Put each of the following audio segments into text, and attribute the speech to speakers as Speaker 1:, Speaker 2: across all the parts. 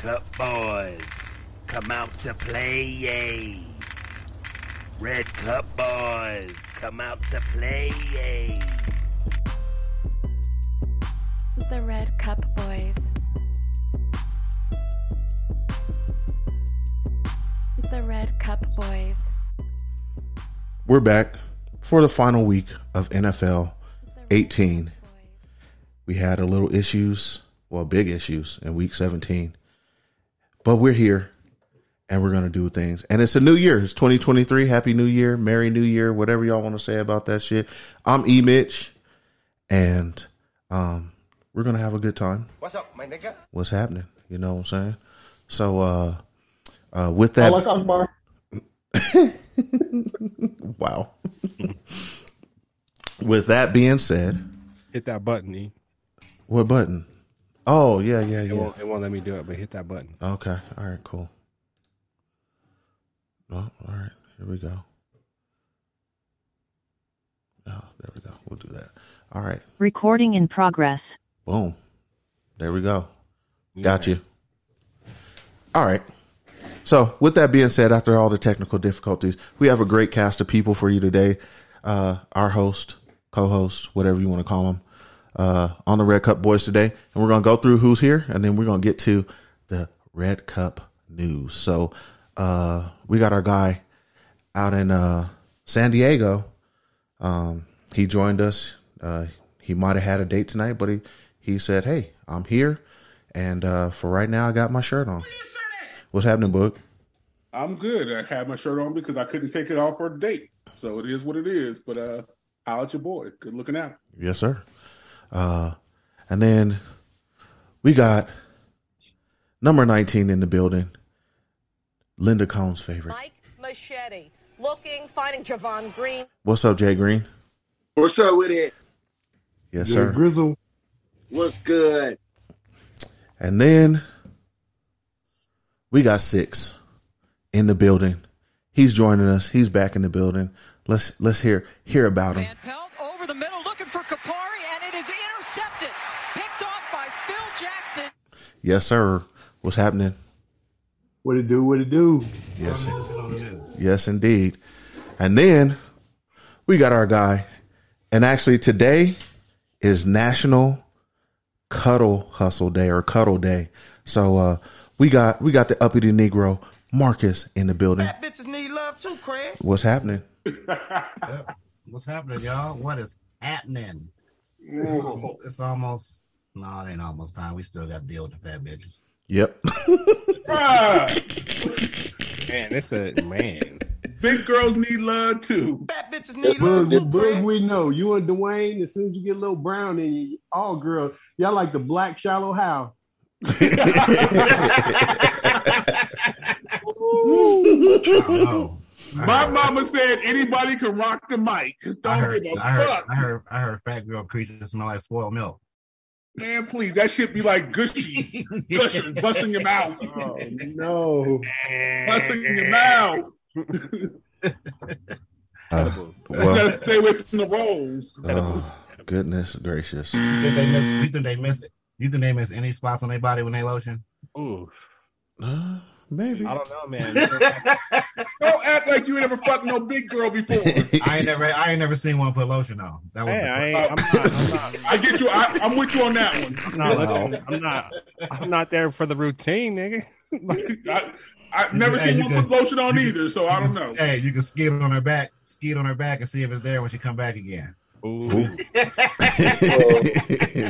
Speaker 1: Cup boys, come out to play, yay. Red Cup boys, come out to play, yay.
Speaker 2: The Red Cup Boys. The Red Cup Boys.
Speaker 3: We're back for the final week of NFL 18. We had a little issues, well, big issues in week 17. But we're here and we're going to do things. And it's a new year. It's 2023. Happy New Year. Merry New Year. Whatever y'all want to say about that shit. I'm E Mitch and um we're going to have a good time.
Speaker 4: What's up, my nigga?
Speaker 3: What's happening? You know what I'm saying? So uh uh with that
Speaker 5: like Akbar.
Speaker 3: wow. with that being said,
Speaker 6: Hit that button, E.
Speaker 3: what button? Oh, yeah, yeah,
Speaker 6: It,
Speaker 3: yeah.
Speaker 6: won't, it won't let me do it, but hit that button.
Speaker 3: Okay. All right. Cool. Well, all right. Here we go. Oh, there we go. We'll do that. All right.
Speaker 7: Recording in progress.
Speaker 3: Boom. There we go. Got you. All right. So, with that being said, after all the technical difficulties, we have a great cast of people for you today. Uh, our host, co host, whatever you want to call them, uh, on the Red Cup Boys today. And we're going to go through who's here and then we're going to get to the Red Cup news. So, uh, we got our guy out in uh, San Diego. Um, he joined us. Uh, he might have had a date tonight, but he, he said, Hey, I'm here. And uh, for right now, I got my shirt on. What's happening, Book?
Speaker 5: I'm good. I had my shirt on because I couldn't take it off for a date. So it is what it is. But uh how at your boy? Good looking out.
Speaker 3: Yes, sir. Uh, and then we got number 19 in the building, Linda Cohn's favorite.
Speaker 8: Mike Machete looking, finding Javon Green.
Speaker 3: What's up, Jay Green?
Speaker 9: What's up with it?
Speaker 3: Yes,
Speaker 6: Yeah,
Speaker 3: sir.
Speaker 6: Grizzle.
Speaker 9: What's good?
Speaker 3: And then we got six in the building. He's joining us. He's back in the building. Let's let's hear hear about him.
Speaker 10: Van Pelt over the middle looking for Kapari, and it is intercepted. Picked off by Phil Jackson.
Speaker 3: Yes, sir. What's happening?
Speaker 11: What it do? What it do?
Speaker 3: Yes. Yes, indeed. And then we got our guy. And actually, today is National Cuddle Hustle Day or Cuddle Day. So uh, we got we got the uppity Negro Marcus in the building.
Speaker 4: Bitches need love too, Craig.
Speaker 3: What's happening?
Speaker 12: What's happening, y'all? What is happening? It's almost, it's almost no, it ain't almost time. We still got to deal with the fat bitches.
Speaker 3: Yep.
Speaker 5: Bruh,
Speaker 6: Man, that's a man.
Speaker 5: big girls need love too.
Speaker 4: Fat bitches need love
Speaker 11: Bug,
Speaker 4: too,
Speaker 11: Bug,
Speaker 4: Craig.
Speaker 11: we know you and Dwayne. As soon as you get a little brown in you, all girl, y'all like the black shallow how.
Speaker 12: I don't know. I
Speaker 5: My
Speaker 12: heard-
Speaker 5: mama said anybody can rock the mic. Don't
Speaker 12: I heard,
Speaker 5: give a
Speaker 12: I heard,
Speaker 5: fuck,
Speaker 12: I heard, I heard fat girl creatures smell like spoiled milk.
Speaker 5: man. Please, that should be like Gucci, gushing, busting your mouth,
Speaker 11: Oh no!
Speaker 5: busting your mouth.
Speaker 3: Uh,
Speaker 5: Well,
Speaker 3: well,
Speaker 5: gotta stay away from the rolls.
Speaker 3: oh, goodness gracious.
Speaker 12: You think they miss? You think they miss it? You think they miss any spots on their body when they lotion?
Speaker 6: Ooh,
Speaker 3: Uh, maybe.
Speaker 6: I don't know, Oh, man.
Speaker 5: Don't act like you ain't ever fucked no big girl before.
Speaker 12: I ain't never, I ain't never seen one put lotion on. That was
Speaker 6: Hey,
Speaker 12: the
Speaker 6: I
Speaker 12: first-
Speaker 6: ain't, I'm not. I'm not.
Speaker 5: I get you. I, I'm with you on that one.
Speaker 6: I'm not, looking, I'm not. I'm not there for the routine, nigga.
Speaker 5: I, I've never
Speaker 12: Hey,
Speaker 5: seen
Speaker 12: you
Speaker 5: one
Speaker 12: can-
Speaker 5: put lotion on either, so I don't know.
Speaker 12: Hey, you can skid it on her back, skid on her back, and see if it's there when she come back again.
Speaker 6: Ooh,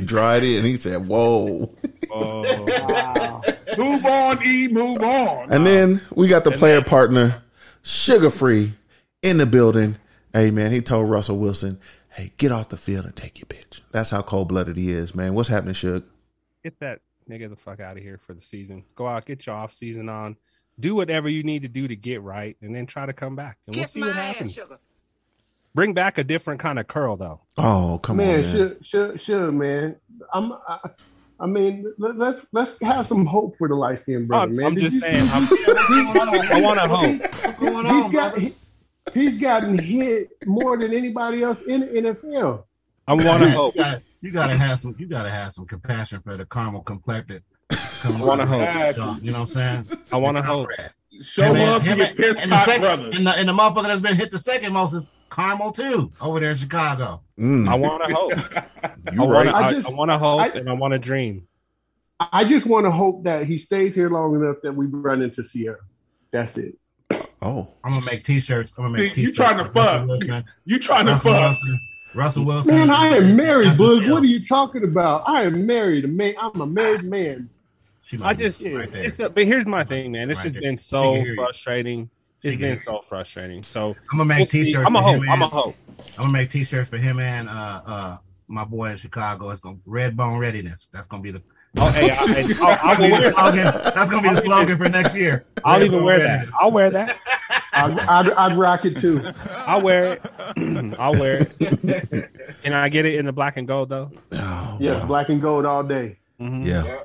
Speaker 3: Dry it in. He said, "Whoa!"
Speaker 6: oh,
Speaker 5: Move on, E. Move on.
Speaker 3: And then we got the player partner, Sugar Free, in the building. Hey man, he told Russell Wilson, "Hey, get off the field and take your bitch." That's how cold blooded he is, man. What's happening, Suge?
Speaker 6: get that nigga the fuck out of here for the season. Go out, get your off season on. Do whatever you need to do to get right, and then try to come back, and we'll
Speaker 10: Kiss
Speaker 6: see
Speaker 10: my
Speaker 6: what
Speaker 10: ass,
Speaker 6: happens.
Speaker 10: sugar.
Speaker 6: Bring back a different kind of curl, though.
Speaker 3: Oh come
Speaker 11: man,
Speaker 3: on, man.
Speaker 11: sure, sure, sure, man. I'm. I, I mean, let, let's let's have some hope for the light skinned brother,
Speaker 6: I'm,
Speaker 11: man.
Speaker 6: I'm
Speaker 11: Did
Speaker 6: just
Speaker 11: you-
Speaker 6: saying. I'm, I want to hope.
Speaker 12: What's going
Speaker 11: He's
Speaker 12: on,
Speaker 11: got
Speaker 12: brother?
Speaker 11: he, he's gotten hit more than anybody else in the NFL.
Speaker 6: I want to
Speaker 12: You
Speaker 6: hope.
Speaker 12: gotta, you gotta have some. You gotta have some compassion for the caramel complected Come
Speaker 6: I wanna
Speaker 12: on,
Speaker 6: hope.
Speaker 12: John, You know what I'm saying?
Speaker 6: I want to hope.
Speaker 12: Show Him
Speaker 5: up,
Speaker 12: and-
Speaker 5: you
Speaker 12: him
Speaker 5: get
Speaker 12: and-
Speaker 5: pissed
Speaker 12: and the
Speaker 5: pot
Speaker 12: second-
Speaker 5: brothers.
Speaker 12: And the, and the motherfucker that's been hit the second most is Carmel too, over there in Chicago.
Speaker 3: Mm.
Speaker 6: I want to hope.
Speaker 3: You
Speaker 6: I
Speaker 3: right.
Speaker 6: want
Speaker 11: I
Speaker 6: to.
Speaker 11: just-
Speaker 6: I, want to hope, and I want to dream.
Speaker 11: I just want to hope that he stays here long enough that we run into Sierra. That's it.
Speaker 3: Oh,
Speaker 12: I'm gonna make t-shirts. I'm gonna make
Speaker 5: You
Speaker 12: t-shirts.
Speaker 5: trying to
Speaker 12: for Russell
Speaker 5: fuck.
Speaker 12: Wilson,
Speaker 5: You trying to
Speaker 12: Russell
Speaker 5: fuck?
Speaker 12: Wilson, Russell Wilson.
Speaker 11: Man, I am married,
Speaker 12: That's
Speaker 11: Bud.
Speaker 12: Michelle.
Speaker 11: What are you talking about? I am married. A man, I'm a married man.
Speaker 12: She might
Speaker 6: I
Speaker 12: be
Speaker 6: just.
Speaker 12: right there.
Speaker 6: it's a, but here's my thing, man. This
Speaker 12: Right
Speaker 6: has
Speaker 12: there.
Speaker 6: been
Speaker 12: She
Speaker 6: so
Speaker 12: can hear you.
Speaker 6: frustrating.
Speaker 12: She
Speaker 6: It's
Speaker 12: can
Speaker 6: been
Speaker 12: hear
Speaker 6: so frustrating. So
Speaker 12: I'm gonna make t-shirts.
Speaker 6: I'm a
Speaker 12: for him
Speaker 6: hope. I'm a
Speaker 12: and-
Speaker 6: hope.
Speaker 12: I'm gonna make t-shirts for him and uh uh my boy in Chicago. It's gonna red bone readiness. That's gonna be the
Speaker 6: Oh, hey, I, hey, I'll, I'll
Speaker 12: that's
Speaker 6: go
Speaker 12: gonna be the
Speaker 6: with it.
Speaker 12: slogan. That's gonna be the slogan for next year.
Speaker 6: I'll
Speaker 12: Red
Speaker 6: even
Speaker 12: Bone
Speaker 6: wear that.
Speaker 12: Readiness.
Speaker 6: I'll wear that.
Speaker 11: I'd, I'd, I'd rock it too.
Speaker 6: I'll wear it. I'll wear it. Can I get it in the black and gold though?
Speaker 3: Oh,
Speaker 11: Yes,
Speaker 3: wow.
Speaker 11: black and gold all day.
Speaker 3: yeah.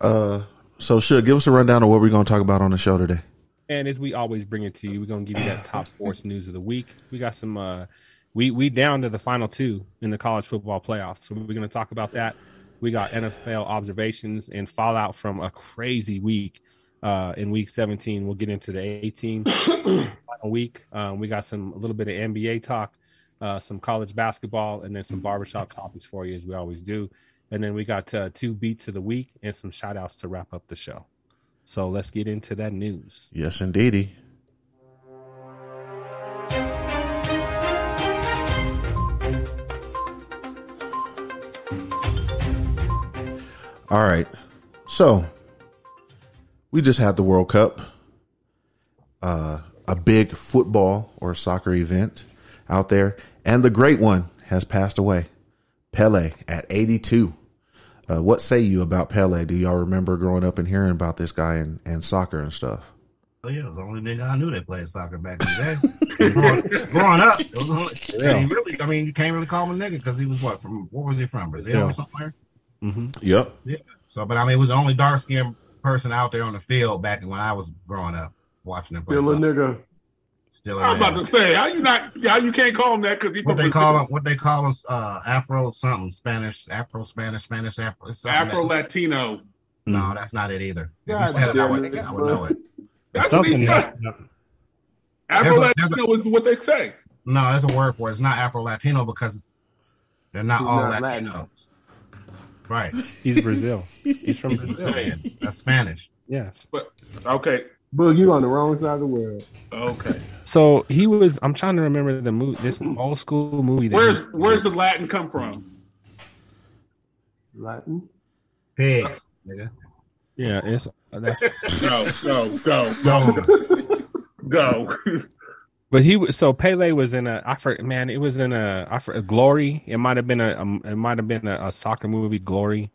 Speaker 3: Uh, so sure, give us a rundown of what we're going to talk about on the show today.
Speaker 6: And as we always bring it to you, we're gonna give you that top sports news of the week. We got some. uh We we down to the final two in the college football playoffs, so we're gonna talk about that. We got NFL observations and fallout from a crazy week. Uh, in week 17, we'll get into the 18 final week. Um, we got some a little bit of NBA talk, uh, some college basketball, and then some barbershop topics for you as we always do. And then we got uh, two beats of the week and some shout outs to wrap up the show. So let's get into that news.
Speaker 3: Yes, indeedy. All right. So we just had the World Cup, uh, a big football or soccer event out there, and the great one has passed away. Pele at 82. Uh, what say you about Pele? Do y'all remember growing up and hearing about this guy and, and soccer and stuff?
Speaker 12: Oh, yeah, it was the only nigga I knew that played soccer back in the day. growing, growing up, it was only, and he really, I mean, you can't really call him a nigga because he was what from where was he from? Brazil
Speaker 6: Yeah.
Speaker 12: or somewhere?
Speaker 6: Mm-hmm.
Speaker 3: Yep.
Speaker 12: So, but I mean, it was the only dark skinned person out there on the field back when I was growing up watching him play.
Speaker 11: Still a
Speaker 12: soccer.
Speaker 11: nigga.
Speaker 12: Still a
Speaker 5: I'm about to
Speaker 12: nigga.
Speaker 5: say, how you not? How you can't call him that because he
Speaker 12: What they
Speaker 5: from
Speaker 12: call him? What they call us? Uh, Afro something, Spanish, Afro Spanish, Spanish Afro. it's something
Speaker 5: Afro
Speaker 12: that-
Speaker 5: Latino.
Speaker 12: No, that's not it either. If
Speaker 11: God
Speaker 12: you said it, I
Speaker 11: damn
Speaker 12: would,
Speaker 11: it,
Speaker 12: I would know
Speaker 11: bro.
Speaker 12: it.
Speaker 5: That's
Speaker 6: Something
Speaker 5: what he
Speaker 6: has
Speaker 5: said.
Speaker 12: There's
Speaker 5: Afro
Speaker 12: a- there's a-
Speaker 5: Latino is what they say.
Speaker 12: No, that's a word for it. It's not Afro Latino because they're not
Speaker 11: He's
Speaker 12: all
Speaker 11: not Latin.
Speaker 12: Latinos. Right.
Speaker 6: He's Brazil. He's from Brazil.
Speaker 12: Brazilian. That's Spanish.
Speaker 6: Yes.
Speaker 5: Okay,
Speaker 11: Boog, you on the wrong side of the world.
Speaker 5: okay.
Speaker 6: So he was. I'm trying to remember the movie. This old school movie. That
Speaker 5: Where's Where's the Latin come from?
Speaker 11: Latin.
Speaker 12: Pigs. Nigga.
Speaker 6: Yeah. It's that's.
Speaker 5: Go, go, go, go, go.
Speaker 6: But he was so Pele was in a. I for man. It was in a. I for Glory. It might have been a. um, it might have been a, a soccer movie, Glory,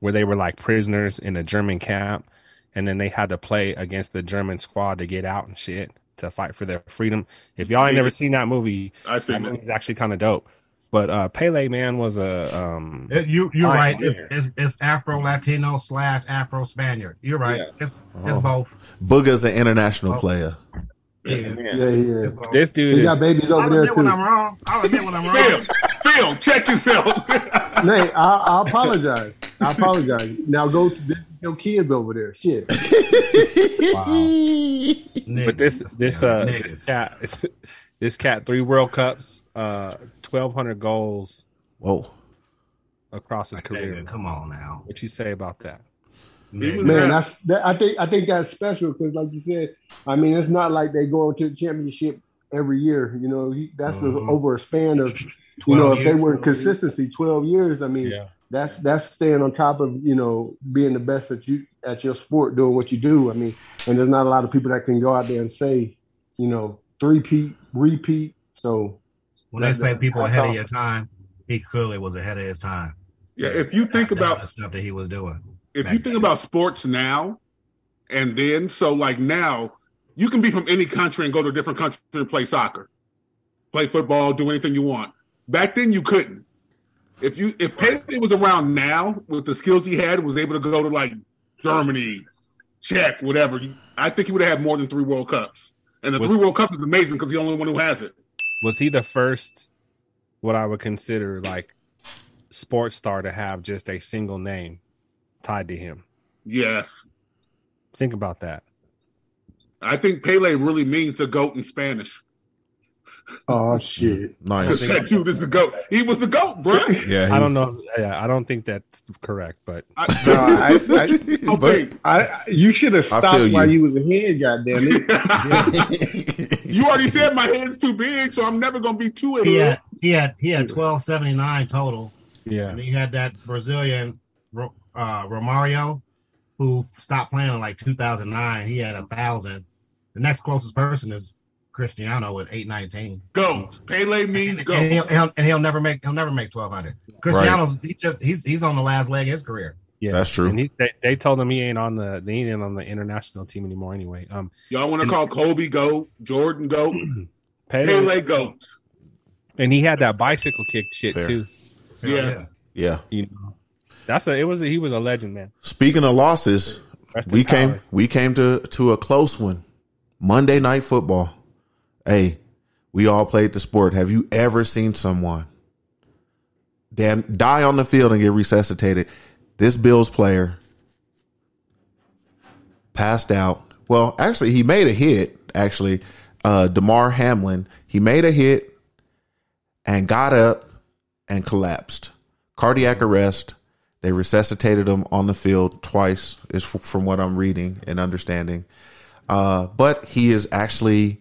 Speaker 6: where they were like prisoners in a German camp, and then they had to play against the German squad to get out and shit to fight for their freedom. If y'all ain't never seen that movie,
Speaker 5: I
Speaker 6: that
Speaker 5: seen it.
Speaker 6: movie's actually kind of dope. But uh Pele man was a. um
Speaker 12: It- you you're
Speaker 6: Oh,
Speaker 12: right. It's,
Speaker 6: yeah.
Speaker 12: it's it's Afro Latino slash Afro Spaniard. You're right.
Speaker 6: Yeah.
Speaker 12: It's
Speaker 3: Oh.
Speaker 12: it's both.
Speaker 3: Booga's an international
Speaker 12: Oh.
Speaker 3: player.
Speaker 12: Yeah.
Speaker 11: Yeah, he is.
Speaker 12: It's both.
Speaker 6: This dude
Speaker 11: He
Speaker 6: is
Speaker 11: got babies
Speaker 12: I'll
Speaker 11: over there
Speaker 12: admit when I'm
Speaker 11: too.
Speaker 12: wrong. I'll admit when I'm
Speaker 5: Phil,
Speaker 12: wrong.
Speaker 5: Phil, check yourself.
Speaker 11: Nay, I, I apologize. I apologize. Now go visit your kids over there. Shit.
Speaker 12: Niggas.
Speaker 6: But this this
Speaker 12: Yeah,
Speaker 6: uh this
Speaker 12: niggas.
Speaker 6: cat this cat three World Cups, uh twelve hundred goals
Speaker 3: Whoa.
Speaker 6: across his career.
Speaker 12: Nigga, come on now.
Speaker 6: What you say about that?
Speaker 5: He was-
Speaker 12: Nigga.
Speaker 11: Man, that's that, I think I think that's special because, like you said, I mean, it's not like they go into the championship every year. You know, he- that's a-
Speaker 12: Mhm.
Speaker 11: over a span of you
Speaker 12: 12
Speaker 11: know, if they
Speaker 12: years.
Speaker 11: were in consistency, twelve years. I mean, that's that's staying on top of you know being the best at you at your sport, doing what you do. I mean, and there's not a lot of people that can go out there and say, you know, three repeat. So
Speaker 12: When they say people ahead of
Speaker 11: That's
Speaker 12: your time, he clearly was ahead of his time.
Speaker 5: yeah, if you think
Speaker 12: That-
Speaker 5: about
Speaker 12: the stuff that he was doing.
Speaker 5: if you think about sports now and then so like now you can be from any country and go to a different country and play soccer play football do anything you want back then you couldn't if you if Pele was around now with the skills he had was able to go to like germany czech whatever i think he would have had more than three world cups and the
Speaker 6: Was-
Speaker 5: three world cups is amazing because he's the only one who has it
Speaker 6: Was he the first what I would consider like sports star to have just a single name tied to him?
Speaker 5: Yes.
Speaker 6: Think about that.
Speaker 5: I think Pele really means the goat in Spanish.
Speaker 11: Oh shit!
Speaker 5: Nice. That dude is the goat. He was the goat, bro.
Speaker 6: Yeah, I don't know. Yeah, I don't think that's correct, but
Speaker 11: No, I, I, I, I- you should have
Speaker 6: I
Speaker 11: stopped
Speaker 6: feel you.
Speaker 11: while you was ahead. Goddamn it!
Speaker 5: You already said my hand's too big, so I'm never gonna be too
Speaker 12: He
Speaker 5: little.
Speaker 12: had he had he had twelve seventy nine total.
Speaker 6: Yeah.
Speaker 12: and he had that Brazilian Ro- uh, Romario, who stopped playing in like two thousand nine. He had a thousand. The next closest person is Cristiano with eight nineteen.
Speaker 5: Goat. Pele means
Speaker 12: And he'll,
Speaker 5: goat.
Speaker 12: he'll- and he'll never make he'll never make twelve hundred. Cristiano's he just he's he's on the last leg of his career.
Speaker 6: yeah, that's true. And he, they, they told him he ain't on the they ain't on the international team anymore anyway. Um,
Speaker 5: Y'all want to call Kobe goat, Jordan goat,
Speaker 6: Pele-
Speaker 5: Pele goat.
Speaker 6: and he had that bicycle kick shit too.
Speaker 5: Yes.
Speaker 3: Yeah.
Speaker 6: You know, that's a it was a, he was a legend, man.
Speaker 3: Speaking of losses,
Speaker 6: That's the
Speaker 3: we came we came to to a close one. Monday night football. Hey, we all played the sport. Have you ever seen someone damn die on the field and get resuscitated? This Bills player passed out. Well, actually, he made a hit. Actually, uh, Demar Hamlin he made a hit and got up and collapsed, cardiac arrest. They resuscitated him on the field twice, is f- from what I'm reading and understanding. Uh, but he is actually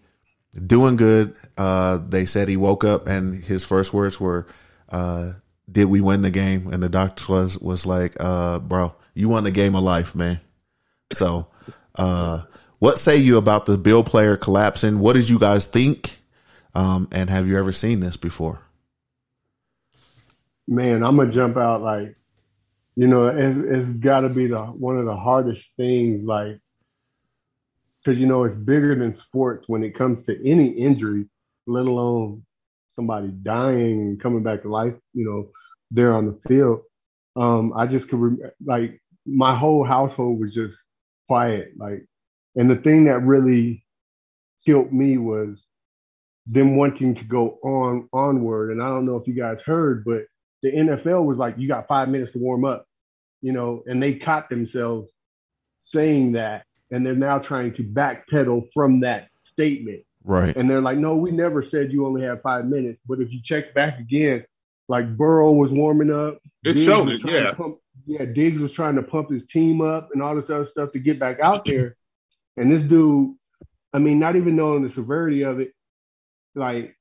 Speaker 3: doing good. Uh, they said he woke up and his first words were, uh, "Did we win the game?" And the doctor was was like, uh, "Bro, you won the game of life, man." So, uh, what say you about the Bill player collapsing? What did you guys think? Um, and have you ever seen this before?
Speaker 11: Man, I'm gonna jump out like, you know, it's, it's got to be the one of the hardest things, like, because you know it's bigger than sports when it comes to any injury, let alone somebody dying and coming back to life. You know, there on the field. Um, I just could rem- like my whole household was just quiet, like, and the thing that really killed me was them wanting to go on onward. And I don't know if you guys heard, but the NFL was like, you got five minutes to warm up, you know, and they caught themselves saying that, and they're now trying to backpedal from that statement.
Speaker 3: Right.
Speaker 11: And they're like, no, we never said you only had five minutes. But if you check back again, like Burrow was warming up.
Speaker 5: It
Speaker 11: Diggs
Speaker 5: showed
Speaker 11: was
Speaker 5: it,
Speaker 11: trying to
Speaker 5: yeah.
Speaker 11: Pump, yeah, Diggs was trying to pump his team up and all this other stuff to get back out there. And this dude, I mean, not even knowing the severity of it, like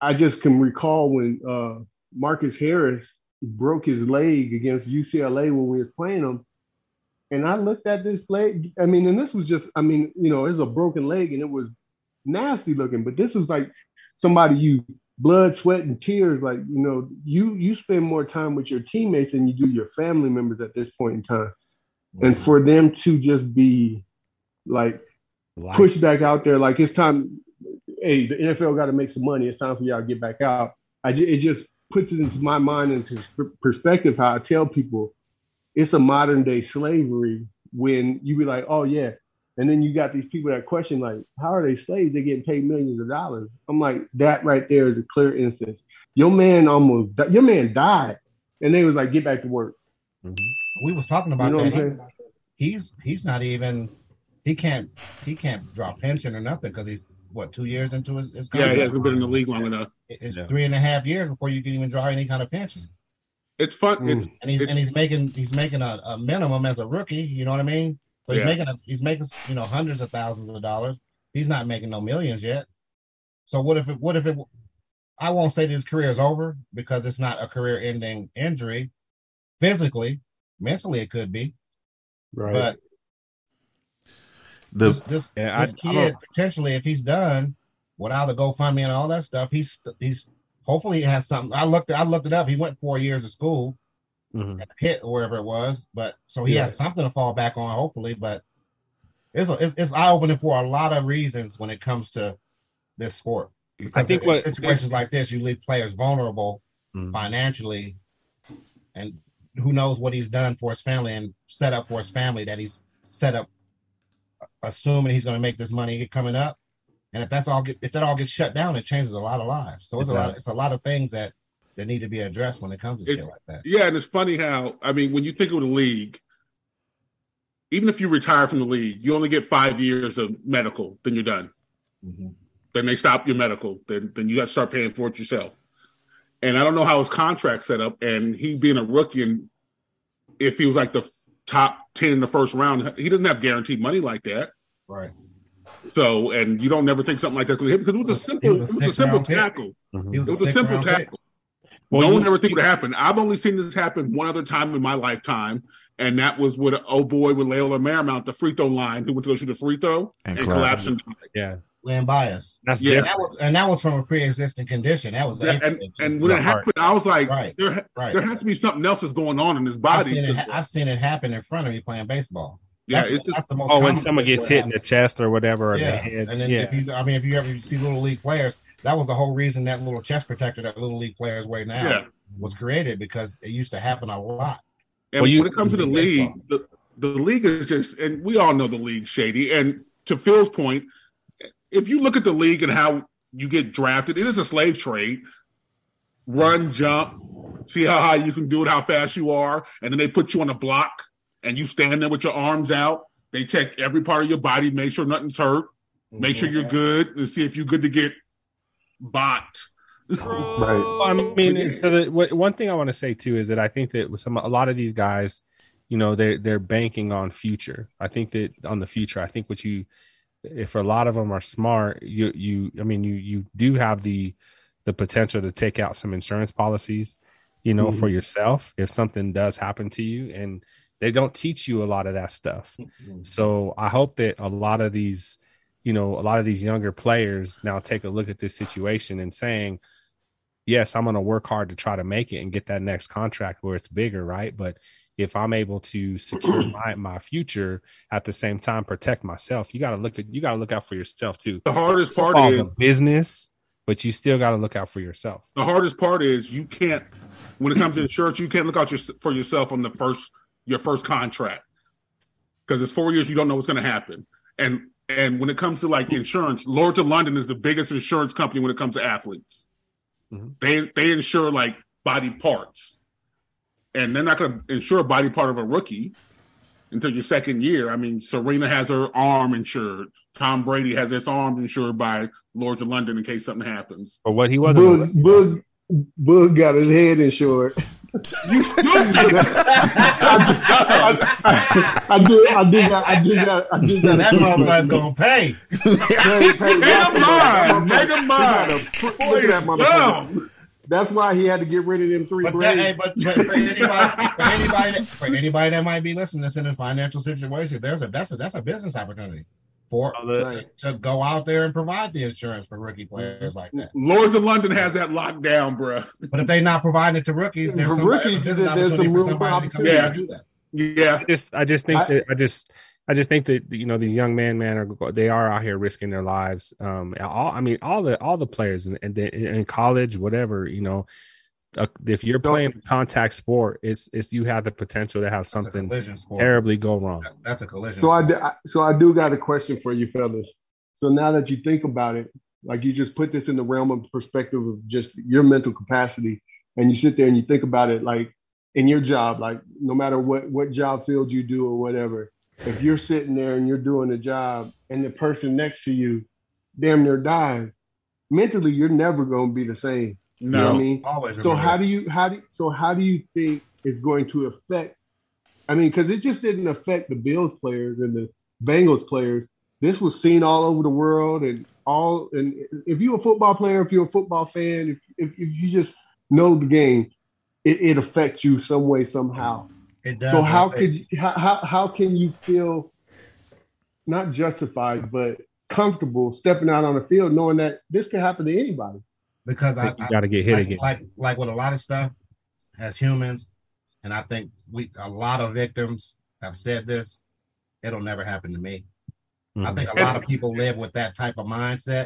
Speaker 11: I just can recall when uh, Marcus Harris broke his leg against UCLA when we was playing them. And I looked at this leg. I mean, and this was just, I mean, you know, it's a broken leg and it was nasty looking, but this was like somebody you blood, sweat, and tears. Like, you know, you you spend more time with your teammates than you do your family members at this point in time. And for them to just be like pushed back out there, like it's time hey, the NFL got to make some money. It's time for y'all to get back out. I ju- it just puts it into my mind into pr- perspective how I tell people it's a modern day slavery when you be like, oh yeah, and then you got these people that question like, how are they slaves? They're getting paid millions of dollars. I'm like, that right there is a clear instance. Your man almost, di- your man died, and they was like, get back to work.
Speaker 6: Mm-hmm.
Speaker 12: We was talking about
Speaker 11: You know what I'm
Speaker 12: that. He- he's he's not even he can't he can't draw pension or nothing because he's what two years into his, his
Speaker 5: Yeah,
Speaker 12: contract?
Speaker 5: he hasn't been in the league long enough.
Speaker 12: It's three and a half years before you can even draw any kind of pension.
Speaker 5: It's fun. It's
Speaker 12: Hmm. and he's and he's making he's making a, a minimum as a rookie. You know what I mean? But he's
Speaker 5: Yeah.
Speaker 12: making a, he's making you know hundreds of thousands of dollars. He's not making no millions yet. So what if it, what if it? I won't say his career is over because it's not a career ending injury. Physically, mentally, it could be.
Speaker 11: Right.
Speaker 12: But
Speaker 3: The
Speaker 12: this,
Speaker 6: Yeah, I-
Speaker 12: this
Speaker 6: I
Speaker 12: kid
Speaker 6: don't-
Speaker 12: potentially, if he's done without the GoFundMe and all that stuff, he's he's hopefully he has something. I looked I looked it up. He went four years to school at Pitt or wherever it was, but so he
Speaker 6: mm-hmm. Yeah.
Speaker 12: has something to fall back on, hopefully. But it's a, it's, it's eye opening for a lot of reasons when it comes to this sport. Because
Speaker 6: think
Speaker 12: in
Speaker 6: what- mm-hmm.
Speaker 12: situations like this, you leave players vulnerable financially, and who knows what he's done for his family and set up for his family that he's set up assuming he's going to make this money coming up. And if that's all, get, if that all gets shut down, it changes a lot of lives. So it's a lot. It's a lot of things that that need to be addressed when it comes to shit
Speaker 5: It's-
Speaker 12: like that.
Speaker 5: Yeah, and it's funny how I mean, when you think of the league, even if you retire from the league, you only get five years of medical, then you're done.
Speaker 12: Mm-hmm.
Speaker 5: Then they stop your medical. Then then you got to start paying for it yourself. And I don't know how his contract set up. And he being a rookie, and if he was like the f- top ten in the first round, he doesn't have guaranteed money like that.
Speaker 12: Right.
Speaker 5: So, and you don't never think something like that's going to hit because it was a simple, it was a simple
Speaker 12: six-round pick.
Speaker 5: tackle.
Speaker 6: Mm-hmm.
Speaker 12: Mhm. He
Speaker 5: It
Speaker 12: was
Speaker 5: was
Speaker 12: a
Speaker 5: a simple
Speaker 12: six-round pick.
Speaker 5: tackle.
Speaker 12: Well,
Speaker 5: no
Speaker 12: you-
Speaker 5: one ever think it would happen. I've only seen this happen one other time in my lifetime, and that was with oh boy with Leola Marymount, the free throw line, who went to go shoot a free throw
Speaker 12: And
Speaker 5: and,
Speaker 12: collapsed.
Speaker 5: collapsed. and
Speaker 6: Yeah.
Speaker 12: Land bias.
Speaker 6: That's
Speaker 5: Yeah.
Speaker 12: And that was and that was from a pre-existing condition. That was
Speaker 5: Yeah, and, and when it happened, I was like, there,
Speaker 12: right.
Speaker 5: there has to be something else that's going on in his
Speaker 12: I've
Speaker 5: body.
Speaker 12: seen, it, ha- I've seen it happen in front of me playing baseball.
Speaker 5: Yeah,
Speaker 12: that's,
Speaker 5: it's just-
Speaker 12: that's the most.
Speaker 6: Oh, when
Speaker 12: common
Speaker 6: someone
Speaker 12: thing
Speaker 6: gets
Speaker 12: that
Speaker 6: hit in
Speaker 12: happens.
Speaker 6: the chest or whatever, or the
Speaker 12: yeah.
Speaker 6: head.
Speaker 12: And then
Speaker 6: yeah.
Speaker 12: if you, I mean, if you ever see little league players, that was the whole reason that little chest protector that little league players wear now
Speaker 5: Yeah.
Speaker 12: was created because it used to happen a lot.
Speaker 5: And
Speaker 6: Well, you-
Speaker 5: when it comes to the league, the, the league is just, and we all know the league shady. And to Phil's point, if you look at the league and how you get drafted, it is a slave trade. Run, jump, see how high you can do it, how fast you are, and then they put you on a block and you stand there with your arms out. They check every part of your body, make sure nothing's hurt, make sure you're good, and see if you're good to get bot.
Speaker 6: Well, I mean, and so the, what, one thing I want to say too is that I think that with some a lot of these guys, you know, they're they're banking on future. I think that on the future, I think what you, if a lot of them are smart, you you, I mean, you you do have the the potential to take out some insurance policies, you know, for
Speaker 12: Mhm.
Speaker 6: yourself if something does happen to you, and they don't teach you a lot of that stuff. So I hope that a lot of these, you know, a lot of these younger players now take a look at this situation and saying, yes, I'm going to work hard to try to make it and get that next contract where it's bigger, right? But if I'm able to secure my, my future at the same time, protect myself, you got to look at you got to look out for yourself too.
Speaker 5: The hardest part
Speaker 6: Football's
Speaker 5: is-
Speaker 6: a business, but you still got to look out for yourself.
Speaker 5: The hardest part is you can't. When it comes to insurance, you can't look out your, for yourself on the first your first contract because it's four years. You don't know what's going to happen. And and when it comes to like insurance, Lord to London is the biggest insurance company when it comes to athletes.
Speaker 6: Mhm.
Speaker 5: They they insure like body parts, and they're not going to insure a body part of a rookie until your second year. I mean, Serena has her arm insured. Tom Brady has his arm insured by Lords of London in case something happens.
Speaker 6: But what he wasn't.
Speaker 11: Boog, Boog, Boog got his head insured.
Speaker 5: You stupid!
Speaker 11: I do, I do got, I do got, I do got.
Speaker 12: That motherfucker's gonna pay.
Speaker 11: Look at that motherfucker. That's why he had to get rid of them three
Speaker 12: But, that,
Speaker 11: braids.
Speaker 12: hey, but, but for anybody, for anybody, that, for anybody that might be listening, that's in a financial situation, there's a that's a that's a business opportunity for to, to go out there and provide the insurance for rookie
Speaker 11: Mm-hmm.
Speaker 12: players like that.
Speaker 5: Lords of London has that locked down, bruh.
Speaker 12: But if they're not providing it to rookies, there's
Speaker 11: For
Speaker 12: some
Speaker 11: rookies,
Speaker 12: there's,
Speaker 11: there's-
Speaker 12: an
Speaker 11: there's
Speaker 12: opportunity
Speaker 11: some
Speaker 12: for
Speaker 11: room for
Speaker 12: somebody to come in
Speaker 5: opportunity.
Speaker 12: and do that.
Speaker 5: Yeah,
Speaker 6: I just I just think
Speaker 11: I-
Speaker 6: that I just I just think that you know these young men, man, are they are out here risking their lives. Um, all I mean, all the all the players in in, in college, whatever, you know, uh, if you're playing contact sport, it's it's you have the potential to have
Speaker 12: That's a
Speaker 6: something
Speaker 12: collision sport.
Speaker 6: terribly go wrong.
Speaker 12: That- That's a collision.
Speaker 11: So I,
Speaker 12: sport.
Speaker 11: do, I so I do got a question for you fellas. So now that you think about it, like you just put this in the realm of perspective of just your mental capacity, and you sit there and you think about it, like in your job, like no matter what what job field you do or whatever, if you're sitting there and you're doing a job, and the person next to you damn near dies, mentally you're never going to be the same. You know what I
Speaker 5: No.
Speaker 11: mean?
Speaker 12: Always
Speaker 11: So
Speaker 12: remember
Speaker 11: how
Speaker 12: that.
Speaker 11: do you how do so how do you think it's going to affect? I mean, because it just didn't affect the Bills players and the Bengals players. This was seen all over the world and all. And if you're a football player, if you're a football fan, if if, if you just know the game, it, it affects you some way somehow.
Speaker 12: It does.
Speaker 11: So how
Speaker 12: It-
Speaker 11: could you, how, how how can you feel not justified but comfortable stepping out on the field knowing that this could happen to anybody?
Speaker 12: because I,
Speaker 6: Think you gotta get hit
Speaker 12: like,
Speaker 6: again.
Speaker 12: Like like with a lot of stuff, as humans, and I think we a lot of victims have said this. It'll never happen to me. I think a lot of people live with that type of mindset.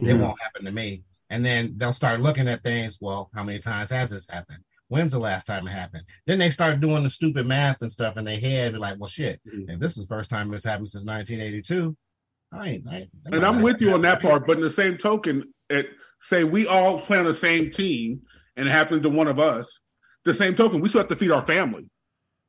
Speaker 6: Mm-hmm.
Speaker 12: It
Speaker 11: Mhm.
Speaker 12: won't happen to me, and then they'll start looking at things. Well, how many times has this happened? When's the last time it happened? Then they start doing the stupid math and stuff in their head. They're like, well, shit, if this is the first time this happened since 1982, I ain't. I ain't
Speaker 5: and I'm with you on that part. But in the same token, it, say we all play on the same team and it happened to one of us. The same token, we still have to feed our family.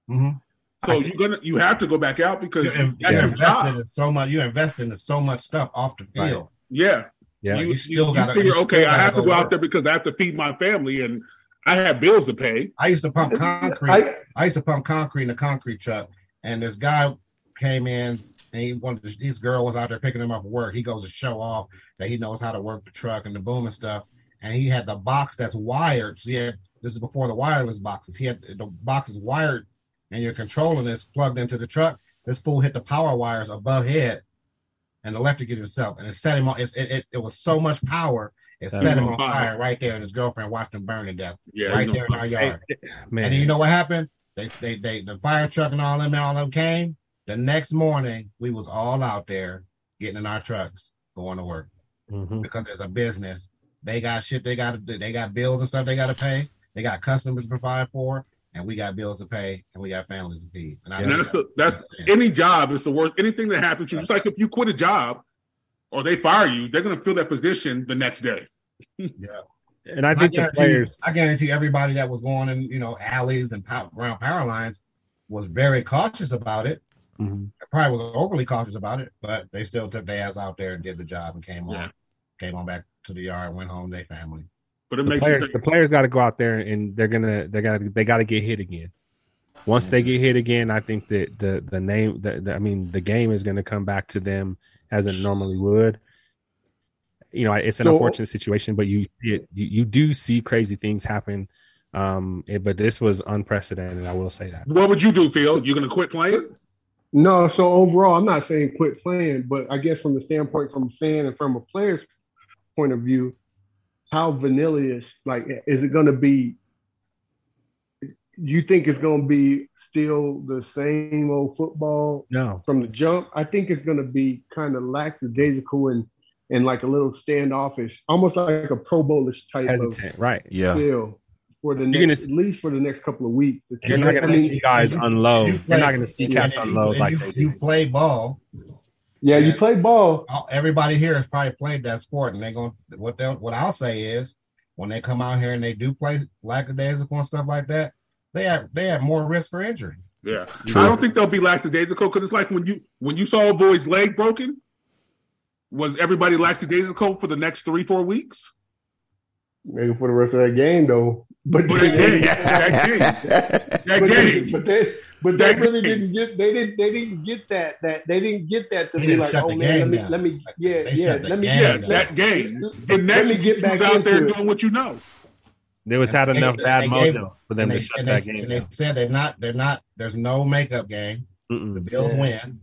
Speaker 12: Mhm.
Speaker 5: So you're gonna you have to go back out because
Speaker 12: You
Speaker 5: you
Speaker 12: in-
Speaker 5: got
Speaker 12: you
Speaker 5: your
Speaker 12: invested
Speaker 5: job.
Speaker 12: in so much. You invested in so much stuff off the
Speaker 5: Right.
Speaker 12: field.
Speaker 5: Yeah.
Speaker 12: Yeah.
Speaker 5: You,
Speaker 12: You
Speaker 5: you,
Speaker 12: still
Speaker 5: you
Speaker 12: gotta-
Speaker 5: figure,
Speaker 12: you
Speaker 5: okay,
Speaker 12: still
Speaker 5: I
Speaker 12: gotta
Speaker 5: have to
Speaker 12: go
Speaker 5: go
Speaker 12: work.
Speaker 5: out there because I have to feed my family and I have bills to pay.
Speaker 12: I used to pump concrete. I, used to pump concrete in a concrete truck, and this guy came in and he wanted to, his girl was out there picking him up for work. He goes to show off that he knows how to work the truck and the boom and stuff. And he had the box that's wired. So he had this is before the wireless boxes. He had the box is wired, and you're controlling this plugged into the truck. This fool hit the power wires above head and electrocuted himself, and it set him on. It it, it, it was so much power. It
Speaker 6: Set
Speaker 12: set
Speaker 6: him
Speaker 12: him
Speaker 6: on
Speaker 12: on
Speaker 6: fire.
Speaker 12: fire right there, and his girlfriend watched him burn to death.
Speaker 6: Yeah,
Speaker 12: right
Speaker 6: he's
Speaker 12: there in
Speaker 6: on fire.
Speaker 12: our yard.
Speaker 6: Man.
Speaker 12: And then you know what happened? They they they the fire truck and all them all them came. The next morning, we was all out there getting in our trucks going to work
Speaker 6: Mm-hmm.
Speaker 12: because as a business, they got shit they got to they got bills and stuff they got to pay. They got customers to provide for, and we got bills to pay, and we got families to feed. And I
Speaker 5: And that's the, that's any job is the worst. Anything that happens to you, just like if you quit a job or they fire you, they're gonna fill that position the next day.
Speaker 12: yeah.
Speaker 6: And I think the
Speaker 12: guarantee-
Speaker 6: players-
Speaker 12: I guarantee everybody that was going in, you know, alleys and pow- around power lines was very cautious about it.
Speaker 11: Mm-hmm.
Speaker 12: Probably was overly cautious about it, but they still took their ass out there and did the job and came on, came on back to the yard, went home to their family.
Speaker 5: But
Speaker 6: the players, the players got to go out there and they're gonna they got to they got to get hit again. Once they get hit again, I think that the the name the, the- I mean the game is gonna come back to them as it normally would. You know, it's an
Speaker 11: So-
Speaker 6: unfortunate situation, but you it, you, you do see crazy things happen. Um, it- but this was unprecedented. I will say that.
Speaker 5: What would you do, Phil? You gonna quit playing?
Speaker 11: No, so overall, I'm not saying quit playing, but I guess from the standpoint from a fan and from a player's point of view, how vanilla is like is it going to be? You think it's going to be still the same old football?
Speaker 6: No.
Speaker 11: From the jump, I think it's going to be kind of lackadaisical and and like a little standoffish, almost like a Pro Bowlish type
Speaker 6: Hesitant,
Speaker 11: of
Speaker 6: right?
Speaker 3: Yeah.
Speaker 11: feel for the
Speaker 6: You're
Speaker 11: next, at least for the next couple of weeks. It's-
Speaker 6: You're not
Speaker 11: I
Speaker 6: gonna
Speaker 11: mean-
Speaker 6: see guys unload.
Speaker 11: you
Speaker 6: You're not
Speaker 11: play-
Speaker 6: gonna see
Speaker 11: and
Speaker 6: cats
Speaker 11: you-
Speaker 6: unload
Speaker 11: and
Speaker 6: like
Speaker 11: you-
Speaker 6: they do.
Speaker 12: You play ball.
Speaker 11: Yeah, you play ball.
Speaker 5: Oh.
Speaker 12: Everybody here has probably played that sport, and they're going. to What they what I'll say is, when they come out here and they do play lackadaisical and stuff like that, they have they have more risk for injury.
Speaker 5: Yeah.
Speaker 12: True.
Speaker 5: I don't think they'll be lackadaisical because it's like when you when you saw a boy's leg broken, was everybody lackadaisical for the next three, four weeks?
Speaker 11: Maybe for the rest of that game, though. But,
Speaker 5: But again, that game, that
Speaker 11: but they-
Speaker 5: game.
Speaker 11: but they, but
Speaker 5: That
Speaker 11: they really
Speaker 5: game.
Speaker 11: didn't get. They didn't. They didn't get that. That they didn't get that to
Speaker 5: They
Speaker 11: be
Speaker 5: didn't
Speaker 11: like,
Speaker 5: shut
Speaker 11: oh
Speaker 5: the
Speaker 11: man,
Speaker 5: game
Speaker 11: let me,
Speaker 5: down.
Speaker 11: let me, yeah,
Speaker 5: They
Speaker 11: yeah,
Speaker 5: shut the
Speaker 11: let me,
Speaker 5: game
Speaker 11: yeah,
Speaker 5: down.
Speaker 11: let,
Speaker 5: that game.
Speaker 11: let
Speaker 5: And next
Speaker 11: me get back
Speaker 5: you out there
Speaker 11: into it.
Speaker 5: doing what you know.
Speaker 6: There was had
Speaker 12: And
Speaker 6: enough
Speaker 12: they-
Speaker 6: bad
Speaker 12: they
Speaker 6: mojo
Speaker 12: gave-
Speaker 6: for them
Speaker 12: and
Speaker 6: to
Speaker 12: they-
Speaker 6: shut
Speaker 12: and
Speaker 6: that
Speaker 12: they-
Speaker 6: game
Speaker 12: and
Speaker 6: down.
Speaker 12: They said they're not. They're not. There's no makeup game.
Speaker 6: The
Speaker 12: Bills
Speaker 11: Yeah.
Speaker 12: win.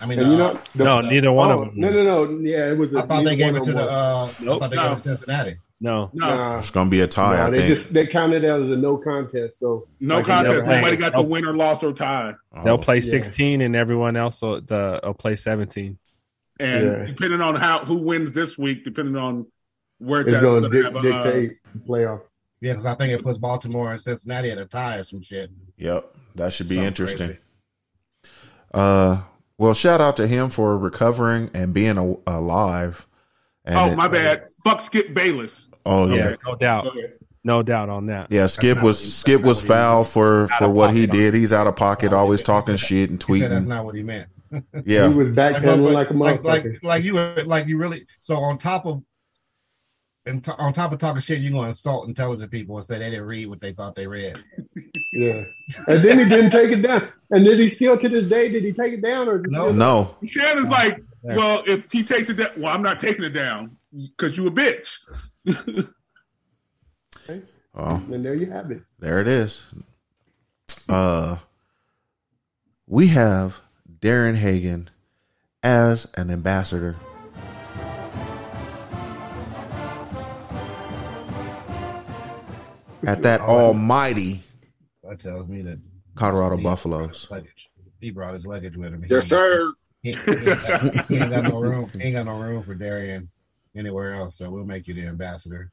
Speaker 12: I mean,
Speaker 11: And you
Speaker 12: uh,
Speaker 11: know, the-
Speaker 6: No, neither one of
Speaker 11: oh,
Speaker 6: them.
Speaker 11: No, no, no. Yeah, it was. I
Speaker 12: I thought they gave it to the. Uh, I thought they
Speaker 11: no.
Speaker 12: gave it to Cincinnati.
Speaker 6: No,
Speaker 11: Nah.
Speaker 3: It's gonna be a
Speaker 12: Oh,
Speaker 3: tie.
Speaker 11: Nah,
Speaker 3: I
Speaker 11: they
Speaker 3: think.
Speaker 11: just they counted it as a no contest. So
Speaker 5: No
Speaker 11: Like,
Speaker 5: contest.
Speaker 11: never-
Speaker 5: Nobody got the win or loss or tie.
Speaker 3: Uh-huh.
Speaker 6: They'll play
Speaker 11: Yeah.
Speaker 6: 16 and everyone else will, the, will play 17.
Speaker 5: And
Speaker 6: Yeah.
Speaker 5: depending on how who wins this week, depending on where
Speaker 11: It's
Speaker 5: that's
Speaker 11: gonna
Speaker 5: gonna
Speaker 11: dic-
Speaker 5: have a, uh,
Speaker 11: dictate playoff.
Speaker 12: Yeah, because I think it puts Baltimore and Cincinnati at a tie or some shit.
Speaker 3: Yep, that should be
Speaker 12: Something
Speaker 3: interesting.
Speaker 12: crazy.
Speaker 3: Uh, well, shout out to him for recovering and being a, alive. And
Speaker 5: oh
Speaker 3: it-
Speaker 5: my bad. Fuck Skip Bayless.
Speaker 3: Oh yeah,
Speaker 6: No doubt. No doubt on that.
Speaker 3: yeah. Skip was Skip was foul for for what he did. He's out of pocket, always talking shit and
Speaker 12: He said that's
Speaker 3: tweeting.
Speaker 12: not what he meant.
Speaker 3: Yeah. He was
Speaker 11: backpedaling like a
Speaker 12: like, like,
Speaker 11: motherfucker.
Speaker 12: like you were- like you really. So on top of, and to- on top of talking shit, you gonna insult intelligent people and say they didn't read what they thought they read.
Speaker 11: Yeah, and then he didn't take it down. And did he still to this day? Did he take it down or no?
Speaker 3: No.
Speaker 5: Shannon's like, well, if he takes it down, well, I'm not taking it down because you a bitch.
Speaker 3: Oh,
Speaker 11: And there you have it.
Speaker 3: there it is. Uh, we have Darren Hagan as an ambassador. At that almighty
Speaker 12: That tells me that
Speaker 3: Colorado Buffaloes.
Speaker 12: luggage. He brought his luggage with him.
Speaker 9: Yes, sir.
Speaker 12: He, he ain't got- he ain't got no room. He ain't got no room for Darian anywhere else. So we'll make you the ambassador.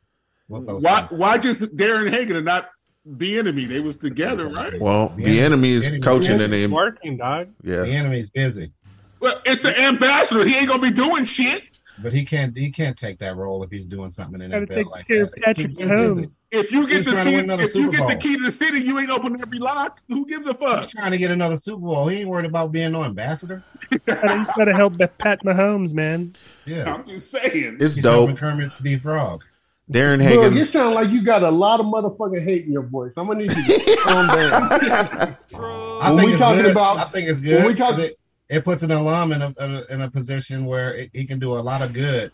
Speaker 12: We'll throw
Speaker 5: Why?
Speaker 12: some-
Speaker 5: Why just Darren Hagan and not the enemy? They was together, right?
Speaker 3: Well, the enemy is coaching and they-
Speaker 6: working, dog.
Speaker 3: Yeah.
Speaker 12: The enemy's busy.
Speaker 5: Well, it's an ambassador. He ain't gonna be doing shit.
Speaker 11: But he can't. He can't take that role if he's doing something in the
Speaker 5: Gotta
Speaker 11: NFL
Speaker 5: take
Speaker 11: like
Speaker 5: care of
Speaker 11: that.
Speaker 5: Patrick
Speaker 11: He wins it.
Speaker 5: Mahomes. If you get
Speaker 11: He's
Speaker 5: the
Speaker 11: trying to
Speaker 5: seat-
Speaker 11: win another
Speaker 5: if you
Speaker 11: Super
Speaker 5: get the
Speaker 11: Bowl.
Speaker 5: key to the city, you ain't opening every lock. Who gives a fuck?
Speaker 11: He's trying to get another Super Bowl. He ain't worried about being no ambassador.
Speaker 13: Gotta, you gotta help Pat Mahomes, man.
Speaker 11: Yeah,
Speaker 5: I'm just saying.
Speaker 3: It's
Speaker 11: He's
Speaker 3: dope.
Speaker 11: helping Kermit the Frog.
Speaker 3: Darren
Speaker 12: Look, you
Speaker 3: Hagan.
Speaker 12: sound like you got a lot of motherfucking hate in your voice. I'm gonna need you to calm down.
Speaker 11: I
Speaker 12: When
Speaker 11: think
Speaker 12: we
Speaker 11: it's
Speaker 12: talking
Speaker 11: good.
Speaker 12: about-
Speaker 11: I think it's
Speaker 12: when
Speaker 11: good.
Speaker 12: we talk-
Speaker 11: 'cause it, it puts an alum in a, in a in a position where it, he can do a lot of good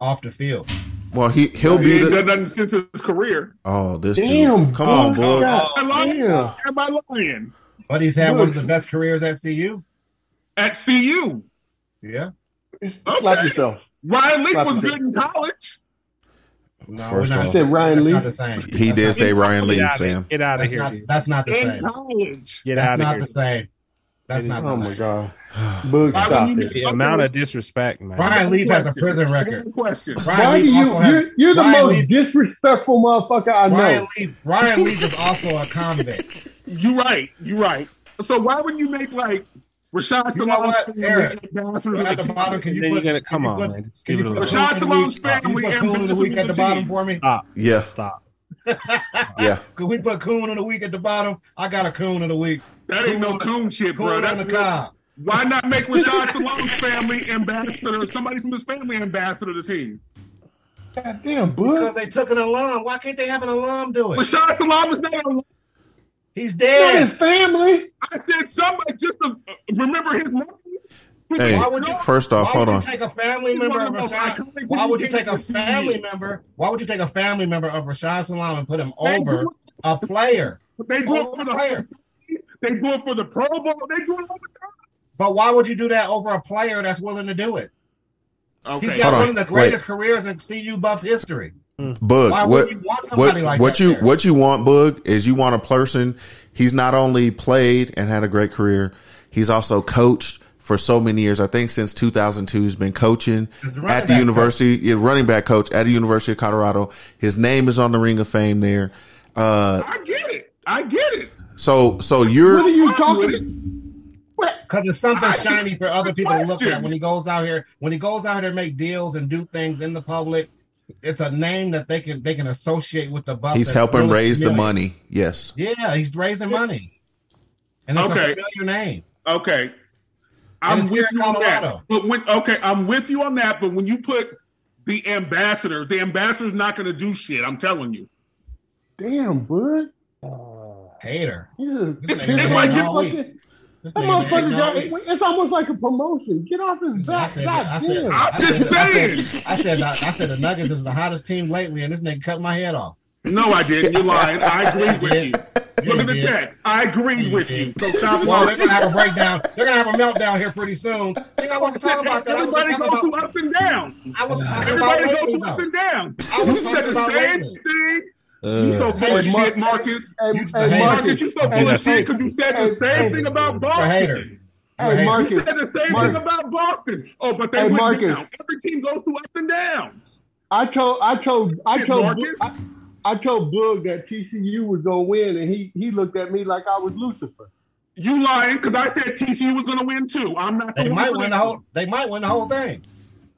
Speaker 11: off the field.
Speaker 3: Well, he he'll be
Speaker 5: ain't
Speaker 3: the.
Speaker 5: done nothing since his career.
Speaker 3: Oh, this
Speaker 11: Damn,
Speaker 3: dude! Come on,
Speaker 11: bud.
Speaker 3: boy.
Speaker 11: God.
Speaker 5: Am I lying?
Speaker 11: Yeah.
Speaker 5: Am I lying?
Speaker 11: But he's had one of the
Speaker 5: Good.
Speaker 11: best careers at CU.
Speaker 5: At CU.
Speaker 11: Yeah.
Speaker 12: Slap yourself.
Speaker 5: Ryan Leak
Speaker 12: Slap
Speaker 5: was
Speaker 12: yourself.
Speaker 5: good in college.
Speaker 11: No,
Speaker 3: First
Speaker 11: we're not-
Speaker 3: off-
Speaker 12: Said Ryan
Speaker 11: that's
Speaker 12: Lee.
Speaker 11: not the same.
Speaker 3: He
Speaker 11: That's
Speaker 3: did
Speaker 11: not-
Speaker 3: say Ryan Lee,
Speaker 11: Get outta
Speaker 3: Sam.
Speaker 13: Get out of
Speaker 11: That's
Speaker 13: here.
Speaker 11: not-
Speaker 13: dude.
Speaker 11: That's not the
Speaker 5: In
Speaker 11: same.
Speaker 5: college.
Speaker 13: Get
Speaker 11: That's
Speaker 13: out of
Speaker 11: not
Speaker 13: here.
Speaker 11: the same. That's not the
Speaker 12: Oh
Speaker 11: same.
Speaker 12: my god, Boog,
Speaker 5: Why
Speaker 12: stop
Speaker 5: would you
Speaker 12: it.
Speaker 5: be-
Speaker 6: The amount of disrespect, man.
Speaker 11: Brian Leaf has a
Speaker 5: Question.
Speaker 11: prison record.
Speaker 5: Question.
Speaker 11: Brian
Speaker 12: Why do
Speaker 11: Leaf
Speaker 12: you?
Speaker 11: also has-
Speaker 12: You're, you're the
Speaker 11: Brian
Speaker 12: most
Speaker 11: Leaf-
Speaker 12: disrespectful motherfucker I know.
Speaker 11: Brian Leaf. Brian Leaf is also a convict.
Speaker 5: You right. You right. So why would you make like Rashad
Speaker 11: You know
Speaker 5: Salone's
Speaker 11: what, Eric?
Speaker 5: family ambassadors
Speaker 11: At
Speaker 5: of
Speaker 11: the
Speaker 5: the
Speaker 11: bottom, can you
Speaker 6: Then
Speaker 11: put?
Speaker 6: you're gonna
Speaker 11: can
Speaker 6: come
Speaker 11: you
Speaker 6: on,
Speaker 11: put-
Speaker 6: man. Just
Speaker 11: Can
Speaker 6: give
Speaker 11: you
Speaker 6: it a
Speaker 11: put
Speaker 6: little-
Speaker 5: Rashad
Speaker 11: Cool in the
Speaker 5: Salone's
Speaker 11: Week- can
Speaker 5: family
Speaker 11: you put
Speaker 5: and
Speaker 11: Cool in the week at the
Speaker 5: Benjamin
Speaker 11: bottom
Speaker 5: Buttigieg?
Speaker 11: for me?
Speaker 6: Stop.
Speaker 3: Yeah,
Speaker 6: Stop.
Speaker 3: yeah.
Speaker 11: Could we put Coon of the week at the bottom? I got a Coon of the week.
Speaker 5: That ain't no coon shit, bro.
Speaker 11: Coon
Speaker 5: That's
Speaker 11: on the cob.
Speaker 5: Why not make Rashad Salone's family ambassador, somebody from his family ambassador to the team?
Speaker 12: God damn,
Speaker 11: Because
Speaker 12: Boog.
Speaker 11: they took an alum. Why can't they have an alum do it?
Speaker 5: Rashad Salone is not on.
Speaker 11: He's
Speaker 12: Not his
Speaker 11: dead.
Speaker 12: family.
Speaker 5: I said somebody just to remember his mother.
Speaker 3: Hey,
Speaker 11: Why would you-
Speaker 3: first off,
Speaker 11: why
Speaker 3: hold
Speaker 11: would
Speaker 3: on.
Speaker 11: you take a family member of Rashad? Why would you take a family member? Why would you take a family member of Rashad Salam and put him over a player?
Speaker 5: They do it for
Speaker 11: Over a player.
Speaker 5: the they do it for the Pro Bowl. They do it all the
Speaker 11: But why would you do that over a player that's willing to do it?
Speaker 5: time.
Speaker 11: He's
Speaker 5: Okay.
Speaker 11: got
Speaker 3: Hold
Speaker 11: one
Speaker 3: on,
Speaker 11: of the greatest careers in CU Buffs history. Why
Speaker 3: Bug,
Speaker 11: would
Speaker 3: what
Speaker 11: you want
Speaker 3: what
Speaker 11: somebody like
Speaker 3: what
Speaker 11: that
Speaker 3: you
Speaker 11: there?
Speaker 3: what you want, Bug, is you want a person. He's not only played and had a great career, he's also coached for so many years. I think since 2002, he's been coaching
Speaker 11: He's the running
Speaker 3: at the
Speaker 11: back
Speaker 3: university, yeah, running back coach at the University of Colorado. His name is on the Ring of Fame there. Uh,
Speaker 5: I get it. I get it.
Speaker 3: so so
Speaker 12: What are
Speaker 3: you're
Speaker 12: you
Speaker 5: I'm with it.
Speaker 12: talking?
Speaker 11: Because it's something
Speaker 5: I-
Speaker 11: shiny for other people to look
Speaker 5: Question.
Speaker 11: at when he goes out here. When he goes out here to make deals and do things in the public, it's a name that they can they can associate with the Buffs.
Speaker 3: he's
Speaker 11: that's
Speaker 3: helping
Speaker 11: really
Speaker 3: raise the
Speaker 11: familiar.
Speaker 3: money. Yes,
Speaker 11: Yeah, he's raising money, and it's
Speaker 5: Okay.
Speaker 11: a familiar name.
Speaker 5: Okay. I'm
Speaker 11: it's
Speaker 5: with
Speaker 11: here in
Speaker 5: you on that.
Speaker 11: Colorado.
Speaker 5: But when okay, I'm with you on that, but when you put the ambassador, the ambassador's not gonna do shit, I'm telling you.
Speaker 12: Damn, Boog.
Speaker 11: Hater.
Speaker 12: He's a-
Speaker 11: This
Speaker 12: he's
Speaker 5: nigga's
Speaker 12: a
Speaker 5: like-
Speaker 12: motherfucking-
Speaker 11: This
Speaker 12: That
Speaker 11: nigga been
Speaker 12: motherfucker
Speaker 11: hating all
Speaker 12: got,
Speaker 11: week.
Speaker 12: it's almost like a promotion. Get off his
Speaker 11: I
Speaker 12: back.
Speaker 11: said,
Speaker 12: God
Speaker 11: I said,
Speaker 12: damn.
Speaker 5: I- I'm just
Speaker 11: I said-
Speaker 5: saying.
Speaker 11: I said, I said, I said the Nuggets is the hottest team lately, and this nigga cut my head off.
Speaker 5: No, I didn't. You're lying. I agree with you. Look at the
Speaker 11: Yeah.
Speaker 5: text. I agreed with you. So stop
Speaker 11: Well, they're
Speaker 5: lying.
Speaker 11: gonna have a breakdown. They're gonna have a meltdown here pretty soon. Think I wasn't talking about that. I was just
Speaker 5: Everybody
Speaker 11: talking
Speaker 5: goes
Speaker 11: about
Speaker 5: through up and down.
Speaker 11: I was talking about
Speaker 5: Everybody goes
Speaker 11: lately,
Speaker 5: through up
Speaker 11: though.
Speaker 5: and down.
Speaker 11: I was
Speaker 5: You said
Speaker 11: talking
Speaker 5: the
Speaker 11: about
Speaker 5: same
Speaker 11: lately.
Speaker 5: thing. You so
Speaker 6: Ugh.
Speaker 5: full of
Speaker 12: Hey, Mar-
Speaker 5: shit, Marcus.
Speaker 12: Hey,
Speaker 11: You-
Speaker 12: hey,
Speaker 11: hey,
Speaker 5: Marcus,
Speaker 12: Marcus.
Speaker 5: you so
Speaker 12: Hey,
Speaker 5: full of shit because you said
Speaker 12: hey,
Speaker 5: the same
Speaker 12: hey,
Speaker 5: thing about
Speaker 11: You're a hater.
Speaker 5: Boston.
Speaker 12: Hey,
Speaker 5: You
Speaker 12: Marcus.
Speaker 5: said the same
Speaker 12: Marcus.
Speaker 5: thing about Boston. Oh, but they
Speaker 12: Hey,
Speaker 5: went
Speaker 12: Marcus.
Speaker 5: down. Every team goes through up and down.
Speaker 12: I told, I told, I
Speaker 5: Shit,
Speaker 12: told,
Speaker 5: Marcus.
Speaker 12: I, I told Boog that TCU was gonna win, and he he looked at me like I was Lucifer.
Speaker 5: You lying because I said TCU was going to win too. I'm not. the
Speaker 11: They
Speaker 5: one
Speaker 11: might
Speaker 5: for
Speaker 11: win the
Speaker 5: that.
Speaker 11: whole. They might win the whole thing.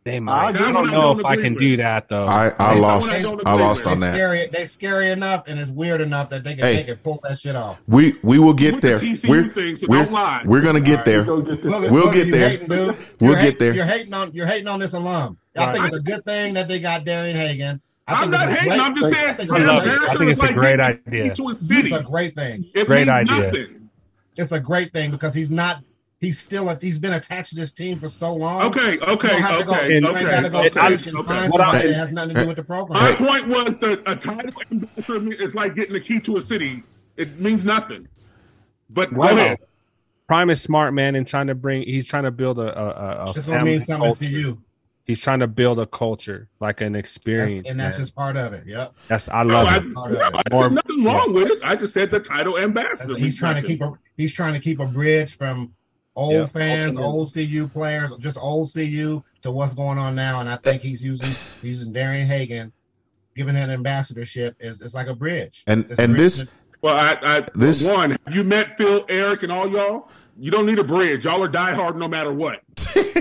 Speaker 6: They
Speaker 12: I
Speaker 6: might. I
Speaker 5: don't
Speaker 6: don't know
Speaker 5: agree
Speaker 6: if I can
Speaker 5: with.
Speaker 6: do that though.
Speaker 3: I I
Speaker 11: Hey,
Speaker 3: lost
Speaker 11: I don't
Speaker 3: I lost
Speaker 5: agree
Speaker 3: on
Speaker 11: They
Speaker 3: that.
Speaker 11: scary. They scary enough, and it's weird enough that they can
Speaker 3: Hey.
Speaker 11: they can pull that shit off.
Speaker 3: We we will get
Speaker 5: With the
Speaker 3: there.
Speaker 5: TCU
Speaker 3: We're
Speaker 5: thing, so don't
Speaker 3: we're,
Speaker 5: lie.
Speaker 3: we're gonna get there.
Speaker 12: Go get this.
Speaker 11: Look at-
Speaker 3: We'll
Speaker 11: look at
Speaker 3: get
Speaker 11: you
Speaker 3: there.
Speaker 11: hating, dude.
Speaker 3: We'll
Speaker 11: You're
Speaker 3: get
Speaker 11: hate-
Speaker 3: there.
Speaker 11: You're hating on. You're hating on this alum. I
Speaker 6: Right.
Speaker 11: think it's a good thing that they got Darian Hagan. I
Speaker 5: I'm
Speaker 11: think it's
Speaker 5: not
Speaker 11: a
Speaker 5: hating.
Speaker 11: great
Speaker 5: I'm just
Speaker 11: thing.
Speaker 5: saying.
Speaker 11: I think
Speaker 6: I
Speaker 11: it's a
Speaker 6: love
Speaker 11: great-
Speaker 6: it. I think it's a great idea.
Speaker 5: To a
Speaker 11: It's
Speaker 5: city.
Speaker 11: a great thing.
Speaker 5: It
Speaker 6: Great
Speaker 5: means
Speaker 6: idea.
Speaker 5: nothing.
Speaker 11: It's a great thing because he's not. He's still. A, he's been attached to this team for so long.
Speaker 5: Okay, okay,
Speaker 11: You don't have to go-
Speaker 5: okay,
Speaker 11: you
Speaker 5: okay,
Speaker 11: ain't gotta go
Speaker 5: okay,
Speaker 11: fish and
Speaker 5: okay.
Speaker 11: find
Speaker 6: What I-
Speaker 11: somebody that has nothing to do with the program.
Speaker 5: My point was that a title ambassador is like getting the key to a city. It means nothing. But go
Speaker 12: Wow.
Speaker 5: ahead.
Speaker 6: Prime is smart man and trying to bring. He's trying to build a a, a, a
Speaker 11: This will
Speaker 6: family
Speaker 11: mean something
Speaker 6: culture.
Speaker 11: to you,
Speaker 6: He's trying to build a culture, like an
Speaker 11: That's-
Speaker 6: experience.
Speaker 11: and that's
Speaker 6: man.
Speaker 11: just part of it. Yep.
Speaker 6: That's I
Speaker 5: No,
Speaker 6: love
Speaker 5: I,
Speaker 6: it.
Speaker 5: no, I said nothing wrong with it. I just said the title ambassador.
Speaker 11: That's- he's
Speaker 5: means
Speaker 11: trying to
Speaker 5: nothing.
Speaker 11: keep a he's trying to keep a bridge from old
Speaker 6: Yeah.
Speaker 11: fans, old CU players, just old CU to what's going on now. And I think he's using using Darian Hagan, giving him ambassadorship is it's like a bridge.
Speaker 3: And
Speaker 11: It's a
Speaker 3: and
Speaker 11: bridge
Speaker 3: this
Speaker 11: to-
Speaker 5: Well, I, I
Speaker 3: This-
Speaker 5: one. Have you met Phil, Eric, and all y'all? You don't need a bridge. Y'all are diehard no matter what.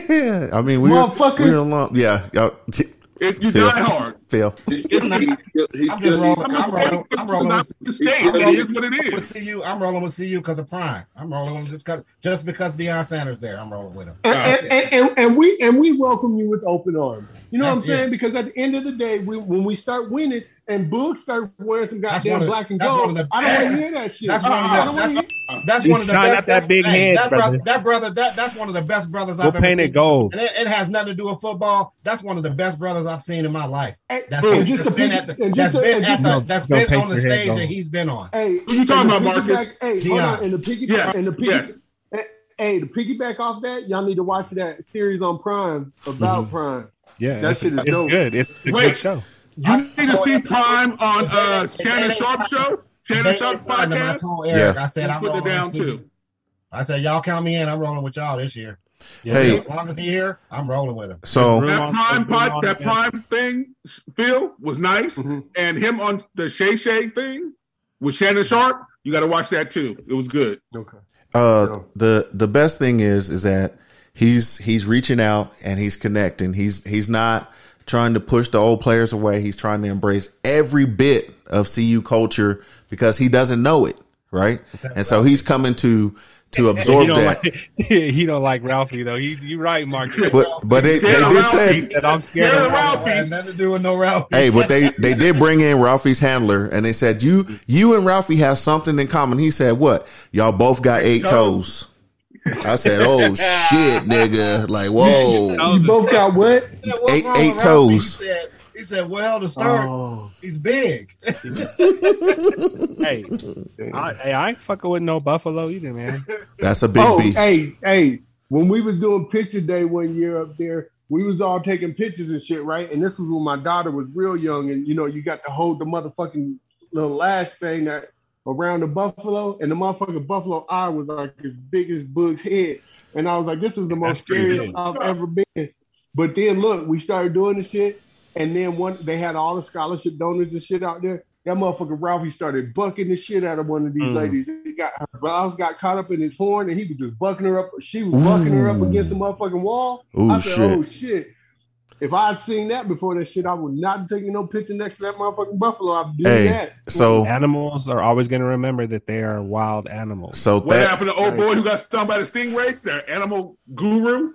Speaker 3: Yeah, I mean, we're
Speaker 5: Motherfucker.
Speaker 3: we're alone. Yeah, y'all-
Speaker 5: If you
Speaker 3: Phil.
Speaker 5: die hard.
Speaker 3: Phil.
Speaker 9: He's still, he's still, he's
Speaker 12: I'm
Speaker 9: still
Speaker 12: just rolling.
Speaker 9: needs-
Speaker 12: I'm rolling. I'm rolling with,
Speaker 9: He's
Speaker 12: I'm
Speaker 9: still
Speaker 12: rolling
Speaker 9: needs-
Speaker 12: with- with CU. I'm rolling with CU because of Prime. I'm rolling with him just because just because Deion Sanders there. I'm rolling with him.
Speaker 11: And, and, and, and, and we and we welcome you with open arms. You know what I'm
Speaker 12: That's- yeah.
Speaker 11: saying? Because at the end of the day, we, when we start winning and Boog start wearing some
Speaker 12: That's
Speaker 11: goddamn
Speaker 12: one of-
Speaker 11: black and
Speaker 12: that's
Speaker 11: gold,
Speaker 12: one of the-
Speaker 11: I don't want to hear that shit.
Speaker 12: That's one of the-
Speaker 11: I don't wanna
Speaker 12: that's-
Speaker 11: hear-
Speaker 12: That's
Speaker 6: You
Speaker 12: one of the
Speaker 6: shine
Speaker 12: best.
Speaker 6: up that big
Speaker 12: hey,
Speaker 6: head,
Speaker 12: that
Speaker 6: brother.
Speaker 12: that brother, that that's one of the best brothers
Speaker 6: We'll
Speaker 12: I've ever
Speaker 6: paint it
Speaker 12: seen.
Speaker 6: gold.
Speaker 12: And it, it has nothing to do with football. That's one of the best brothers I've seen in my life.
Speaker 11: And-
Speaker 12: That's
Speaker 11: and
Speaker 12: been,
Speaker 11: just
Speaker 12: that's
Speaker 11: to
Speaker 12: been
Speaker 11: pick-
Speaker 12: at the,
Speaker 11: and
Speaker 12: that's
Speaker 11: just to-
Speaker 12: been
Speaker 11: and
Speaker 12: at
Speaker 11: just-
Speaker 12: the, that's
Speaker 6: Gonna
Speaker 12: been
Speaker 6: paint
Speaker 12: on the
Speaker 6: your head
Speaker 12: stage
Speaker 6: gold.
Speaker 12: that he's been on.
Speaker 11: Hey,
Speaker 5: Who you
Speaker 11: and
Speaker 5: talking
Speaker 11: to
Speaker 5: about, Marcus?
Speaker 11: piggyback- Hey, hold
Speaker 12: Deion.
Speaker 11: on. And the piggyback,
Speaker 5: Yes,
Speaker 11: and the piggy,
Speaker 5: yes.
Speaker 11: eh, hey, to piggyback off that, y'all need to watch that series on Prime about
Speaker 12: Mm-hmm.
Speaker 11: Prime.
Speaker 6: Yeah,
Speaker 11: That
Speaker 6: it's,
Speaker 11: shit is
Speaker 6: it's
Speaker 11: dope.
Speaker 6: good. It's a
Speaker 5: Wait.
Speaker 6: good show.
Speaker 5: You need to see Prime on uh, Shannon Sharp show. Shannon
Speaker 12: Today,
Speaker 5: Sharp's
Speaker 12: I know, I
Speaker 5: podcast.
Speaker 12: told Eric,
Speaker 3: Yeah.
Speaker 12: I said I'm
Speaker 5: Put
Speaker 12: rolling
Speaker 5: it down
Speaker 12: with CU.
Speaker 5: too.
Speaker 12: I said y'all count me in. I'm rolling with y'all Oh, this year.
Speaker 3: Hey,
Speaker 12: As long as he here, I'm rolling with him.
Speaker 3: so
Speaker 5: That prime pod, that
Speaker 6: Yeah.
Speaker 5: prime thing, Phil was nice, and him on the Shay Shay thing with Shannon Sharp. You got to watch that too. It was good.
Speaker 11: Okay.
Speaker 3: uh, the the best thing is is that he's he's reaching out and he's connecting. He's he's not trying to push the old players away. He's trying to embrace every bit of CU culture because he doesn't know it, right? And so he's coming to to
Speaker 6: He
Speaker 3: absorb
Speaker 6: don't,
Speaker 3: that.
Speaker 6: like, he don't like Ralphie though. He, you right, Mark.
Speaker 3: But but they, they did say
Speaker 6: That I'm scared
Speaker 5: Scared
Speaker 6: of
Speaker 5: of Ralphie.
Speaker 12: Had nothing to do with no Ralphie.
Speaker 3: Hey, but they they did bring in Ralphie's handler, and they said you you and Ralphie have something in common. He said, "What? Y'all both got eight toes." I said, "Oh shit, nigga! Like whoa,
Speaker 11: You both got what?
Speaker 12: Yeah, what's
Speaker 3: Eight-
Speaker 12: wrong with
Speaker 3: eight
Speaker 12: Ralphie?
Speaker 3: toes.
Speaker 12: He said, he said, "Well, to start,
Speaker 11: Oh.
Speaker 12: he's big."
Speaker 6: Hey, I, hey, I ain't fucking with no Buffalo either, man.
Speaker 3: that's a big
Speaker 11: oh,
Speaker 3: beast."
Speaker 11: hey, hey! When we was doing picture day one year up there, we was all taking pictures and shit, right? And this was when my daughter was real young, and you know, you got to hold the motherfucking little lash thing that around the buffalo, and the motherfucking buffalo eye was like as big as Bug's head, and I was like, this is the most
Speaker 6: pretty
Speaker 11: scariest
Speaker 6: big.
Speaker 11: I've ever been. But then look, we started doing the shit, and then one they had all the scholarship donors and shit out there. That motherfucker Ralphie started bucking the shit out of one of these
Speaker 6: Mm.
Speaker 11: ladies. He got her blouse got caught up in his horn, and he was just bucking her up. She was bucking her up
Speaker 3: Ooh.
Speaker 11: against the motherfucking wall.
Speaker 3: Ooh,
Speaker 11: I said,
Speaker 3: shit.
Speaker 11: "Oh shit!" If I had seen that before that shit, I would not have taken no picture next to that motherfucking buffalo. I'd do
Speaker 3: Hey,
Speaker 11: that.
Speaker 3: so
Speaker 6: Animals are always going to remember that they are wild animals.
Speaker 3: so
Speaker 5: What
Speaker 3: that
Speaker 5: happened to old boy who got stung by the stingray? The animal guru.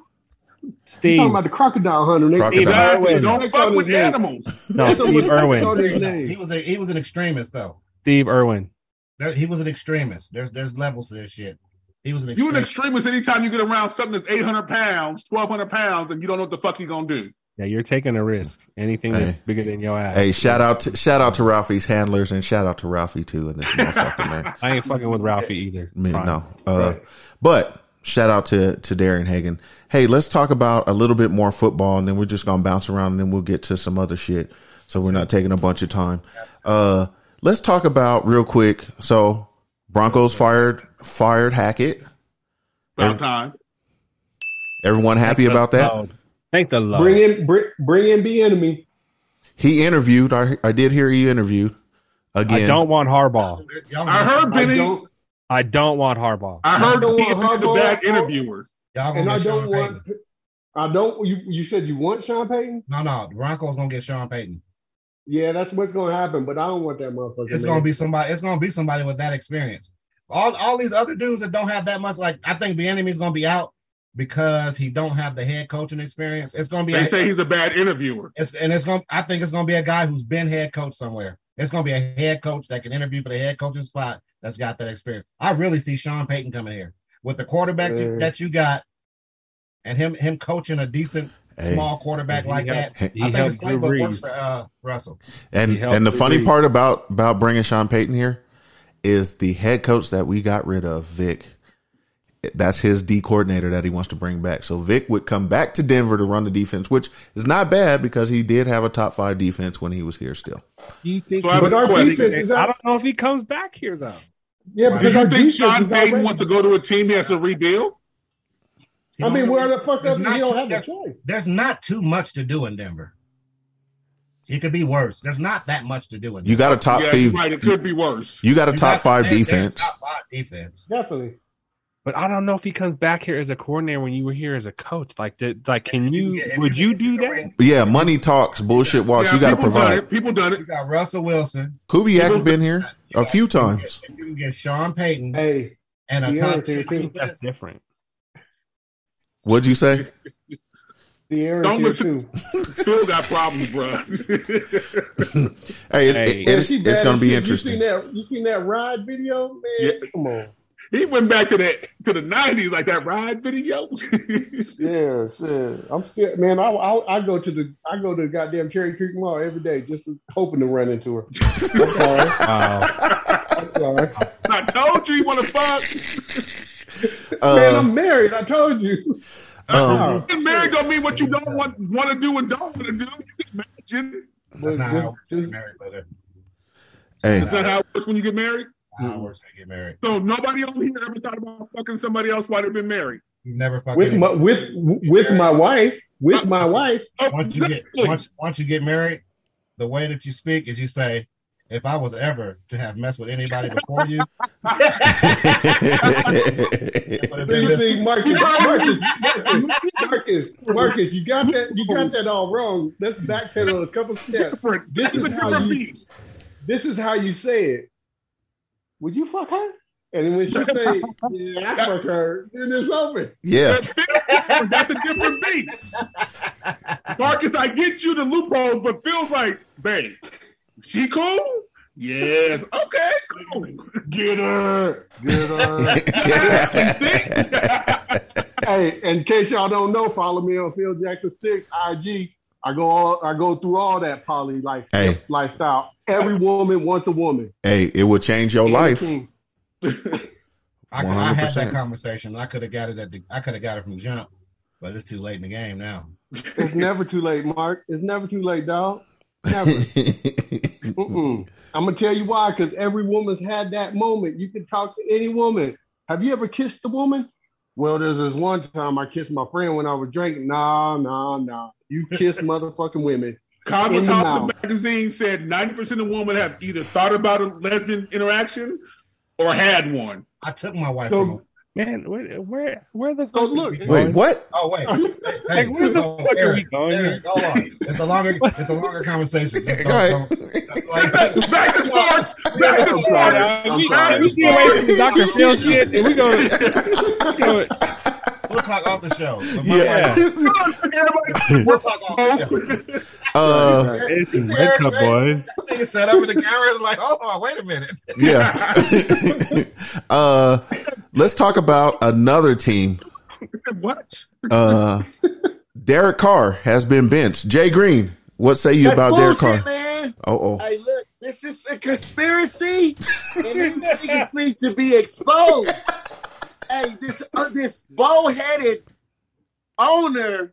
Speaker 11: You
Speaker 6: Steve,
Speaker 11: talking about the crocodile hunter? nigga.
Speaker 3: Crocodile.
Speaker 5: Exactly.
Speaker 6: Irwin.
Speaker 5: Don't
Speaker 11: That's
Speaker 5: fuck
Speaker 11: on
Speaker 5: with
Speaker 11: his name.
Speaker 5: animals.
Speaker 6: no,
Speaker 11: That's on
Speaker 6: Steve
Speaker 11: his- that's on
Speaker 6: Irwin,
Speaker 11: his name.
Speaker 12: he was a, he was an extremist though.
Speaker 6: Steve Irwin.
Speaker 12: There, he was an extremist. There's there's levels to this shit. He was an
Speaker 5: You an
Speaker 12: extremist.
Speaker 5: extremist anytime you get around something that's eight hundred pounds, twelve hundred pounds, and you don't know what the fuck you gonna do.
Speaker 6: Yeah, you're taking a risk. Anything that's
Speaker 3: Hey.
Speaker 6: bigger than your ass.
Speaker 3: hey, shout out to, shout out to Ralphie's handlers and shout out to Ralphie too and this motherfucker man.
Speaker 6: I ain't fucking with Ralphie either.
Speaker 3: Man,
Speaker 6: Fine.
Speaker 3: no. Uh, But shout out to to Darren Hagan. Hey, let's talk about a little bit more football, and then we're just gonna bounce around, and then we'll get to some other shit. So we're not taking a bunch of time. Uh, let's talk about real quick. So Broncos fired fired Hackett.
Speaker 5: About time.
Speaker 3: Everyone happy about that?
Speaker 6: Thank the Lord.
Speaker 11: Bring in, bring, bring in the enemy.
Speaker 3: He interviewed. I I did hear he interviewed again.
Speaker 6: I don't want Harbaugh.
Speaker 12: Y'all,
Speaker 5: I heard
Speaker 11: I
Speaker 5: Benny. I,
Speaker 11: don't,
Speaker 6: I don't want Harbaugh.
Speaker 5: heard
Speaker 11: don't
Speaker 5: he
Speaker 11: want
Speaker 5: is a
Speaker 11: Harbaugh.
Speaker 5: bad interviewer.
Speaker 12: y'all
Speaker 11: and
Speaker 12: gonna
Speaker 11: I
Speaker 12: get
Speaker 11: don't
Speaker 12: Sean
Speaker 11: want.
Speaker 12: Payton.
Speaker 11: I don't. You you said you want Sean Payton?
Speaker 12: No, no, the Broncos gonna get Sean Payton.
Speaker 11: Yeah, that's what's gonna happen. But I don't want that motherfucker.
Speaker 12: It's
Speaker 11: man.
Speaker 12: gonna be somebody. It's gonna be somebody with that experience. All all these other dudes that don't have that much. Like I think the enemy's gonna be out because he don't have the head coaching experience. It's gonna be.
Speaker 5: They
Speaker 12: a-
Speaker 5: say he's a bad interviewer.
Speaker 12: It's and it's gonna. I think it's gonna be a guy who's been head coach somewhere. It's gonna be a head coach that can interview for the head coaching spot that's got that experience. I really see Sean Payton coming here with the quarterback
Speaker 11: Yeah.
Speaker 12: that you got, and him him coaching a decent
Speaker 3: Hey.
Speaker 12: small quarterback
Speaker 6: He
Speaker 12: like
Speaker 6: helped-
Speaker 12: that.
Speaker 6: he
Speaker 12: I think his
Speaker 6: helped Drew
Speaker 12: playbook works
Speaker 6: Brees.
Speaker 12: for uh, Russell.
Speaker 3: And
Speaker 6: He helped
Speaker 3: and the
Speaker 6: the
Speaker 3: funny
Speaker 6: league.
Speaker 3: part about about bringing Sean Payton here is the head coach that we got rid of, Vic. That's his D coordinator that he wants to bring back. So Vic would come back to Denver to run the defense, which is not bad because he did have a top five defense when he was here. Still,
Speaker 6: Do you think
Speaker 5: So I have
Speaker 11: But
Speaker 5: a
Speaker 11: our
Speaker 5: question.
Speaker 11: defense is
Speaker 6: I
Speaker 11: out.
Speaker 6: don't know if he comes back here though.
Speaker 11: Yeah,
Speaker 5: Do
Speaker 11: because our
Speaker 5: you think
Speaker 11: defense
Speaker 5: Sean
Speaker 11: is
Speaker 5: Payton
Speaker 11: outrageous.
Speaker 5: wants to go to a team he has to rebuild?
Speaker 11: I mean, where the fuck
Speaker 12: There's
Speaker 11: up? He
Speaker 12: not
Speaker 11: don't
Speaker 12: too-
Speaker 11: have a
Speaker 12: there's-
Speaker 11: choice.
Speaker 12: There's not too much to do in Denver. It could be worse. There's not that much to do in.
Speaker 3: you
Speaker 12: Denver.
Speaker 3: got a top
Speaker 5: Yeah,
Speaker 3: five.
Speaker 5: you're right. It could be worse.
Speaker 3: Ah, You got a
Speaker 12: You
Speaker 3: top
Speaker 12: got-
Speaker 3: five
Speaker 12: they- they're
Speaker 3: defense.
Speaker 12: Top five defense.
Speaker 11: Definitely.
Speaker 6: But I don't know if he comes back here as a coordinator when you were here as a coach. Like, did, like, can you? Would you do that?
Speaker 3: yeah, money talks, bullshit walks.
Speaker 12: Yeah,
Speaker 3: you got to
Speaker 12: people
Speaker 3: provide.
Speaker 12: done it.
Speaker 5: People done it.
Speaker 12: You got Russell Wilson.
Speaker 3: Kubiak has been here a few times.
Speaker 12: You can get Sean Payton.
Speaker 11: Hey,
Speaker 12: and a
Speaker 11: the
Speaker 12: top
Speaker 11: other thing,
Speaker 12: ten
Speaker 11: too-
Speaker 12: defense.
Speaker 11: That's
Speaker 6: different.
Speaker 3: What'd you say?
Speaker 11: Sierra
Speaker 5: Don't
Speaker 11: here
Speaker 5: listen.
Speaker 11: too.
Speaker 5: Still got problems, bro.
Speaker 3: Hey, it, it- it's,
Speaker 11: She bad
Speaker 3: it's going to
Speaker 11: as
Speaker 3: be
Speaker 11: shit.
Speaker 3: interesting.
Speaker 11: You seen that? You seen that ride video, man?
Speaker 5: Yeah.
Speaker 11: Come on.
Speaker 5: He went back to that to the nineties, like that ride video.
Speaker 11: Yeah, shit. I'm still, man. I, I I go to the I go to goddamn Cherry Creek Mall every day, just hoping to run into her. I'm sorry. I'm sorry.
Speaker 5: I told you you want to fuck. Uh,
Speaker 11: man, I'm married. I told you.
Speaker 3: Uh, Um,
Speaker 5: Getting uh, married don't mean what you don't want want to do and don't want to do. You can imagine.
Speaker 12: That's not how we get married, brother.
Speaker 3: Hey,
Speaker 5: Is that how it works when you get married?
Speaker 12: Not how it works when you get married.
Speaker 5: So nobody on here ever thought about fucking somebody else while they've been married.
Speaker 12: You never fucking
Speaker 11: With my with with my wife, with my wife.
Speaker 12: once you get once once you get married, the way that you speak is you say, "If I was ever to have messed with anybody before you,
Speaker 11: See, see, Marcus, Marcus, Marcus, Marcus, you got that, you got that all wrong. Let's backpedal a couple steps. This is how you, this is how you say it. Would you fuck her? And when she say, "Yeah, I fuck her," then it's open.
Speaker 3: yeah.
Speaker 5: That's a different beat. Marcus, I get you the loophole, but feels like, babe, she cool? Yes. Okay, cool. Get her.
Speaker 11: Get hey, in case y'all don't know, follow me on Phil Jackson Six IG. I go all, I go through all that poly life
Speaker 3: Hey.
Speaker 11: lifestyle. Every woman wants a woman.
Speaker 3: hey, it will change your life.
Speaker 11: Anything.
Speaker 12: I, I had
Speaker 3: 100%.
Speaker 12: that conversation. I could have got it at the, I could have got it from jump, but it's too late in the game now.
Speaker 11: It's never too late, Mark. It's never too late, dog. Never. Mm-mm. I'm gonna tell you why. Because every woman's had that moment. You can talk to any woman. Have you ever kissed a woman? Well, there's this one time I kissed my friend when I was drinking. Nah, nah, nah. You kiss motherfucking women.
Speaker 5: Common
Speaker 11: In the
Speaker 5: Talk
Speaker 11: mouth.
Speaker 5: the magazine said 90% of women have either thought about a lesbian interaction or had one.
Speaker 12: I took my wife.
Speaker 5: So-
Speaker 12: from him.
Speaker 6: Man, where, where, where the fuck?
Speaker 11: So look,
Speaker 3: Wait, what?
Speaker 12: Oh wait, hey,
Speaker 6: Like, where the
Speaker 12: oh,
Speaker 6: fuck are we
Speaker 12: Eric,
Speaker 6: going?
Speaker 12: Eric, hold on. It's a longer, it's a longer conversation. Just
Speaker 3: All
Speaker 12: don't- don't-
Speaker 5: Back to sports. Back to
Speaker 11: I'm sorry. I'm
Speaker 6: we,
Speaker 11: sorry.
Speaker 6: we get away from the Dr. Phil shit, and we go. you know,
Speaker 12: We'll talk off the show. But oh, my
Speaker 6: Yeah.
Speaker 12: wife-
Speaker 5: sports.
Speaker 12: We'll talk off the show.
Speaker 3: Uh,
Speaker 6: It's
Speaker 12: Eric's
Speaker 6: Red Cup
Speaker 12: face-
Speaker 6: Boys.
Speaker 12: That nigga sat up in the camera. Was like, hold on, wait a minute.
Speaker 3: yeah. uh, let's talk about another team.
Speaker 5: What?
Speaker 3: Uh, Derek Carr has been benched. Jay Green, what say you about Derek Carr?
Speaker 9: bullshit, man.
Speaker 3: Oh, oh.
Speaker 9: Hey, look, this is a conspiracy, and these niggas need to be exposed. hey, this uh, this bow-headed owner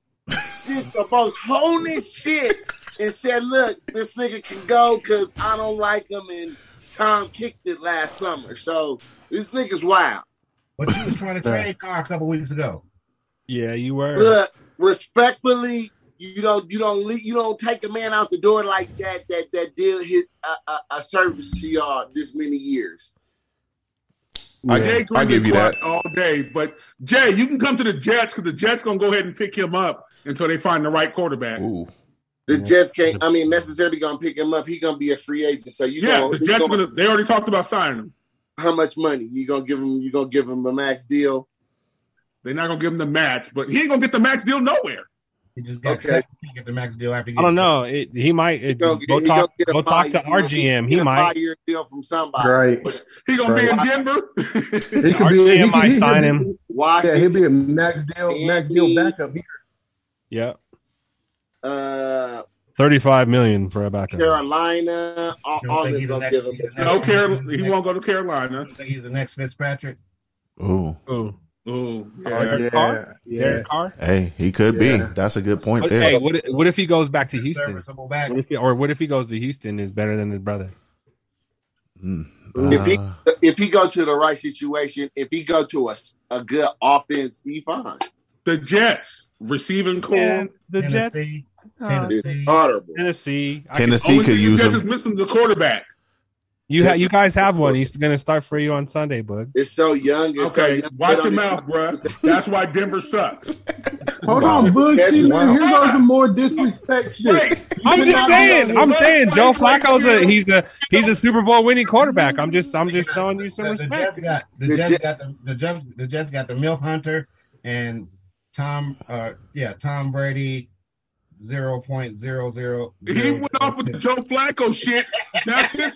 Speaker 9: did the most honish shit and said, "Look, this nigga can go because I don't like him." And Tom kicked it last summer, so this nigga's wild.
Speaker 12: But you was trying to trade car a couple weeks ago.
Speaker 6: yeah, you were.
Speaker 9: Look, respectfully, you don't you don't leave, you don't take a man out the door like that that that did his a, a, a service to y'all this many years.
Speaker 3: I,
Speaker 5: Jay
Speaker 3: I
Speaker 5: Gruden
Speaker 3: give you
Speaker 5: squat
Speaker 3: that.
Speaker 5: all day, but Jay, you can come to the Jets because the Jets gonna go ahead and pick him up until they find the right quarterback.
Speaker 3: Ooh.
Speaker 9: The Jets can't. I mean, necessarily gonna pick him up. He gonna be a free agent. So you
Speaker 5: yeah,
Speaker 9: gonna,
Speaker 5: the
Speaker 9: you
Speaker 5: Jets
Speaker 9: gonna-
Speaker 5: gonna. They already talked about signing him.
Speaker 9: how much money you gonna give him? You gonna give him a max deal?
Speaker 5: They're not gonna give him the max, but he ain't gonna get the max deal nowhere.
Speaker 12: He just got
Speaker 9: Okay.
Speaker 12: cut. He can't get the max deal after.
Speaker 6: I don't know. It, he might it,
Speaker 9: He
Speaker 6: go
Speaker 9: gonna get- he gonna
Speaker 6: talk.
Speaker 9: get a
Speaker 6: Go talk to
Speaker 9: buy-
Speaker 6: our
Speaker 9: gonna get-
Speaker 6: GM.
Speaker 9: get
Speaker 6: He
Speaker 9: a
Speaker 6: might.
Speaker 9: buy-year deal from somebody.
Speaker 11: Right.
Speaker 5: He gonna
Speaker 11: Right.
Speaker 5: be in Denver.
Speaker 11: It
Speaker 6: Our
Speaker 11: he
Speaker 6: GM might
Speaker 11: he-
Speaker 6: sign him.
Speaker 11: Yeah, he'll
Speaker 9: Washington,
Speaker 11: be a max deal, max deal backup here.
Speaker 6: Yeah,
Speaker 9: uh,
Speaker 6: thirty-five million for a backup.
Speaker 9: Carolina,
Speaker 5: uh,
Speaker 9: all,
Speaker 12: Don't
Speaker 9: all
Speaker 12: think
Speaker 9: them
Speaker 12: he the
Speaker 9: gonna
Speaker 12: next-
Speaker 9: give him.
Speaker 12: he the
Speaker 9: a
Speaker 12: next-
Speaker 5: no, Carolina. He won't go to Carolina.
Speaker 12: You think he's the next Fitzpatrick?
Speaker 3: Ooh.
Speaker 6: Ooh.
Speaker 5: Ooh,
Speaker 6: Oh,
Speaker 5: yeah.
Speaker 6: Derek Carr?
Speaker 11: yeah.
Speaker 6: Derek Carr.
Speaker 3: Hey, he could
Speaker 11: Yeah.
Speaker 3: be. That's a good point
Speaker 6: But,
Speaker 3: there.
Speaker 6: hey, what if, what if he goes back to Houston?
Speaker 12: Serviceable back.
Speaker 6: What if he- or what if he goes to Houston is better than his brother?
Speaker 9: If he
Speaker 3: Uh,
Speaker 9: if he go to the right situation, if he go to a, a good offense, he fine.
Speaker 5: The Jets receiving core.
Speaker 6: the Jets,
Speaker 12: Tennessee.
Speaker 6: Uh,
Speaker 12: Tennessee.
Speaker 9: It's horrible.
Speaker 6: Tennessee, I
Speaker 3: Tennessee
Speaker 5: Only
Speaker 3: could
Speaker 5: thing the
Speaker 3: use
Speaker 5: Jets
Speaker 3: him.
Speaker 5: is missing the quarterback.
Speaker 6: You ha- you guys have one. He's going to start for you on Sunday, bud.
Speaker 9: It's so young. It's so
Speaker 5: Okay,
Speaker 9: young.
Speaker 5: watch
Speaker 9: Get on
Speaker 5: your
Speaker 9: it.
Speaker 5: mouth, bruh. That's why Denver sucks.
Speaker 11: Hold on, Bug.
Speaker 5: That's
Speaker 11: See,
Speaker 5: wild.
Speaker 11: man, here's all the more disrespect shit.
Speaker 6: I'm
Speaker 11: You
Speaker 6: just
Speaker 11: cannot-
Speaker 6: saying. I'm saying Joe Flacco's a he's a he's a Super Bowl winning quarterback. I'm just I'm just showing you some
Speaker 12: The, the
Speaker 6: respect.
Speaker 12: Jets got the
Speaker 6: The
Speaker 12: Jets
Speaker 6: Jet-
Speaker 12: got the the Jets, the Jets got the Milk Hunter and Tom. Uh, yeah, Tom Brady. Zero point zero zero.
Speaker 5: He went off with the Joe Flacco shit. That's it.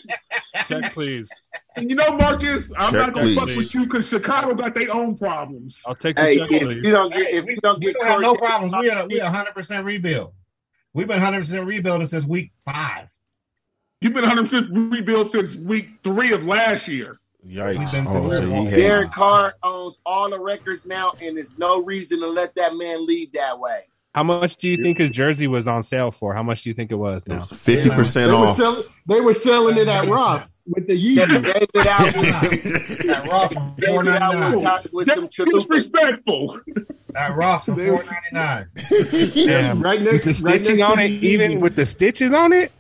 Speaker 6: Check, please.
Speaker 5: And you know, Marcus,
Speaker 9: Check,
Speaker 5: I'm not gonna fuck
Speaker 9: please.
Speaker 5: with you because Chicago got their own problems.
Speaker 6: I'll take
Speaker 9: Hey, if you don't get, if you don't
Speaker 12: We
Speaker 9: get,
Speaker 12: don't have no
Speaker 9: Corey-
Speaker 12: problems. We are we a hundred percent rebuild. We've been hundred percent rebuilding since week five.
Speaker 5: You've been 100 percent rebuild since week three of last year.
Speaker 3: Yikes! Oh, so he had
Speaker 9: Derek Carr owns all the records now, and there's no reason to let that man leave that way.
Speaker 6: How much do you think his jersey was on sale for? How much do you think it was now?
Speaker 3: 50%
Speaker 11: They were, sell- they were selling it at Ross with the Yeezy.
Speaker 9: David Atwood, David Atwood talked with some chalupas.
Speaker 5: Disrespectful.
Speaker 12: At Ross for four ninety nine.
Speaker 6: Damn.
Speaker 11: Right
Speaker 6: With
Speaker 11: next,
Speaker 6: the
Speaker 11: right
Speaker 6: stitching
Speaker 11: next
Speaker 6: on
Speaker 11: to
Speaker 6: it,
Speaker 11: the
Speaker 6: even
Speaker 11: Yeezy.
Speaker 6: with the stitches on it,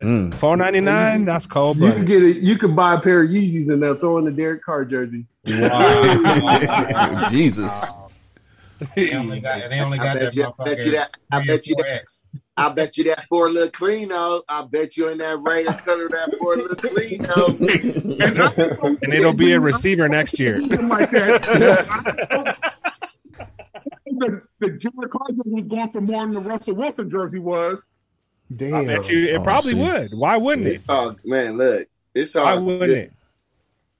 Speaker 3: Mm.
Speaker 6: four ninety nine. That's cold,
Speaker 11: You could
Speaker 6: buddy.
Speaker 11: get it. You could buy a pair of Yeezys and they'll throw in the Derek Carr jersey.
Speaker 3: off. Jesus.
Speaker 12: They only got, and they only
Speaker 9: I
Speaker 12: got
Speaker 9: bet
Speaker 12: that.
Speaker 9: you, I bet you that. I
Speaker 12: motherfucker
Speaker 9: bet you
Speaker 12: three or
Speaker 9: that. I bet you that four little cleano. I bet you in that Raider color that four little cleano.
Speaker 6: And it'll be a receiver next year.
Speaker 5: Like that. the, the Jared Carr jersey was going for more than the Russell Wilson jersey was.
Speaker 11: Damn.
Speaker 6: I bet you it
Speaker 3: Oh,
Speaker 6: probably
Speaker 3: see.
Speaker 6: would. Why wouldn't
Speaker 9: It's
Speaker 6: it?
Speaker 9: all man. Look,
Speaker 11: uh,
Speaker 9: it's all.
Speaker 6: Why wouldn't
Speaker 9: good.
Speaker 6: it?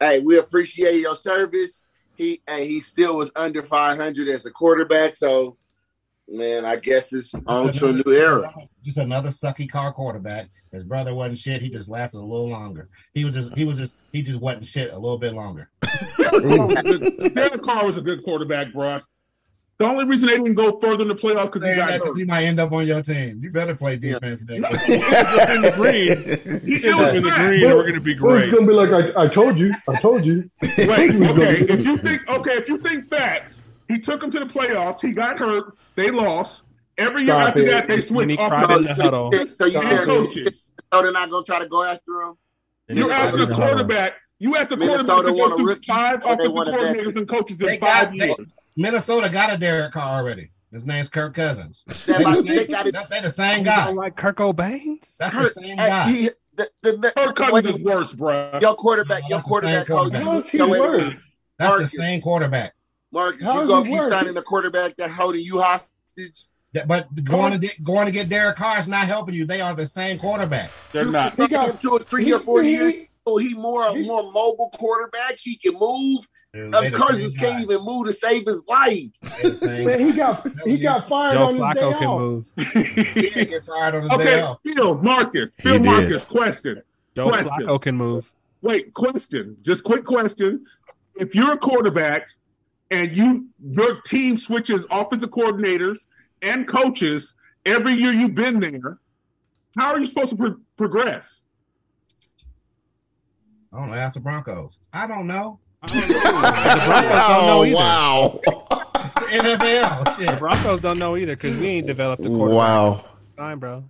Speaker 9: Hey, we appreciate your service. He and he still was under 500 as a quarterback. So, man, I guess it's on to a new era.
Speaker 12: Just another sucky car quarterback. His brother wasn't shit. He just lasted a little longer. He was just he was just he just wasn't shit a little bit longer.
Speaker 5: Derek Carr was a good quarterback, bruh. The only reason they didn't go further in the playoffs because he
Speaker 12: Saying
Speaker 5: got
Speaker 12: that
Speaker 5: hurt.
Speaker 12: 'cause he might end up on your team. You better play defense. next year.
Speaker 5: in the green. He still was in the green, and we're going to be
Speaker 11: Bug's
Speaker 5: great.
Speaker 11: gonna be like, I, I told you, I told you.
Speaker 5: Wait, okay. If you think okay, if you think facts, he took him to the playoffs. He got hurt. They lost. Every year
Speaker 11: Stop
Speaker 5: after
Speaker 11: it.
Speaker 5: that, they
Speaker 6: When
Speaker 5: switch
Speaker 6: he
Speaker 5: off.
Speaker 6: cried in the
Speaker 11: Uh,
Speaker 5: the-
Speaker 6: huddle.
Speaker 9: So you
Speaker 5: And
Speaker 9: said
Speaker 5: coaches.
Speaker 9: so Oh, they're not gonna try to go after him.
Speaker 5: You're asking a quarterback. You asked a quarterback
Speaker 9: Minnesota
Speaker 5: to
Speaker 9: want
Speaker 5: go
Speaker 9: a
Speaker 5: through
Speaker 9: rookie,
Speaker 5: five
Speaker 9: or they
Speaker 5: offensive
Speaker 9: want a veteran?
Speaker 5: coordinators and coaches
Speaker 12: They
Speaker 5: in five
Speaker 12: got- they-
Speaker 5: years.
Speaker 12: Minnesota got a Derek Carr already. His name's Kirk Cousins.
Speaker 9: They like- they got it.
Speaker 12: That's the same
Speaker 6: You
Speaker 12: guy.
Speaker 6: don't like Kirk O'Baines?
Speaker 12: That's
Speaker 9: Kirk-
Speaker 12: the same
Speaker 9: hey,
Speaker 12: guy.
Speaker 9: he- the- the- the-
Speaker 5: Kirk Cousins is worse, bro.
Speaker 9: Your quarterback, your
Speaker 12: That's the same
Speaker 9: quarterback Oh, coach.
Speaker 12: quarterback.
Speaker 11: How's he
Speaker 9: No, wait a minute.
Speaker 11: worse?
Speaker 12: That's
Speaker 9: Marcus.
Speaker 12: the same quarterback.
Speaker 9: Marcus,
Speaker 11: How
Speaker 9: you
Speaker 11: does
Speaker 9: gonna
Speaker 11: it
Speaker 9: keep
Speaker 11: work?
Speaker 9: signing a quarterback that holding you hostage?
Speaker 12: That- But going to get, going to get Derek Carr is not helping you. They are the same quarterback.
Speaker 5: They're
Speaker 9: you
Speaker 5: not.
Speaker 9: He got
Speaker 11: got-
Speaker 9: him to a three
Speaker 11: he-
Speaker 9: or four
Speaker 11: he-
Speaker 9: years. Oh, he more a more mobile quarterback. He can move. Um, Cousins can't even move to save his life.
Speaker 11: Man, he got he got fired
Speaker 6: Joe
Speaker 11: on his day
Speaker 6: Flacco can
Speaker 11: off.
Speaker 6: move.
Speaker 12: get fired on his day
Speaker 5: Okay,
Speaker 12: off.
Speaker 5: Phil Marcus. Phil
Speaker 3: did.
Speaker 5: Marcus. Question.
Speaker 6: Joe
Speaker 5: Question.
Speaker 6: Flacco can move.
Speaker 5: Wait, question. Just quick question. If you're a quarterback and you your team switches offensive coordinators and coaches every year you've been there, how are you supposed to pro- progress?
Speaker 12: I don't know. Ask the Broncos. I don't know.
Speaker 3: Oh, wow.
Speaker 12: It's the NFL.
Speaker 6: The
Speaker 12: Shit.
Speaker 6: Broncos don't know either because we ain't developed a quarterback
Speaker 3: Wow.
Speaker 6: time, bro.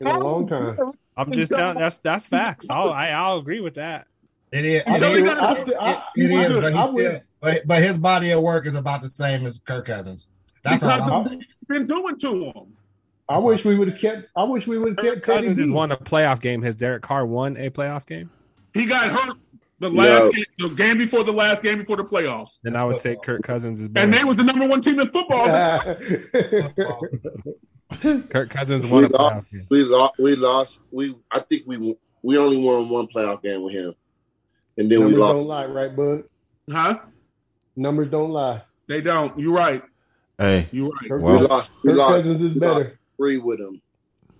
Speaker 11: In a long time.
Speaker 6: I'm just telling. That's that's facts. I'll I, I'll agree with that.
Speaker 12: It is.
Speaker 11: I
Speaker 12: It
Speaker 5: tell
Speaker 11: still-
Speaker 5: you
Speaker 12: is.
Speaker 5: gotta-
Speaker 11: I still- I-
Speaker 12: It is. But,
Speaker 11: I
Speaker 12: he
Speaker 11: wish-
Speaker 12: still, but, but his body of work is about the same as Kirk Cousins. That's
Speaker 5: Because
Speaker 12: all
Speaker 5: of
Speaker 12: I'm
Speaker 5: what
Speaker 12: saying.
Speaker 5: you've been doing to them.
Speaker 11: I wish we would have kept. I wish we would have
Speaker 6: Derek
Speaker 11: kept
Speaker 6: Cousins
Speaker 11: Teddy
Speaker 6: has
Speaker 11: B.
Speaker 6: won a playoff game. Has Derek Carr won a playoff game?
Speaker 5: He got hurt the
Speaker 9: No.
Speaker 5: last game, the game before the last game before the playoffs.
Speaker 6: Then I would say Kirk Cousins is
Speaker 5: And they
Speaker 6: better.
Speaker 5: was the number one team in football.
Speaker 6: Kirk Cousins won
Speaker 9: We
Speaker 6: a
Speaker 9: lost.
Speaker 6: playoff game.
Speaker 9: We lost. We lost. We. I think we we only won one playoff game with him, and then
Speaker 11: Numbers
Speaker 9: we
Speaker 11: don't
Speaker 9: lost.
Speaker 11: lie, right, bud?
Speaker 5: Huh?
Speaker 11: Numbers don't lie.
Speaker 5: They don't. You're right.
Speaker 3: Hey,
Speaker 5: You're right.
Speaker 11: Kirk,
Speaker 3: Wow.
Speaker 9: We
Speaker 11: Cousins-
Speaker 9: lost. We
Speaker 11: Kirk
Speaker 9: lost
Speaker 11: Cousins is better.
Speaker 9: three with him,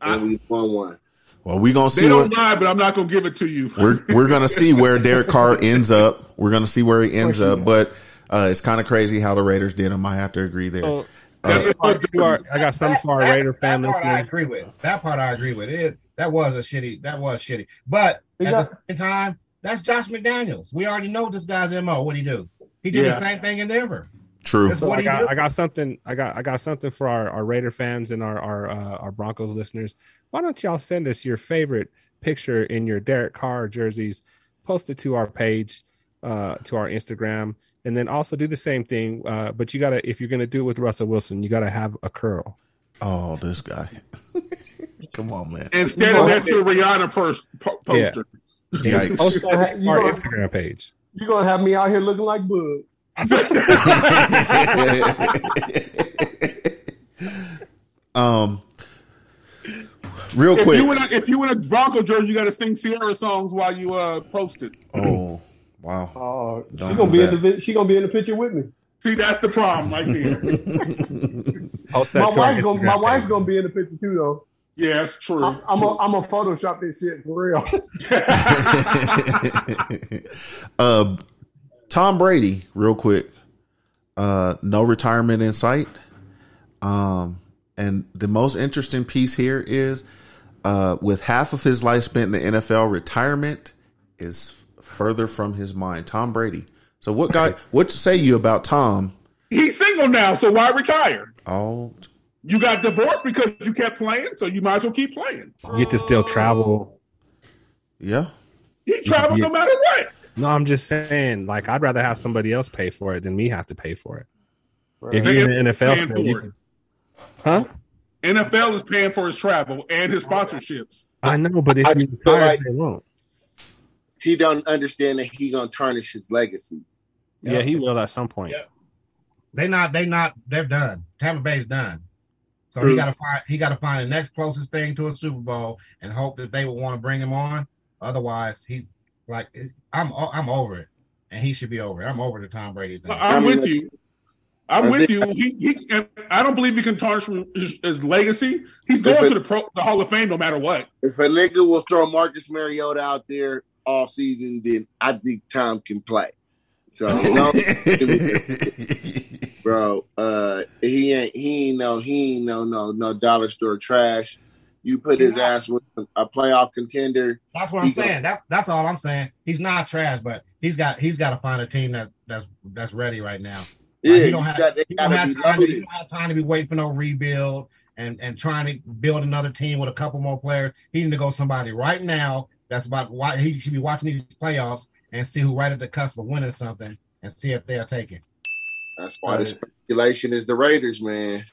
Speaker 9: and
Speaker 5: I-
Speaker 9: we won one.
Speaker 3: well, we going to
Speaker 5: They
Speaker 3: see
Speaker 5: don't
Speaker 3: what
Speaker 5: lie, but I'm not gonna give it to you.
Speaker 3: we're we're going to see where Derek Carr ends up. We're going to see where he ends up, but uh, it's kind of crazy how the Raiders did him. I have to agree
Speaker 5: Oh,
Speaker 3: there.
Speaker 6: So,
Speaker 3: Uh,
Speaker 5: That was
Speaker 6: you are- I got some
Speaker 12: That-
Speaker 6: for our
Speaker 12: that-
Speaker 6: Raider fan
Speaker 12: That part I
Speaker 6: listening.
Speaker 12: agree with. That part I agree with. It that was a shitty. That was shitty. But
Speaker 11: He
Speaker 12: at
Speaker 11: got-
Speaker 12: the same time, that's Josh McDaniels. We already know this guy's mo. What he do? He did
Speaker 5: Yeah.
Speaker 12: the same thing in Denver.
Speaker 3: true.
Speaker 12: That's
Speaker 6: So I
Speaker 12: what he do.
Speaker 6: got, I got something. I got I got something for our, our Raider fans and our our, uh, our Broncos listeners. Why don't y'all send us your favorite picture in your Derek Carr jerseys post it to our page, uh, to our Instagram, and then also do the same thing. Uh, but you gotta, if you're gonna do it with Russell Wilson, you gotta have a curl.
Speaker 3: Oh, this guy! Come on, man.
Speaker 5: Instead of that's your Rihanna pers- po-
Speaker 6: Yeah.
Speaker 5: poster.
Speaker 3: Yikes.
Speaker 6: Post on
Speaker 14: You
Speaker 6: our
Speaker 14: gonna-
Speaker 6: Instagram page.
Speaker 14: You gonna have me out here looking like Bud?
Speaker 3: um, real
Speaker 5: if
Speaker 3: quick.
Speaker 5: You in a, if you in a Bronco jersey, you got to sing Sierra songs while you uh, post it.
Speaker 3: oh, wow.
Speaker 14: Oh, she
Speaker 3: Don't
Speaker 14: gonna
Speaker 3: do
Speaker 14: be
Speaker 3: that.
Speaker 14: in the vi- she gonna be in the picture with me.
Speaker 5: See, that's the problem right there.
Speaker 6: Post
Speaker 14: My
Speaker 6: that to our
Speaker 14: wife gonna
Speaker 6: Instagram
Speaker 14: my
Speaker 6: page.
Speaker 14: wife gonna be in the picture too though.
Speaker 5: Yeah, that's true.
Speaker 14: I'm I'm a, I'm a Photoshop this shit for real.
Speaker 3: uh, Tom Brady, real quick. Uh, no retirement in sight. Um, and the most interesting piece here is uh, with half of his life spent in the NFL, retirement is f- further from his mind. Tom Brady. So what guy? What say you about Tom?
Speaker 5: He's single now, so why retire?
Speaker 3: Oh,
Speaker 5: You got divorced because you kept playing, so you might as well keep playing.
Speaker 6: You get to still travel.
Speaker 3: Yeah.
Speaker 5: He traveled no matter what.
Speaker 6: No, I'm just saying, like, I'd rather have somebody else pay for it than me have to pay for it. If
Speaker 5: Right.
Speaker 6: you're in the NFL,
Speaker 5: Paying
Speaker 6: still, you
Speaker 5: for
Speaker 6: can- huh?
Speaker 5: NFL is paying for his travel and his sponsorships.
Speaker 6: I know, but if
Speaker 11: I
Speaker 6: you
Speaker 11: just feel
Speaker 6: retire,
Speaker 11: like-
Speaker 6: they won't.
Speaker 11: He don't understand that he gonna tarnish his legacy.
Speaker 6: Yeah, he will at some point.
Speaker 1: They not. They not. They're done. Tampa Bay's done. So he
Speaker 11: Mm.
Speaker 1: got to find. He got to find the next closest thing to a Super Bowl and hope that they will want to bring him on. Otherwise, he like it- I'm. o- I'm over it, and he should be over it. I'm over the Tom Brady thing.
Speaker 5: I'm with you. I'm
Speaker 1: I
Speaker 5: with
Speaker 1: think-
Speaker 5: you. He, he, I don't believe he can tarnish his, his legacy. He's
Speaker 11: If
Speaker 5: going
Speaker 11: it-
Speaker 5: to the pro, the Hall of Fame no matter what.
Speaker 11: If a nigga will throw Marcus Mariota out there all season, then I think Tom can play. So Uh, no, bro, uh, he ain't he ain't no he ain't no no no dollar store trash. You put his ass with a playoff contender.
Speaker 1: That's what I'm
Speaker 11: He gonna-
Speaker 1: saying. That's that's all I'm saying. He's not trash, but he's got he's got to find a team that that's that's ready right now.
Speaker 11: Yeah,
Speaker 1: he
Speaker 11: you
Speaker 1: don't have,
Speaker 11: got- they
Speaker 1: he don't
Speaker 11: gotta
Speaker 1: have
Speaker 11: be
Speaker 1: time to, he
Speaker 11: loaded.
Speaker 1: don't have time to be waiting for no rebuild and and trying to build another team with a couple more players. He need to go somebody right now. That's about why he should be watching these playoffs and see who right at the cusp of winning something and see if they'll take it.
Speaker 11: That's why the speculation is the Raiders, man.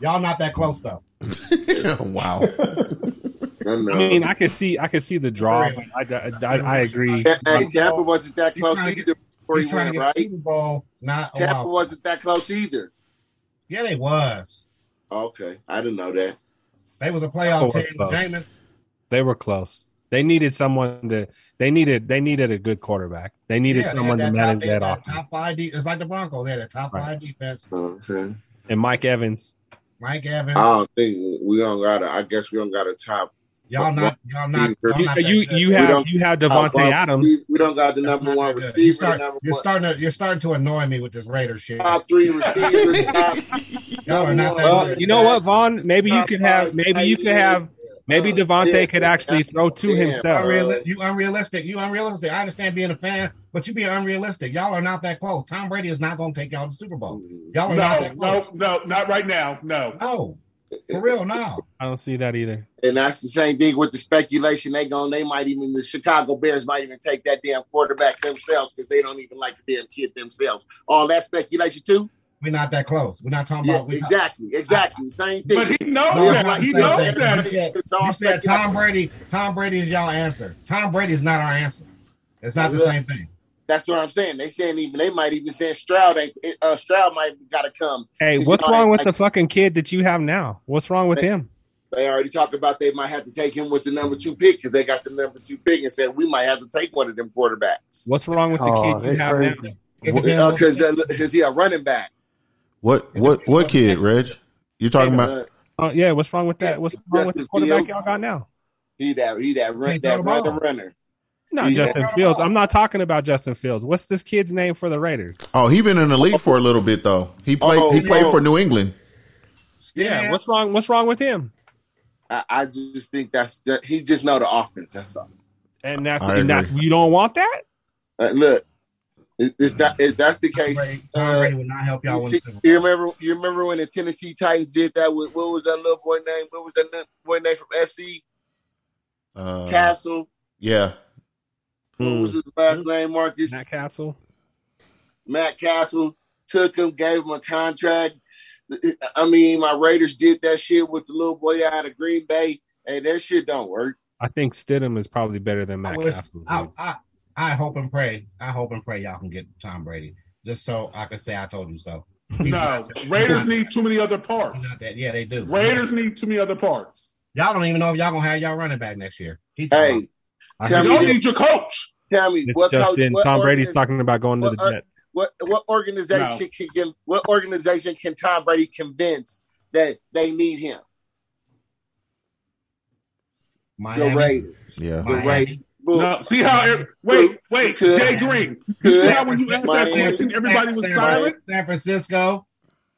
Speaker 1: Y'all not that close though.
Speaker 3: wow.
Speaker 11: I, know.
Speaker 6: I mean, I can see, I can see the draw. but I, I, I, I agree.
Speaker 11: hey, Tampa wasn't that
Speaker 1: He's
Speaker 11: close
Speaker 1: trying to
Speaker 11: either before he
Speaker 1: he's trying
Speaker 11: went,
Speaker 1: to get
Speaker 11: right?
Speaker 1: Super Bowl, not a
Speaker 11: Tampa
Speaker 1: wild-
Speaker 11: wasn't that close either.
Speaker 1: Yeah, they was.
Speaker 11: Okay, I didn't know that.
Speaker 1: They was a
Speaker 6: They were
Speaker 1: playoff team.
Speaker 6: close.
Speaker 1: Jameis
Speaker 6: They were close. They needed someone to. They needed. They needed a good quarterback. They needed
Speaker 1: Yeah, they
Speaker 6: someone to
Speaker 1: had
Speaker 6: manage
Speaker 1: top- they
Speaker 6: that
Speaker 1: had
Speaker 6: offense.
Speaker 1: Top five de- it's like the Broncos. They had a top
Speaker 6: Right.
Speaker 1: five defense.
Speaker 11: Okay.
Speaker 6: And Mike Evans.
Speaker 1: Mike Evans.
Speaker 11: I don't think we don't got. I guess we don't got a top.
Speaker 1: y'all not. Y'all not. Y'all
Speaker 6: You,
Speaker 1: not that
Speaker 6: you,
Speaker 1: good.
Speaker 6: you
Speaker 11: We
Speaker 6: have
Speaker 11: don't-
Speaker 6: you have
Speaker 11: top
Speaker 6: Devontae
Speaker 11: one-
Speaker 6: Adams.
Speaker 11: We don't got the number one
Speaker 1: Good. You
Speaker 11: receiver.
Speaker 1: start-
Speaker 11: number
Speaker 1: you're
Speaker 11: one,
Speaker 1: starting to you're starting to annoy me with this Raider shit.
Speaker 11: top three receivers. top,
Speaker 1: Y'all are not that
Speaker 11: Well,
Speaker 1: good.
Speaker 6: You know what, Vaughn? Maybe you could have. Maybe you could have. Maybe Devontae could actually throw to himself.
Speaker 1: Unreal- you unrealistic. You unrealistic. I understand being a fan, but you being unrealistic. Y'all are not that close. Tom Brady is not going to take y'all to the Super Bowl.
Speaker 11: Mm-hmm.
Speaker 1: Y'all are not
Speaker 5: No,
Speaker 1: that close.
Speaker 5: no, no, not right now. No.
Speaker 1: No, for real, no.
Speaker 6: I don't see that either.
Speaker 11: and that's the same thing with the speculation. They going They might even the Chicago Bears might even take that damn quarterback themselves because they don't even like the damn kid themselves. All that speculation too.
Speaker 1: We're not that close. We're not talking
Speaker 11: Yeah,
Speaker 1: about. we not-
Speaker 11: exactly, exactly, same thing.
Speaker 5: But he knows
Speaker 1: No, it's
Speaker 5: that.
Speaker 1: not the
Speaker 5: He
Speaker 1: same
Speaker 5: knows
Speaker 1: thing.
Speaker 5: that.
Speaker 1: You said,
Speaker 11: It's all
Speaker 1: you said Tom
Speaker 11: speculation.
Speaker 1: Brady. Tom Brady is y'all answer. Tom Brady is not our answer. It's not the same thing.
Speaker 11: That's what I'm saying. They saying even they might even saying Stroud ain't uh, Stroud might got to come.
Speaker 6: Hey,
Speaker 11: 'Cause,
Speaker 6: what's
Speaker 11: you know,
Speaker 6: wrong
Speaker 11: they-
Speaker 6: with the fucking kid that you have now? What's wrong with him?
Speaker 11: They already talked about they might have to take him with the number two pick because they got the number two pick and said we might have to take one of them quarterbacks Uh,
Speaker 6: What's wrong with the
Speaker 14: Oh,
Speaker 6: kid you
Speaker 14: they
Speaker 6: have
Speaker 14: crazy.
Speaker 6: now?
Speaker 11: because he a running back.
Speaker 3: uh, What? What? What kid, Reg? You talking
Speaker 11: uh,
Speaker 3: about?
Speaker 6: Oh, yeah, what's wrong with that? What's wrong with the
Speaker 11: Justin
Speaker 6: quarterback
Speaker 11: Fields.
Speaker 6: y'all got now?
Speaker 11: He that he that run
Speaker 1: Can't throw
Speaker 11: that
Speaker 1: the
Speaker 11: runner
Speaker 1: ball.
Speaker 11: runner.
Speaker 6: Not
Speaker 11: Yeah.
Speaker 6: Justin Fields. I'm not talking about Justin Fields. What's this kid's name for the Raiders?
Speaker 3: Oh, he been in the league for a little bit though. He played. he
Speaker 11: Oh,
Speaker 3: played
Speaker 11: no.
Speaker 3: for New England.
Speaker 6: Yeah,
Speaker 1: Yeah.
Speaker 6: what's wrong? What's wrong with him?
Speaker 11: I, I just think that's that he just know the offense. That's all.
Speaker 6: And that's
Speaker 3: I
Speaker 6: and that's you don't want that.
Speaker 11: Uh, look, it, it's not, if that's the case,
Speaker 1: Brady, Tom
Speaker 11: uh,
Speaker 1: Brady would not help y'all
Speaker 11: you,
Speaker 1: win.
Speaker 11: see-
Speaker 1: the Super Bowl.
Speaker 11: you remember you remember when the Tennessee Titans did that with what was that little boy name? What was that little boy name from SC
Speaker 3: Uh, hmm.
Speaker 11: Castle?
Speaker 3: yeah.
Speaker 11: What was his last name, Marcus? Matt
Speaker 6: Castle.
Speaker 11: Matt Castle took him, gave him a contract. I mean, my Raiders did that shit with the little boy out of Green Bay. Hey, that shit don't work.
Speaker 6: I think Stidham is probably better than
Speaker 1: I,
Speaker 6: Matt
Speaker 1: wish,
Speaker 6: Castle.
Speaker 1: I, I, I hope and pray. I hope and pray y'all can get Tom Brady just so I can say I told you so.
Speaker 5: No, Raiders need too many other parts.
Speaker 1: That, yeah, they do.
Speaker 5: Raiders need too many other parts.
Speaker 1: Y'all don't even know if y'all gonna have y'all running back next year. He
Speaker 11: hey,
Speaker 5: tell me this- your coach.
Speaker 11: Tell me
Speaker 6: It's
Speaker 11: what
Speaker 6: just
Speaker 11: coach?
Speaker 6: in.
Speaker 11: what
Speaker 6: Tom Brady's
Speaker 11: organiz-
Speaker 6: talking about going to the
Speaker 11: or-
Speaker 6: Jets.
Speaker 11: What what organization
Speaker 5: No.
Speaker 11: can, can what organization can Tom Brady convince that they need him? The Raiders.
Speaker 3: Yeah.
Speaker 11: The Raiders.
Speaker 5: No, see how? ev- Wait, wait,
Speaker 11: Could-
Speaker 5: Jay Green. You
Speaker 11: could-
Speaker 5: see how when you asked that
Speaker 11: Miami-
Speaker 5: question, everybody was
Speaker 1: San,
Speaker 5: silent.
Speaker 1: San Francisco,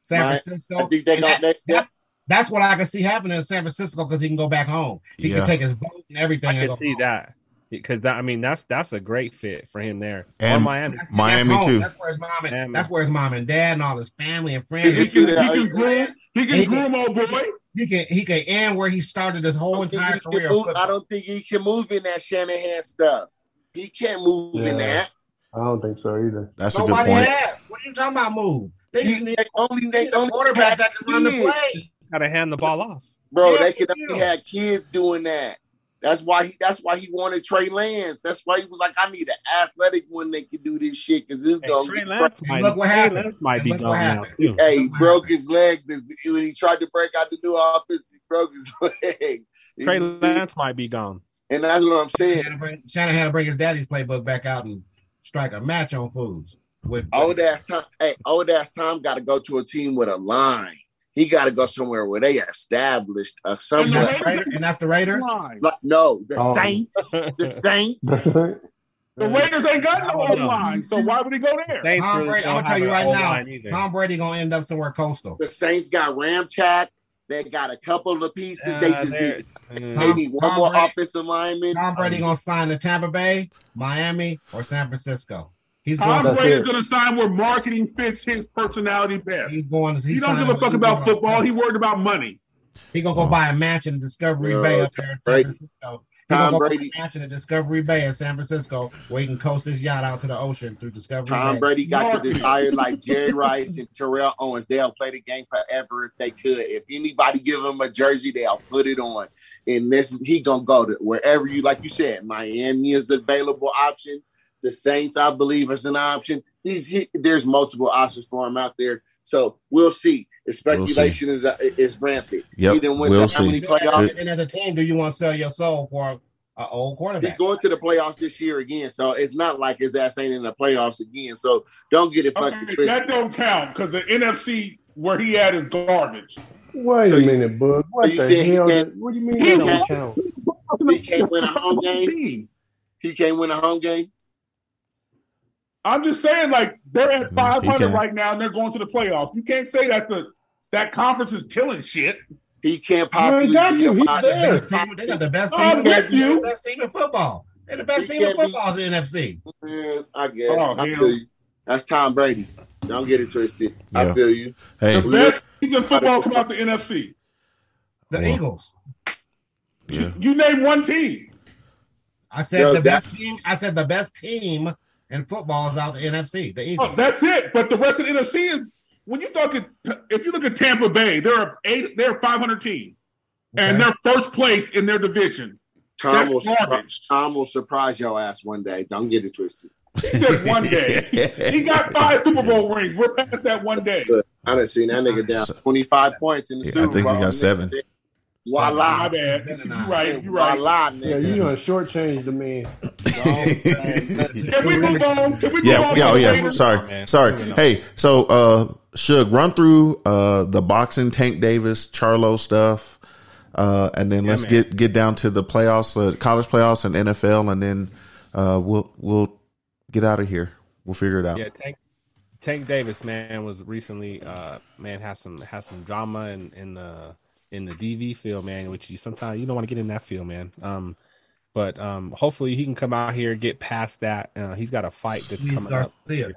Speaker 1: San
Speaker 11: My-
Speaker 1: Francisco.
Speaker 11: I think they
Speaker 1: And
Speaker 11: got
Speaker 1: that-
Speaker 11: that- that-
Speaker 1: that's what I can see happening in San Francisco because he can go back home. He
Speaker 3: Yeah.
Speaker 1: can take his boat and everything.
Speaker 6: I
Speaker 1: and
Speaker 6: can
Speaker 1: go
Speaker 6: see that because that I mean that's that's a great fit for him there
Speaker 3: And
Speaker 6: or Miami.
Speaker 1: That's-
Speaker 3: Miami
Speaker 1: that's home.
Speaker 3: too.
Speaker 1: That's where his mom and
Speaker 6: Miami.
Speaker 1: that's where his mom and dad and all his family and
Speaker 5: He,
Speaker 1: friends.
Speaker 5: he can, he can groom. He
Speaker 1: He
Speaker 5: can
Speaker 1: can-
Speaker 5: groom, old boy.
Speaker 1: He can he can end where he started his
Speaker 11: I
Speaker 1: whole
Speaker 11: don't, think
Speaker 1: entire
Speaker 11: he
Speaker 1: career.
Speaker 11: can
Speaker 1: of
Speaker 11: move,
Speaker 1: football.
Speaker 11: I don't think he can move in that Shanahan stuff. He can't move in
Speaker 8: Yeah.
Speaker 11: that.
Speaker 8: I don't think so either.
Speaker 3: That's a good
Speaker 1: Nobody
Speaker 3: point.
Speaker 1: asked. What are you talking about? Move. They
Speaker 11: He,
Speaker 1: just need
Speaker 11: they only they
Speaker 1: a
Speaker 11: only
Speaker 1: quarterback
Speaker 11: had
Speaker 1: that can run the
Speaker 11: kids.
Speaker 1: play.
Speaker 6: Got to hand the ball off.
Speaker 11: bro.
Speaker 1: Yeah,
Speaker 11: they could
Speaker 1: for
Speaker 11: only
Speaker 1: real.
Speaker 11: have kids doing that. That's why he. That's why he wanted Trey Lance. That's why he was like, I need an athletic one that can do this shit because this
Speaker 6: Hey,
Speaker 11: dog.
Speaker 6: Trey Lance might,
Speaker 1: look what
Speaker 6: Trey
Speaker 1: happened.
Speaker 6: Lance might
Speaker 1: And
Speaker 6: be
Speaker 1: look what
Speaker 6: gone now
Speaker 1: happened.
Speaker 6: too.
Speaker 11: Hey, he
Speaker 1: What
Speaker 11: broke
Speaker 1: happened?
Speaker 11: his leg this- when he tried to break out the new offense. He broke his leg.
Speaker 6: Trey Lance might be gone.
Speaker 11: And that's what
Speaker 1: Shannon
Speaker 11: I'm saying.
Speaker 1: had, to bring, Shannon had to bring his daddy's playbook back out and strike a match on fools. With
Speaker 11: Old ass Tom. Hey, old ass Tom got to go to a team with a line. He got to go somewhere where they established a
Speaker 1: and,
Speaker 11: somewhere.
Speaker 1: that's the Raiders, and that's the Raiders.
Speaker 5: Line.
Speaker 11: Like, no, the
Speaker 8: Oh.
Speaker 11: Saints. The Saints.
Speaker 5: The Raiders ain't got no
Speaker 6: I don't
Speaker 5: old
Speaker 6: know.
Speaker 5: line, so why would he go there?
Speaker 6: Saints
Speaker 1: Tom
Speaker 6: really
Speaker 1: Brady,
Speaker 6: don't
Speaker 1: I'm gonna tell
Speaker 6: have
Speaker 1: you
Speaker 6: an
Speaker 1: right
Speaker 6: O-line
Speaker 1: now,
Speaker 6: either.
Speaker 1: Tom Brady gonna end up somewhere coastal.
Speaker 11: The Saints got Ramchak. They got a couple of pieces.
Speaker 6: Uh,
Speaker 11: they just
Speaker 6: they're-
Speaker 11: need,
Speaker 6: Mm.
Speaker 11: they need one
Speaker 1: Tom
Speaker 11: more
Speaker 1: Brady-
Speaker 11: offensive lineman.
Speaker 1: Tom Brady gonna sign to Tampa Bay, Miami, or San Francisco. He's
Speaker 5: Tom
Speaker 1: going.
Speaker 8: That's
Speaker 5: Brady's
Speaker 8: it.
Speaker 5: going to sign where marketing fits his personality best.
Speaker 1: He's going. He's
Speaker 5: He don't give
Speaker 1: signing-
Speaker 5: a fuck
Speaker 1: he's
Speaker 5: about
Speaker 1: gonna-
Speaker 5: football. He worried about money.
Speaker 1: He gonna go buy a mansion in Discovery
Speaker 11: No,
Speaker 1: Bay up
Speaker 11: Tom
Speaker 1: there in San
Speaker 11: Brady.
Speaker 1: Francisco. He
Speaker 11: Tom
Speaker 1: gonna go
Speaker 11: Brady.
Speaker 1: buy a mansion in Discovery Bay in San Francisco, where he can coast his yacht out to the ocean through Discovery
Speaker 11: Tom
Speaker 1: Bay.
Speaker 11: Brady got
Speaker 5: Marketing.
Speaker 11: the desire like Jerry Rice and Terrell Owens. They'll play the game forever if they could. If anybody give him a jersey, they'll put it on. And this is he gonna go to wherever you like you said, Miami is available option. The Saints, I believe, is an option. He's he, there's multiple options for him out there. So we'll see. The
Speaker 3: We'll see.
Speaker 11: speculation is uh, is rampant.
Speaker 3: Yep,
Speaker 11: He didn't win
Speaker 3: we'll
Speaker 11: to how many
Speaker 3: see.
Speaker 11: playoffs?
Speaker 1: And as a team, do you want to sell your soul for an old
Speaker 11: He's
Speaker 1: quarterback?
Speaker 11: going to the playoffs this year again, so it's not like his ass ain't in the playoffs again. So don't get it fucking
Speaker 5: Okay,
Speaker 11: twisted.
Speaker 5: that don't count because the NFC where he at is garbage.
Speaker 8: Wait
Speaker 11: So
Speaker 8: a
Speaker 11: you-
Speaker 8: minute, bud. What
Speaker 11: so you
Speaker 8: the
Speaker 11: said he
Speaker 8: hell?
Speaker 11: can't-
Speaker 8: did- what do you mean
Speaker 5: he
Speaker 8: that don't
Speaker 11: can't-
Speaker 8: count?
Speaker 11: He can't win a home game. He can't win a home game.
Speaker 5: I'm just saying, like they're at
Speaker 3: He
Speaker 5: 500
Speaker 3: can't.
Speaker 5: right now, and they're going to the playoffs. You can't say that the that conference is killing shit.
Speaker 11: He can't
Speaker 8: You
Speaker 11: possibly
Speaker 8: ain't got
Speaker 11: be
Speaker 8: to.
Speaker 11: a
Speaker 8: He's
Speaker 11: five-
Speaker 8: there.
Speaker 1: Best team- They got the best team.
Speaker 5: I'm with
Speaker 1: They're
Speaker 5: you.
Speaker 1: the best team in football. They're the best
Speaker 11: You
Speaker 1: team in
Speaker 11: can't be-
Speaker 1: football is the NFC.
Speaker 11: Yeah, I guess.
Speaker 5: Oh,
Speaker 11: I
Speaker 5: hell.
Speaker 11: feel you. That's Tom Brady. Don't get it twisted. I
Speaker 3: Yeah.
Speaker 11: feel you.
Speaker 3: Hey,
Speaker 5: The best teams in football come out the NFC.
Speaker 1: The
Speaker 3: Well,
Speaker 1: Eagles.
Speaker 3: yeah.
Speaker 5: You name one team.
Speaker 1: I said
Speaker 11: Yo,
Speaker 1: the
Speaker 11: that-
Speaker 1: best team. I said the best team in football is out the NFC. The Eagles.
Speaker 5: Oh, that's it. But the rest of the NFC is when you talk. At, if you look at Tampa Bay, they're a eight, they're a 500 team, and
Speaker 1: Okay.
Speaker 5: they're first place in their division.
Speaker 11: Tom will,
Speaker 5: That's
Speaker 11: surprise,
Speaker 5: garbage.
Speaker 11: Tom will surprise your ass one day. Don't get it twisted.
Speaker 5: He said one day. He got five Super Bowl rings. We're past that one day.
Speaker 11: Look, I done seen that nigga down
Speaker 3: So-
Speaker 11: 25 points in the
Speaker 3: Yeah, I
Speaker 11: Super Bowl.
Speaker 3: think he got seven.
Speaker 5: My
Speaker 11: Voila.
Speaker 5: bad.
Speaker 1: Better
Speaker 5: You're
Speaker 1: not.
Speaker 5: right. You're right.
Speaker 11: Voila,
Speaker 8: Yeah,
Speaker 11: nigga.
Speaker 8: you done shortchanged the man.
Speaker 5: Can we move on? Can we move
Speaker 3: Yeah,
Speaker 5: on?
Speaker 3: yeah, oh
Speaker 5: to the
Speaker 3: yeah.
Speaker 5: Raiders?
Speaker 6: Oh,
Speaker 3: Sorry,
Speaker 6: man.
Speaker 3: sorry.
Speaker 6: Moving on.
Speaker 3: Hey, so uh, Suge, run through uh the boxing Tank Davis, Charlo stuff, uh, and then let's
Speaker 6: man.
Speaker 3: get get down to the playoffs, uh, college playoffs, and NFL, and then uh, we'll we'll get out of here. We'll figure it out.
Speaker 6: Yeah, Tank Tank Davis, man, was recently uh man has some has some drama in, in the in the DV field, man, which you sometimes you don't want to get in that field, man. Um, but um, hopefully he can come out here get past that. Uh, he's got a fight that's
Speaker 1: Luis
Speaker 6: coming up.
Speaker 1: Garcia.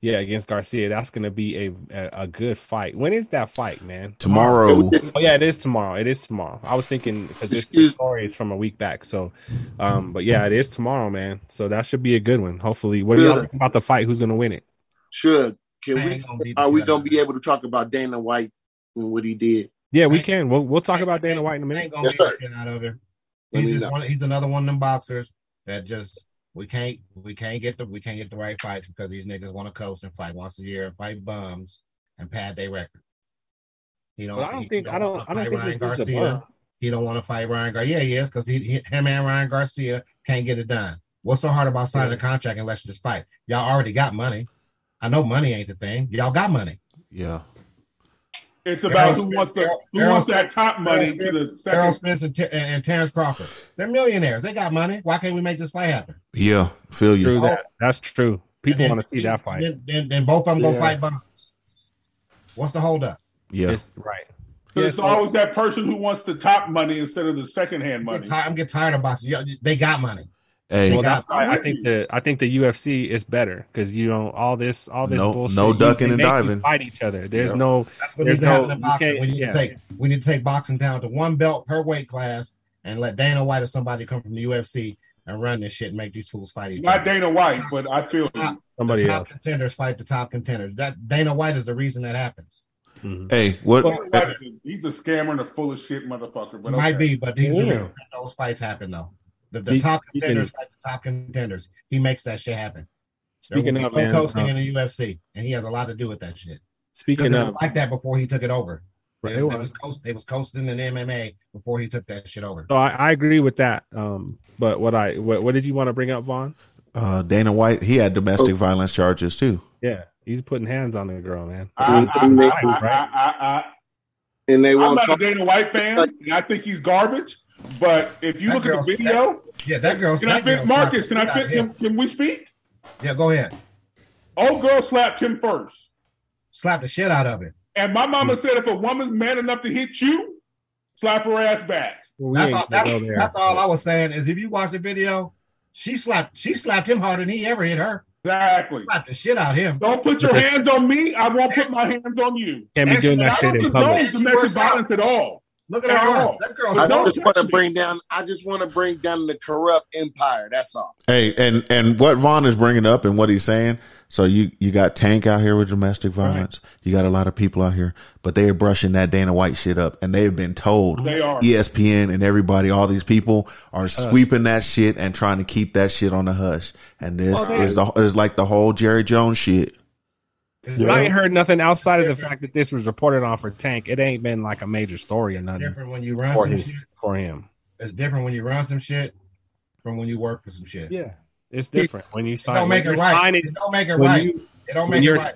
Speaker 6: Yeah, against Garcia, that's going to be a, a a good fight. When is that fight, man?
Speaker 3: Tomorrow.
Speaker 6: Oh yeah, it is tomorrow. It is tomorrow. I was thinking because this, this story is from a week back. So, um, but yeah, it is tomorrow, man. So that should be a good one. Hopefully, what do y'all
Speaker 15: Good.
Speaker 6: think about the fight? Who's going to win it?
Speaker 15: Should can
Speaker 11: Man,
Speaker 15: we?
Speaker 11: it's gonna be the
Speaker 15: are we
Speaker 11: judge.
Speaker 15: gonna be able to talk about Dana White and what he did?
Speaker 6: Yeah, we can. We'll we'll talk about Dana White in a minute.
Speaker 11: ain't gonna be
Speaker 15: sir.
Speaker 11: shit out of him.
Speaker 15: Let
Speaker 11: He's
Speaker 15: me
Speaker 11: just
Speaker 15: know.
Speaker 11: one, he's another one of them boxers that just we can't we can't get the we can't get the right fights because these niggas want to coast and fight once a year and fight bums and pad their record. You know,
Speaker 6: But I don't
Speaker 11: he- he
Speaker 6: think- I don't-
Speaker 11: wanna
Speaker 6: I don't
Speaker 11: fight
Speaker 6: think
Speaker 11: Ryan
Speaker 6: this dude's a
Speaker 11: Garcia.
Speaker 6: bum.
Speaker 11: He don't want to fight Ryan Garcia. Yeah, he is because he, he him and Ryan Garcia can't get it done. What's so hard about signing a contract and let's just fight? Y'all already got money. I know money ain't the thing. Y'all got money.
Speaker 3: Yeah.
Speaker 5: It's about
Speaker 11: Errol
Speaker 5: who wants the,
Speaker 11: Spence-
Speaker 5: who
Speaker 11: Errol
Speaker 5: wants that
Speaker 11: Spence-
Speaker 5: top money
Speaker 11: Errol
Speaker 5: to the
Speaker 11: Spence- Errol
Speaker 5: second.
Speaker 11: Spence and, Ter- and, and Terrence Crawford. They're millionaires. They got money. Why can't we make this fight happen?
Speaker 3: Yeah. Feel you.
Speaker 6: True that. That's true. People
Speaker 11: And
Speaker 6: want to see that fight.
Speaker 11: Then, then, then both of them
Speaker 6: Yeah.
Speaker 11: go fight bums. What's the holdup?
Speaker 3: Yeah.
Speaker 6: It's- right.
Speaker 5: But it's always that person who wants the top money instead of the second hand
Speaker 11: I'm
Speaker 5: money.
Speaker 11: getting tired, I'm getting tired of boxing. Y'all- They got money.
Speaker 3: Hey.
Speaker 6: well, that's
Speaker 11: got-
Speaker 6: why I think the I think the UFC is better because you know all this all this
Speaker 3: No-
Speaker 6: bullshit.
Speaker 3: no
Speaker 6: you-
Speaker 3: ducking
Speaker 6: they
Speaker 3: and
Speaker 6: make you
Speaker 3: diving.
Speaker 6: Fight each other. There's
Speaker 3: Yeah.
Speaker 6: no.
Speaker 11: That's what
Speaker 6: there's
Speaker 11: needs to happen
Speaker 6: no-
Speaker 11: in
Speaker 6: you
Speaker 11: boxing.
Speaker 6: can't-
Speaker 11: We need
Speaker 6: yeah.
Speaker 11: to take we need to take boxing down to one belt per weight class and let Dana White or somebody come from the UFC and run this shit and make these fools fight each
Speaker 5: Not
Speaker 11: other.
Speaker 5: Dana White, but I feel
Speaker 11: Uh,
Speaker 5: you.
Speaker 6: Somebody
Speaker 11: the top
Speaker 6: else.
Speaker 11: contenders fight the top contenders. That Dana White is the reason that happens.
Speaker 3: Hey, what?
Speaker 5: Dana White is a- He's a scammer and a full of shit motherfucker. But
Speaker 11: Might
Speaker 5: okay.
Speaker 11: be, but he's the
Speaker 6: Yeah.
Speaker 11: reason that those fights happen though. The, the
Speaker 6: He-
Speaker 11: top
Speaker 6: he can-
Speaker 11: contenders fight the top contenders. He makes that shit happen. There
Speaker 6: Speaking
Speaker 11: will be
Speaker 6: of,
Speaker 11: no
Speaker 6: man,
Speaker 11: coasting
Speaker 6: uh,
Speaker 11: in the UFC, and he has a lot to do with that shit.
Speaker 6: Speaking
Speaker 11: Because it was
Speaker 6: of,
Speaker 11: like that before he took it over.
Speaker 6: Right,
Speaker 11: They,
Speaker 6: it
Speaker 11: they
Speaker 6: was.
Speaker 11: was coast, they was coasting in MMA before he took that shit over.
Speaker 6: so I, I agree with that. Um, but what I what, what did you want to bring up, Vaughn?
Speaker 3: Uh, Dana White, he had domestic violence charges too.
Speaker 6: Yeah, he's putting hands on the girl, man.
Speaker 5: I, I,
Speaker 15: And they,
Speaker 5: I, I, I,
Speaker 15: and they
Speaker 5: I, I'm
Speaker 15: won't
Speaker 5: not a
Speaker 15: talk.
Speaker 5: Dana White fan, and I think he's garbage. But if you
Speaker 11: That
Speaker 5: look at
Speaker 11: girl's-
Speaker 5: the video,
Speaker 11: Yeah, that girl's.
Speaker 5: can I
Speaker 11: that
Speaker 5: fit
Speaker 11: girl's
Speaker 5: Marcus?
Speaker 11: not-
Speaker 5: Can I fit
Speaker 11: yeah,
Speaker 5: him? Can we speak?
Speaker 11: Yeah, go ahead.
Speaker 5: Old girl slapped him first.
Speaker 11: Slap the shit out of it.
Speaker 5: And my
Speaker 11: Hmm.
Speaker 5: mama said, if a woman's man enough to hit you, slap her ass back.
Speaker 6: Well, we
Speaker 11: That's
Speaker 6: ain't
Speaker 11: all.
Speaker 6: gonna
Speaker 11: That's,
Speaker 6: go there.
Speaker 11: that's all I was saying is if you watch the video, she slapped. She slapped him harder than he ever hit her.
Speaker 5: Exactly.
Speaker 11: Slapped the shit out of him.
Speaker 5: Don't put your hands on me. I won't put my hands on you.
Speaker 6: Can't be
Speaker 11: That's-
Speaker 6: doing that
Speaker 5: I
Speaker 6: shit
Speaker 5: don't
Speaker 6: in public.
Speaker 5: condone
Speaker 11: public.
Speaker 5: domestic violence at all.
Speaker 11: Look at her
Speaker 5: At all.
Speaker 11: arms. That girl's.
Speaker 15: I
Speaker 5: Don't
Speaker 15: just want to
Speaker 5: touch me.
Speaker 15: bring down. I just want to bring down the corrupt empire. That's all.
Speaker 3: Hey, and and what Vaughn is bringing up and what he's saying. So you you got Tank out here with domestic violence. You got a lot of people out here, but they are brushing that Dana White shit up, and they've been
Speaker 11: Mm-hmm.
Speaker 3: told E
Speaker 5: They are.
Speaker 3: ESPN and everybody, all these people are sweeping that shit and trying to keep that shit on the hush. And this
Speaker 6: Oh, they-
Speaker 3: is the is like the whole Jerry Jones shit.
Speaker 6: But I ain't heard nothing outside of the fact that this was reported on for Tank. It ain't been like a major story or nothing
Speaker 11: different when you run
Speaker 6: for
Speaker 11: some
Speaker 6: him.
Speaker 11: shit.
Speaker 6: For him.
Speaker 11: It's different when you run some shit from when you work for some shit.
Speaker 6: Yeah, it's different when you
Speaker 11: It
Speaker 6: sign.
Speaker 11: don't make it
Speaker 6: when you're
Speaker 11: right.
Speaker 6: signing-
Speaker 11: It don't make it
Speaker 6: when
Speaker 11: right.
Speaker 6: you-
Speaker 11: It don't
Speaker 6: when
Speaker 11: make it
Speaker 6: you're-
Speaker 11: right.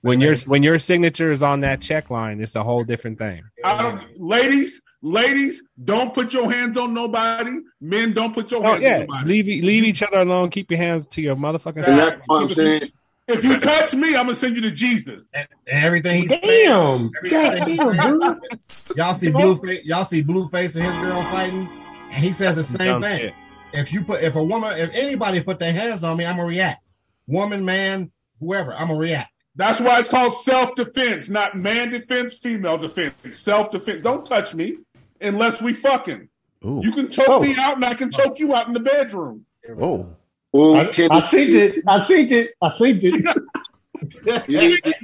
Speaker 6: when your when your signature is on that check line, it's a whole different thing.
Speaker 5: I don't, ladies, ladies, don't put your hands on nobody. Men, don't put your
Speaker 6: Oh
Speaker 5: hands
Speaker 6: yeah,
Speaker 5: on nobody.
Speaker 6: leave leave each other alone. Keep your hands to your motherfucking
Speaker 15: And that's
Speaker 6: side.
Speaker 15: what I'm saying.
Speaker 5: If you touch me, I'm gonna send you to Jesus.
Speaker 11: And, and everything he's saying-
Speaker 16: Damn.
Speaker 11: Everything he
Speaker 16: Goddamn,
Speaker 11: said- Y'all see blue y'all see Blueface and his girl fighting, and he says the same
Speaker 6: Dumb
Speaker 11: thing.
Speaker 6: shit.
Speaker 11: If you put if a woman if anybody put their hands on me, I'm gonna react. Woman, man, whoever, I'm gonna react.
Speaker 5: That's why it's called self defense, not man defense, female defense. Self defense. Don't touch me unless we fucking.
Speaker 3: Ooh,
Speaker 5: You can choke
Speaker 16: Oh.
Speaker 5: me out, and I can choke you out in the bedroom.
Speaker 3: oh,
Speaker 15: Well,
Speaker 16: I,
Speaker 15: can
Speaker 16: I seen it. I seen it. I seen it.
Speaker 15: You need to,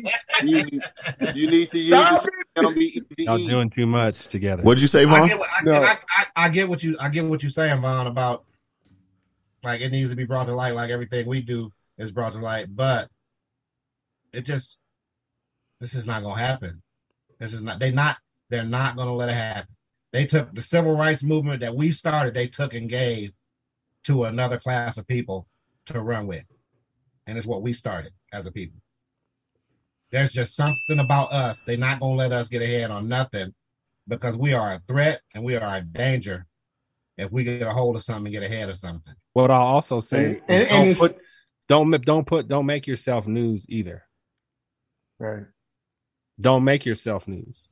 Speaker 15: you, you need to use
Speaker 5: Stop
Speaker 15: this on the easy.
Speaker 6: Y'all doing too much together.
Speaker 3: what'd you say,
Speaker 11: I
Speaker 3: Vaughn?
Speaker 11: get, what, I,
Speaker 16: No.
Speaker 11: I, I, I get what you I get what you're saying, Vaughn, about like it needs to be brought to light, like everything we do is brought to light, but it just this is not gonna happen. This is not they not they're not gonna let it happen. They took the civil rights movement that we started, they took and gave to another class of people to run with. And it's what we started as a people. There's just something about us. They're not gonna let us get ahead on nothing because we are a threat and we are a danger if we get a hold of something and get ahead of something.
Speaker 6: What I'll also
Speaker 16: And,
Speaker 6: say
Speaker 16: and,
Speaker 6: is don't
Speaker 16: it's
Speaker 6: put don't ma- don't put don't make yourself news either.
Speaker 16: right.
Speaker 6: Don't make yourself news.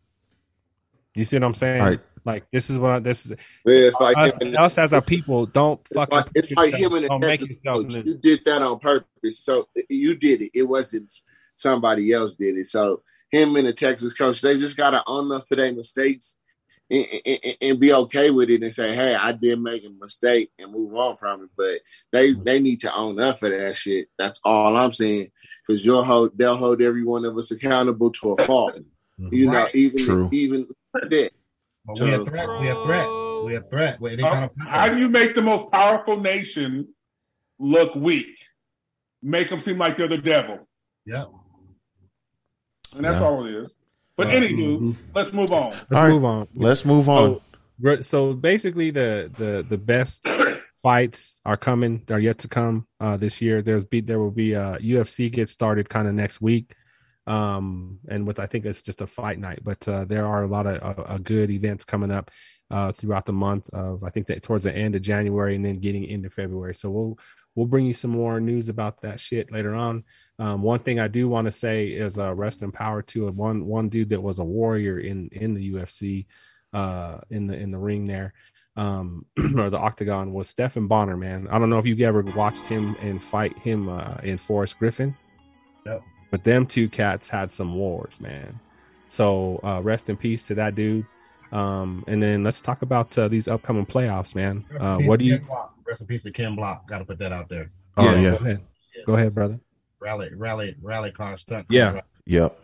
Speaker 6: You see what I'm saying?
Speaker 3: All right,
Speaker 6: Like this is what I, this is.
Speaker 11: it's like
Speaker 6: us,
Speaker 11: him and-
Speaker 6: us as a people don't fuck.
Speaker 11: like, it's like him and the
Speaker 6: don't make
Speaker 11: Texas
Speaker 6: yourself.
Speaker 11: coach. You did that on purpose. So you did it. It wasn't somebody else did it. So him and the Texas coach, they just gotta own up to their mistakes and, and, and be okay with it and say, "Hey, I did make a mistake," and move on from it. But they they need to own up for that shit. That's all I'm saying. Because you'll hold, they'll hold every one of us accountable to a fault. You know,
Speaker 1: Right.
Speaker 11: even
Speaker 1: True.
Speaker 11: even that.
Speaker 1: But we a threat. We a threat. We a threat. We, they trying to
Speaker 5: How do you make the most powerful nation look weak? Make them seem like they're the devil.
Speaker 1: Yeah.
Speaker 5: And that's
Speaker 3: Yeah.
Speaker 5: all it is. But
Speaker 6: Well,
Speaker 5: anywho, let's move on.
Speaker 6: Let's move on.
Speaker 3: Let's move on.
Speaker 6: So, re- so basically, the the the best fights are coming. Are yet to come uh, this year. There's be there will be uh, UFC gets started kind of next week, um, and with I think it's just a fight night. But uh, there are a lot of uh, uh, good events coming up uh, throughout the month of I think that towards the end of January and then getting into February. So we'll we'll bring you some more news about that shit later on. Um, one thing I do want to say is uh, rest in power to one one dude that was a warrior in in the UFC, uh, in the in the ring there, um, or the octagon was Stephen Bonner. Man, I don't know if you ever watched him and fight him uh, in Forrest Griffin.
Speaker 1: No.
Speaker 6: But them two cats had some wars, man. So uh, rest in peace to that dude. Um, and then let's talk about uh, these upcoming playoffs, man.
Speaker 1: Rest in
Speaker 6: Uh,
Speaker 1: peace
Speaker 6: what
Speaker 1: to
Speaker 6: do you?
Speaker 1: Ken Block. Rest in peace to Ken Block. Got to put that out there.
Speaker 3: Oh,
Speaker 6: Go ahead, Go ahead, brother.
Speaker 1: Rally, rally, rally car stunt.
Speaker 6: Yeah.
Speaker 1: driver,
Speaker 3: Yep.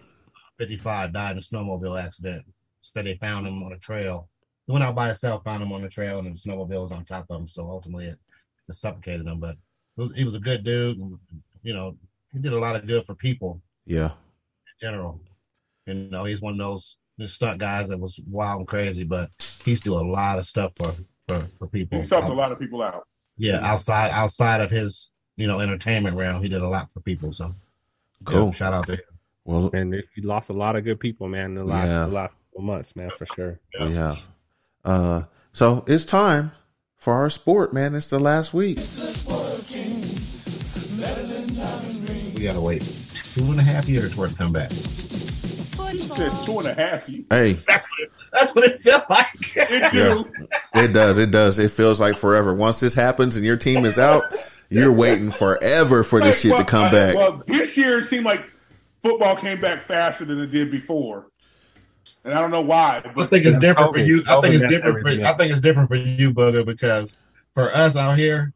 Speaker 1: 55 died in a snowmobile accident. So they found him on a trail. He went out by himself, found him on the trail, and the snowmobile was on top of him. So ultimately, it, it suffocated him. But he was, he was a good dude. and, You know, he did a lot of good for people
Speaker 3: Yeah.
Speaker 1: in general. You know, he's one of those stunt guys that was wild and crazy, but he's do a lot of stuff for for, for people.
Speaker 5: He's helped a lot of people out.
Speaker 1: Yeah, outside outside of his you know entertainment realm, he did a lot for people. So
Speaker 3: Cool.
Speaker 1: Yeah, shout out to him.
Speaker 3: Well,
Speaker 6: and you lost a lot of good people, man, in the last
Speaker 3: Yeah.
Speaker 6: the last couple months, man, for sure.
Speaker 3: We have. Uh, so it's time for our sport, man. It's the last week.
Speaker 1: We gotta wait two and a half years for it to come back.
Speaker 5: He said two and a half. years.
Speaker 3: Hey,
Speaker 1: That's what it felt like.
Speaker 5: It do.
Speaker 3: it does. It does. It feels like forever. Once this happens and your team is out, you're waiting forever for this shit to
Speaker 5: Well,
Speaker 3: come
Speaker 5: uh,
Speaker 3: back.
Speaker 5: Well, this year it seemed like football came back faster than it did before, and I don't know why. But
Speaker 1: I think it's different for
Speaker 5: COVID.
Speaker 1: you. I think
Speaker 5: COVID
Speaker 1: it's
Speaker 5: messed
Speaker 1: different.
Speaker 5: everything
Speaker 1: For, I
Speaker 5: up.
Speaker 1: think it's different for you, Booger, because for us out here,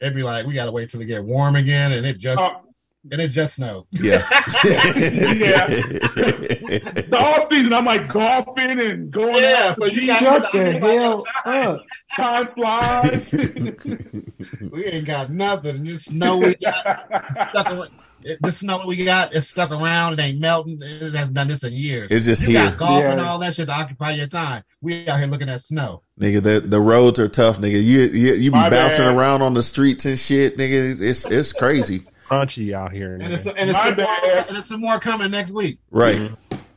Speaker 1: it'd be like we gotta wait till it get warm again, and it just and it just snowed.
Speaker 3: Yeah.
Speaker 5: the off season, I'm like golfing and going.
Speaker 1: Yeah,
Speaker 5: out
Speaker 1: so
Speaker 5: to
Speaker 1: you
Speaker 5: eat.
Speaker 1: guys- Shut the hell
Speaker 5: Time, flies.
Speaker 1: we ain't got nothing. This snow we got, stuck ar- it- the snow we got is stuck around. It ain't melting. It hasn't done this in years.
Speaker 3: It's just
Speaker 1: you
Speaker 3: here.
Speaker 1: Got golf and
Speaker 3: Yeah.
Speaker 1: all that shit to occupy your time. We out here looking at snow.
Speaker 3: Nigga, the, the roads are tough, nigga. You you, you be
Speaker 1: My
Speaker 3: bouncing
Speaker 1: bad.
Speaker 3: around on the streets and shit, nigga. It's it's crazy.
Speaker 6: Crunchy out here.
Speaker 1: And it's and it's,
Speaker 5: My
Speaker 1: some more, and it's some more coming next week.
Speaker 3: Right.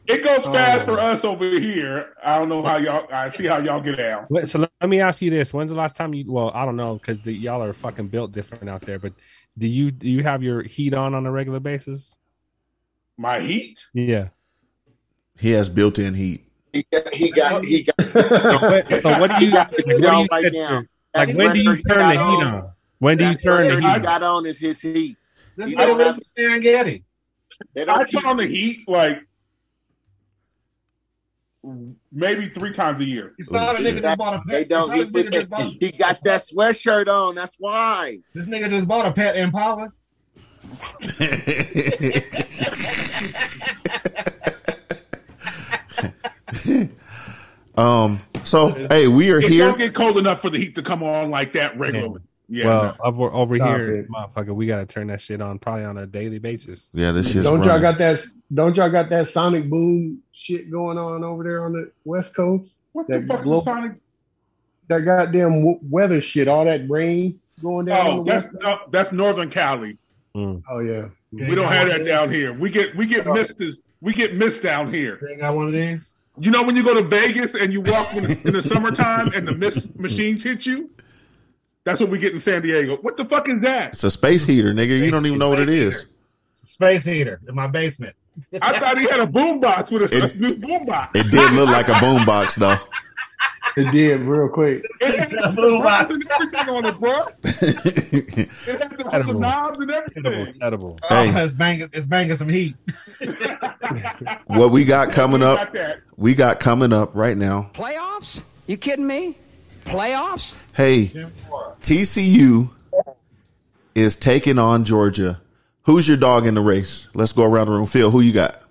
Speaker 5: It goes fast for us over here. I don't know how y'all. I see how y'all get out.
Speaker 6: Wait, so let, let me ask you this: When's the last time you? Well, I don't know because y'all are fucking built different out there. But do you do you have your heat on on a regular basis?
Speaker 5: My heat.
Speaker 6: Yeah.
Speaker 3: He has built in heat.
Speaker 11: He got. He got. He got
Speaker 6: But what do you?
Speaker 11: got
Speaker 6: what do
Speaker 11: on
Speaker 6: you
Speaker 11: right
Speaker 6: set
Speaker 11: now.
Speaker 6: your-
Speaker 11: That's
Speaker 6: like when do
Speaker 11: where
Speaker 6: you
Speaker 11: he
Speaker 6: turn
Speaker 11: got
Speaker 6: the heat
Speaker 11: on.
Speaker 6: on? When do you
Speaker 11: That's what
Speaker 6: turn the
Speaker 11: he
Speaker 6: heat on?
Speaker 11: got on is his heat.
Speaker 1: This
Speaker 11: You
Speaker 1: nigga
Speaker 11: don't
Speaker 1: lives
Speaker 11: have-
Speaker 1: in Serengeti.
Speaker 11: They
Speaker 5: I
Speaker 11: don't keep
Speaker 5: turn on the heat like maybe three times a year.
Speaker 1: You saw the nigga just bought a pet.
Speaker 11: They don't.
Speaker 1: You saw
Speaker 11: He,
Speaker 1: the nigga just bought,
Speaker 11: he got that sweatshirt on. That's why.
Speaker 1: this nigga just bought a pet Impala.
Speaker 3: um. So hey, we are
Speaker 5: it
Speaker 3: here.
Speaker 5: Don't get cold enough for the heat to come on like that regularly. Yeah.
Speaker 6: well, over, over
Speaker 17: Stop
Speaker 6: here, motherfucker, we gotta turn that shit on probably on a daily basis.
Speaker 3: Yeah, this shit's
Speaker 17: don't
Speaker 3: running.
Speaker 17: y'all got that? Don't y'all got that sonic boom shit going on over there on the West Coast?
Speaker 5: What
Speaker 17: that
Speaker 5: the fuck
Speaker 17: glo-
Speaker 5: is Sonic?
Speaker 17: That goddamn w- weather shit, all that rain going down. on
Speaker 5: Oh,
Speaker 17: the
Speaker 5: that's
Speaker 17: West-
Speaker 5: no, that's Northern Cali.
Speaker 17: oh yeah.
Speaker 5: We don't have that down here. We get we get missed as, we get missed down here.
Speaker 1: They got one of these.
Speaker 5: You know when you go to Vegas and you walk in the, in the summertime and the mist machines hit you. That's what we get in San Diego. What the fuck is that?
Speaker 3: It's a space heater, nigga. You don't even know what it is.
Speaker 1: Space heater in my basement.
Speaker 5: I thought he had a boombox with a,
Speaker 3: It-
Speaker 5: a new boombox.
Speaker 3: It did look like a boombox though.
Speaker 11: It did real quick.
Speaker 5: It has the knobs and everything on it, bro. It has the, the
Speaker 12: Edible.
Speaker 5: knobs and everything.
Speaker 6: Edible.
Speaker 3: Hey.
Speaker 12: it's banging. It's banging some heat.
Speaker 3: What we got coming up?
Speaker 12: Got that.
Speaker 3: We got coming up right now.
Speaker 10: Playoffs? You kidding me? Playoffs?
Speaker 3: Hey, TCU is taking on Georgia. Who's your dog in the race? Let's go around the room. Phil, who you got?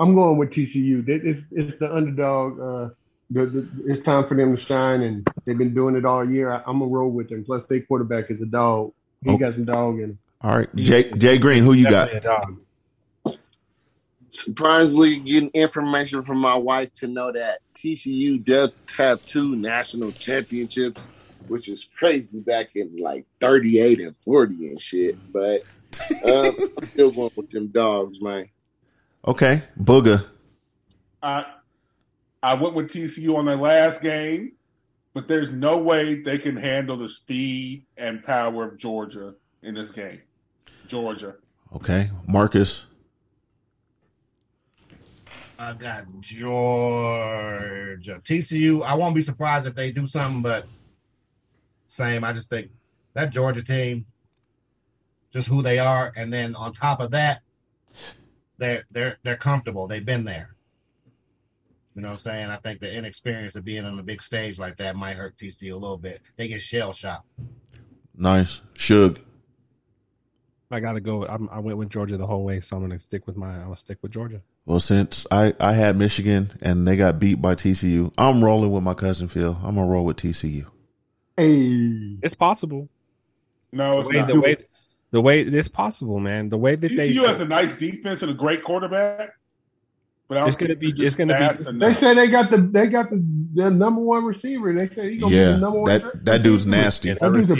Speaker 11: I'm going with TCU. They- It's, it's the underdog. Uh, the, the, it's time for them to shine, and they've been doing it all year. I, I'm gonna roll with them. Plus, their quarterback is a dog.
Speaker 6: Oh.
Speaker 11: He got some dog in him.
Speaker 3: All right, Jay, Jay Green, who you got?
Speaker 18: surprisingly getting information from my wife to know that TCU does have two national championships, which is crazy back in like 38 and 40 and shit. But uh, I'm still going with them dogs, man.
Speaker 3: Okay, Booger.
Speaker 5: I I went with TCU on their last game, but there's no way they can handle the speed and power of Georgia in this game. Georgia.
Speaker 3: Okay, Marcus.
Speaker 12: I've got Georgia, TCU. I won't be surprised if they do something, but same. I just think that Georgia team, just who they are, and then on top of that, they're they're they're comfortable. They've been there. You know what I'm saying? I think the inexperience of being on a big stage like that might hurt TCU a little bit. They get shell shocked.
Speaker 3: Nice. Suge.
Speaker 6: I gotta go. I'm, I went with Georgia the whole way, so I'm gonna stick with my. I'm gonna stick with Georgia.
Speaker 3: Well, since I, I had Michigan and they got beat by TCU, I'm rolling with my cousin Phil. I'm going to roll with TCU.
Speaker 11: Hey,
Speaker 6: it's possible.
Speaker 5: No,
Speaker 6: The
Speaker 5: it's
Speaker 6: way,
Speaker 5: not.
Speaker 6: the way, the way it's possible, man. The way that they
Speaker 5: TCU has a nice defense and a great quarterback. But I don't
Speaker 6: It's gonna
Speaker 5: think
Speaker 6: be-
Speaker 5: they're
Speaker 6: it's gonna be-
Speaker 5: fast
Speaker 11: They
Speaker 5: enough.
Speaker 11: say they got the they got the their number one receiver. They say he's gonna be the number one.
Speaker 3: that, that dude's nasty.
Speaker 11: That dude's a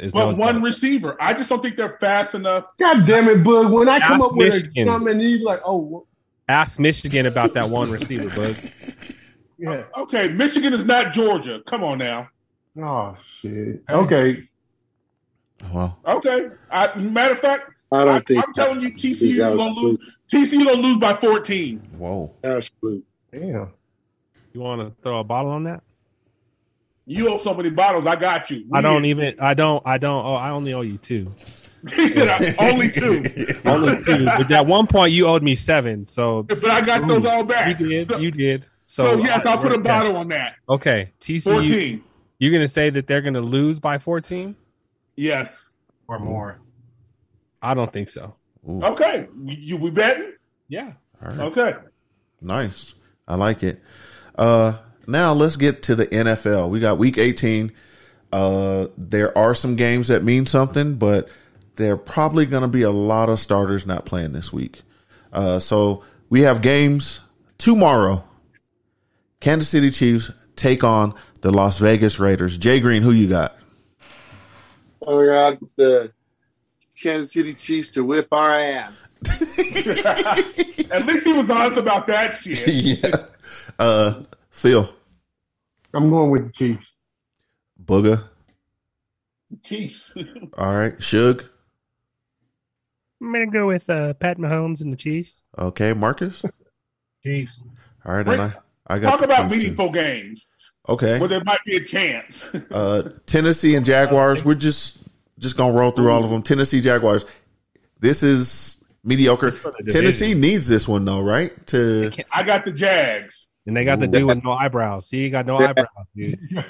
Speaker 11: beast.
Speaker 5: But one receiver. I just don't think they're fast enough.
Speaker 11: God damn it, Bug! When I come
Speaker 6: That's
Speaker 11: up with
Speaker 6: Michigan.
Speaker 11: a, something, and you like, oh,
Speaker 6: ask Michigan about that one receiver, bud.
Speaker 11: yeah.
Speaker 5: Okay, Michigan is not Georgia. Come on now.
Speaker 11: Oh shit. Okay.
Speaker 3: Well,
Speaker 5: Okay. I, matter of fact,
Speaker 18: I don't think
Speaker 5: I'm telling you, TCU
Speaker 18: that was
Speaker 5: gonna lose. TCU gonna lose by 14.
Speaker 3: Whoa.
Speaker 18: Absolute.
Speaker 11: Damn.
Speaker 6: You want to throw a bottle on that?
Speaker 5: You owe so many bottles. I got you.
Speaker 6: I don't
Speaker 5: Yeah.
Speaker 6: even. I don't. I don't. Oh, I only owe you two.
Speaker 5: He said I- only two.
Speaker 6: Only two. But at one point, you owed me seven. So,
Speaker 5: but I got those all back.
Speaker 6: You did. You did. So, uh,
Speaker 5: So, yes, I'll put a
Speaker 6: yes.
Speaker 5: bottle on that.
Speaker 6: Okay, TCU.
Speaker 5: 14.
Speaker 6: You're gonna say that they're gonna lose by 14?
Speaker 5: Yes.
Speaker 12: Or more.
Speaker 6: I don't think so.
Speaker 5: Okay. You, you- we betting?
Speaker 6: Yeah.
Speaker 3: All right.
Speaker 5: Okay.
Speaker 3: Nice. I like it. Uh, now let's get to the NFL. We got week 18. Uh, there are some games that mean something, but there are probably going to be a lot of starters not playing this week. Uh, so we have games tomorrow. Kansas City Chiefs take on the Las Vegas Raiders. Jay Green, who you got?
Speaker 18: Oh, God, the Kansas City Chiefs to whip our ass.
Speaker 5: At least he was honest about that shit.
Speaker 3: yeah. Uh, Phil,
Speaker 11: I'm going with the Chiefs.
Speaker 3: Booger.
Speaker 5: Chiefs.
Speaker 3: All right. Suge.
Speaker 6: I'm gonna go with uh, Pat Mahomes and the Chiefs.
Speaker 3: Okay. Marcus.
Speaker 12: Chiefs.
Speaker 3: All right. And I, I got
Speaker 5: Talk
Speaker 3: the
Speaker 5: about
Speaker 3: Chiefs, too.
Speaker 5: meaningful games
Speaker 3: Okay.
Speaker 5: where there might be a chance.
Speaker 3: Uh, Tennessee and Jaguars. We're just just gonna roll through all of them. Tennessee Jaguars. This is mediocre.
Speaker 5: the division.
Speaker 3: Tennessee needs this one though, right? To
Speaker 5: I got the Jags.
Speaker 6: And they got the
Speaker 3: Ooh.
Speaker 6: dude with no eyebrows. He ain't got no eyebrows, dude.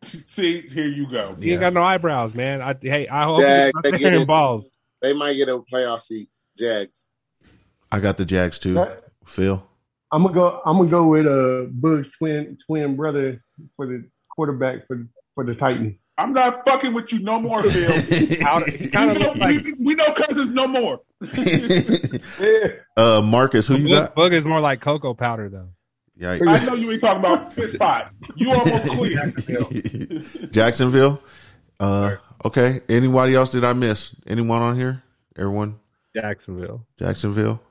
Speaker 5: See, here you go.
Speaker 6: He ain't got no eyebrows, man. I, hey, I hope
Speaker 18: Yeah,
Speaker 6: he's
Speaker 18: they
Speaker 6: not
Speaker 18: get
Speaker 6: carrying
Speaker 18: it.
Speaker 6: balls.
Speaker 18: They might get a playoff seat, Jags.
Speaker 3: I got the Jags too. Phil.
Speaker 11: I'm gonna go. I'm gonna go with uh Bug's twin twin brother for the quarterback for for the Titans.
Speaker 5: I'm not fucking with you no more, Phil.
Speaker 6: He kinda
Speaker 5: we, know,
Speaker 6: looked like-
Speaker 5: we, we know cousins no more.
Speaker 3: Uh, Marcus, who you got?
Speaker 6: Boog, Boog is more like cocoa powder, though.
Speaker 5: I
Speaker 3: Yikes.
Speaker 5: know you ain't talking about fist pot. You almost clear.
Speaker 3: Jacksonville. Uh, okay. Anybody else did I miss? Anyone on here? Everyone?
Speaker 6: Jacksonville.
Speaker 3: Jacksonville.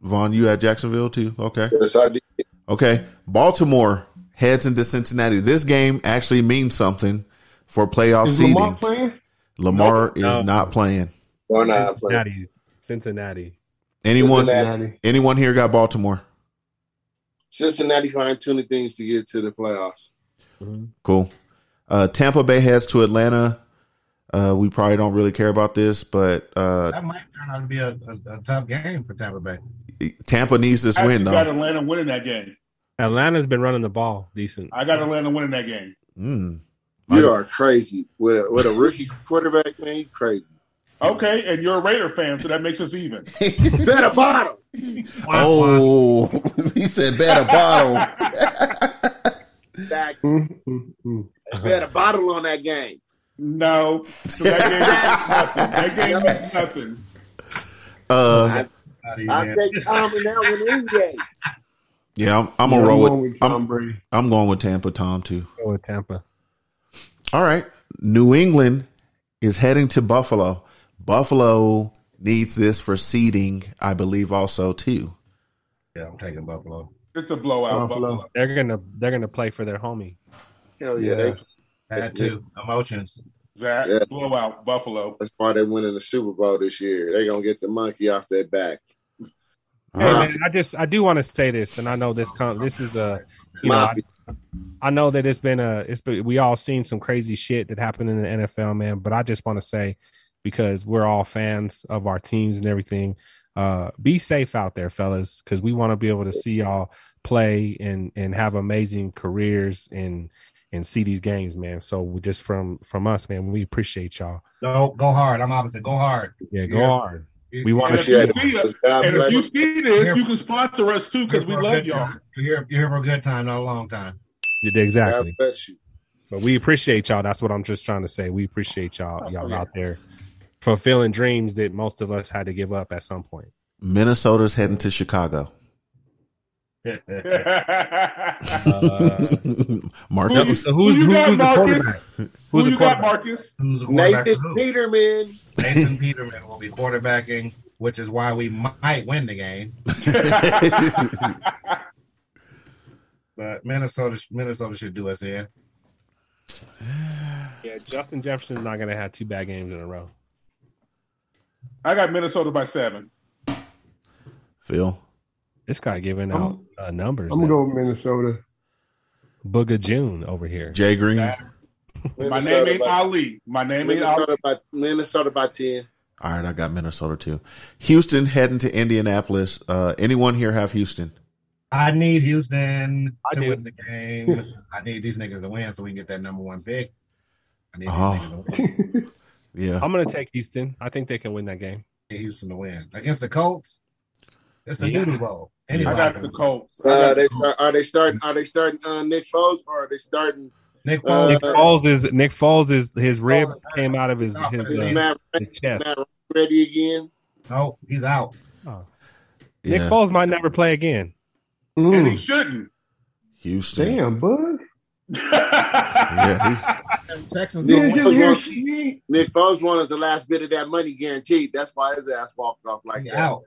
Speaker 3: Vaughn, you at Jacksonville too? Okay.
Speaker 18: Yes, I did.
Speaker 3: Okay, Baltimore heads into Cincinnati. This game actually means something for playoff
Speaker 11: Is
Speaker 3: seeding.
Speaker 11: Lamar
Speaker 3: Lamar,
Speaker 11: playing?
Speaker 3: is
Speaker 6: No.
Speaker 3: not playing.
Speaker 18: Why not?
Speaker 6: Cincinnati. Cincinnati.
Speaker 3: Anyone?
Speaker 18: Cincinnati.
Speaker 3: Anyone here got Baltimore?
Speaker 11: Cincinnati find too many things to get to the playoffs.
Speaker 3: Cool. Uh, Tampa Bay heads to Atlanta. Uh, we probably don't really care about this, but uh,
Speaker 1: that might turn out to be a, a, a tough game for Tampa Bay.
Speaker 3: Tampa needs this
Speaker 5: I
Speaker 3: win,
Speaker 5: actually got
Speaker 3: though.
Speaker 5: Atlanta winning that game.
Speaker 6: Atlanta's been running the ball decent.
Speaker 5: I got Atlanta winning that game.
Speaker 3: Mm.
Speaker 11: You are crazy with a, with a rookie quarterback, man. You crazy.
Speaker 5: Okay, and you're a Raider fan, so that makes us even.
Speaker 11: Better bottom.
Speaker 3: Oh, he said better bottle.
Speaker 11: Back. mm, Bet a bottle on that game.
Speaker 5: No, so that game means nothing. That game means nothing.
Speaker 3: Uh,
Speaker 11: I'll take Tom in that one any day.
Speaker 3: yeah, I'm, I'm
Speaker 19: Yeah,
Speaker 3: gonna
Speaker 19: I'm
Speaker 3: roll with.
Speaker 19: going with Tom
Speaker 3: I'm,
Speaker 19: Brady.
Speaker 3: I'm going with Tampa, Tom too.
Speaker 6: Go with Tampa.
Speaker 3: All right, New England is heading to Buffalo. Buffalo needs this for seeding, I believe, also too.
Speaker 1: Yeah, I'm taking Buffalo.
Speaker 5: It's a blowout. Buffalo.
Speaker 6: They're gonna they're gonna play for their homie.
Speaker 11: Hell yeah, they
Speaker 1: Had to emotions.
Speaker 5: Zach,
Speaker 11: Yeah.
Speaker 5: blowout. Buffalo.
Speaker 11: That's why they winning the Super Bowl this year. They gonna get the monkey off their back.
Speaker 6: Hey, man, I just I do want to say this, and I know this com- this is a you know I, I know that it's been a it's been, we all seen some crazy shit that happened in the NFL, man. But I just want to say because we're all fans of our teams and everything, uh, be safe out there, fellas, because we want to be able to see y'all play and and have amazing careers and and see these games, man. So we just from from us, man, we appreciate y'all.
Speaker 1: Go go hard. I'm opposite. Go hard.
Speaker 6: Yeah, go
Speaker 1: Yeah.
Speaker 6: hard.
Speaker 1: You-
Speaker 6: We want
Speaker 5: And
Speaker 6: to
Speaker 5: if
Speaker 6: see.
Speaker 5: you
Speaker 6: it.
Speaker 5: see us,
Speaker 11: God
Speaker 5: and if
Speaker 11: bless
Speaker 5: you
Speaker 11: you.
Speaker 5: see this, you can sponsor us too because we
Speaker 1: You're here for a
Speaker 5: love
Speaker 1: good
Speaker 5: y'all.
Speaker 1: time. You're here, you're here for a good time, not a long time.
Speaker 6: Yeah, Exactly.
Speaker 11: God bless you.
Speaker 6: But we appreciate y'all. That's what I'm just trying to say. We appreciate y'all, y'all
Speaker 1: Oh, yeah.
Speaker 6: out there fulfilling dreams that most of us had to give up at some point.
Speaker 3: Minnesota's heading to Chicago.
Speaker 1: Uh,
Speaker 3: Mark,
Speaker 5: Who you-
Speaker 6: So who's
Speaker 5: who
Speaker 6: who's, who's the
Speaker 5: you got, Marcus?
Speaker 6: quarterback?
Speaker 5: Who
Speaker 6: Who's the
Speaker 5: you got,
Speaker 6: quarterback?
Speaker 5: Marcus?
Speaker 1: Who's the quarterback?
Speaker 11: Nathan
Speaker 1: for who?
Speaker 11: Peterman.
Speaker 1: Nathan Peterman will be quarterbacking, which is why we might win the game. But Minnesota, Minnesota should do us in.
Speaker 6: Yeah, Justin Jefferson's not going to have two bad games in a row.
Speaker 5: I got Minnesota by seven.
Speaker 3: Phil.
Speaker 6: This guy giving out uh, numbers.
Speaker 19: I'm
Speaker 6: now.
Speaker 19: gonna go with Minnesota.
Speaker 6: Booga June over here.
Speaker 3: Jay Green.
Speaker 5: My
Speaker 11: Minnesota
Speaker 5: name ain't
Speaker 11: by-
Speaker 5: Ali. My name ain't Ali.
Speaker 11: Minnesota by Minnesota by ten.
Speaker 3: All right, I got Minnesota too. Houston heading to Indianapolis. Uh, anyone here have Houston?
Speaker 1: I need Houston
Speaker 6: I
Speaker 1: to
Speaker 6: do.
Speaker 1: win the game. I need these niggas to win so we can get that number one pick. I need these
Speaker 3: Oh.
Speaker 1: niggas to win.
Speaker 3: Yeah.
Speaker 6: I'm going to take Houston. I think they can win that game.
Speaker 1: I need Houston to win against the Colts. It's the
Speaker 6: Yeah.
Speaker 1: Doodle Bowl.
Speaker 5: I
Speaker 1: Anybody
Speaker 5: got the
Speaker 1: can-
Speaker 5: Colts. I
Speaker 11: Uh,
Speaker 5: got
Speaker 11: they
Speaker 5: the
Speaker 11: start, are they starting? Are they starting uh, Nick Foles or are they starting
Speaker 1: Nick
Speaker 11: Uh,
Speaker 1: Foles.
Speaker 6: Nick Foles is Nick Foles is his rib
Speaker 1: Foles is hurt.
Speaker 6: came out of his his,
Speaker 11: is
Speaker 1: Yeah.
Speaker 6: uh,
Speaker 11: Matt
Speaker 6: his
Speaker 11: is
Speaker 6: chest.
Speaker 11: Matt ready again?
Speaker 1: no, he's out.
Speaker 6: Oh.
Speaker 3: Yeah.
Speaker 6: Nick Foles might never play again.
Speaker 5: And he
Speaker 19: Mm,
Speaker 5: shouldn't.
Speaker 3: Houston.
Speaker 19: damn, bud.
Speaker 3: Yeah. he-
Speaker 1: Texans
Speaker 11: Nick
Speaker 1: gonna
Speaker 19: Didn't
Speaker 1: win.
Speaker 19: just hear
Speaker 11: Foles-
Speaker 19: she ain't
Speaker 11: Nick Foles wanted the last bit of that money guaranteed. That's why his ass walked off like
Speaker 1: He
Speaker 11: that.
Speaker 1: out.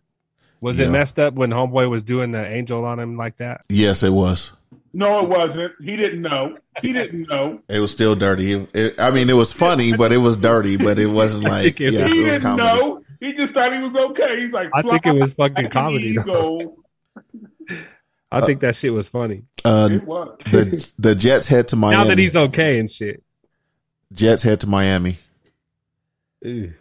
Speaker 6: Was
Speaker 3: Yeah.
Speaker 6: it messed up when Homeboy was doing the angel on him like that?
Speaker 3: yes, it was.
Speaker 5: No, it wasn't. He didn't know. He didn't know.
Speaker 3: It was still dirty. It- it- I mean, it was funny, but it was dirty. But it wasn't like yeah,
Speaker 6: it
Speaker 5: he
Speaker 3: it was
Speaker 5: didn't
Speaker 3: comedy.
Speaker 5: know. He just thought he was okay. He's like,
Speaker 6: I think it was fucking comedy. though.
Speaker 5: Go.
Speaker 6: I think that shit was funny.
Speaker 3: Uh,
Speaker 5: It was.
Speaker 3: the the Jets head to Miami.
Speaker 6: Now that he's okay and shit.
Speaker 3: Jets head to Miami.
Speaker 6: Ew. This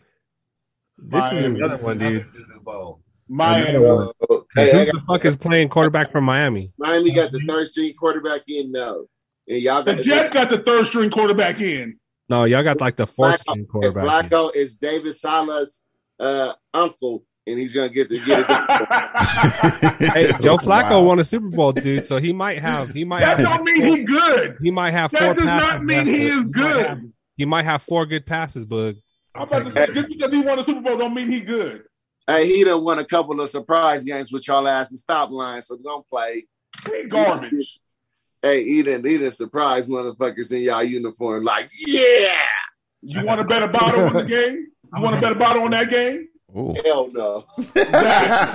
Speaker 5: Miami.
Speaker 6: is another one, dude.
Speaker 1: Doodle Bowl.
Speaker 5: Miami.
Speaker 6: Another one.
Speaker 11: Uh,
Speaker 6: 'Cause
Speaker 11: hey, I
Speaker 6: who
Speaker 11: got-
Speaker 6: the fuck is playing quarterback from Miami?
Speaker 11: Miami got the third string quarterback in now, and y'all
Speaker 5: Mm-hmm. The
Speaker 11: got
Speaker 5: Jets got the third string quarterback in.
Speaker 6: No, y'all got like the fourth string
Speaker 11: And
Speaker 6: quarterback.
Speaker 11: Flacco is David Sala's uh, uncle, and he's gonna get to get it. done.
Speaker 6: Hey, Joe Flacco
Speaker 3: Wow.
Speaker 6: won a Super Bowl, dude. So he might have he might
Speaker 5: That don't
Speaker 6: have
Speaker 5: mean he good.
Speaker 6: he might have four
Speaker 5: That does
Speaker 6: passes.
Speaker 5: not mean
Speaker 6: left.
Speaker 5: he is
Speaker 6: might have,
Speaker 5: good.
Speaker 6: he might have four good passes, Bug.
Speaker 5: I'm about to say just because he won a Super Bowl don't mean he good.
Speaker 11: hey, he done won a couple of surprise games with y'all ass and stop line, so don't play.
Speaker 5: He garbage.
Speaker 11: Hey, he done he done surprise motherfuckers in y'all uniform, like yeah,
Speaker 5: You want a better bottle in the game? You want a better bottle on that game?
Speaker 3: Ooh.
Speaker 11: hell no.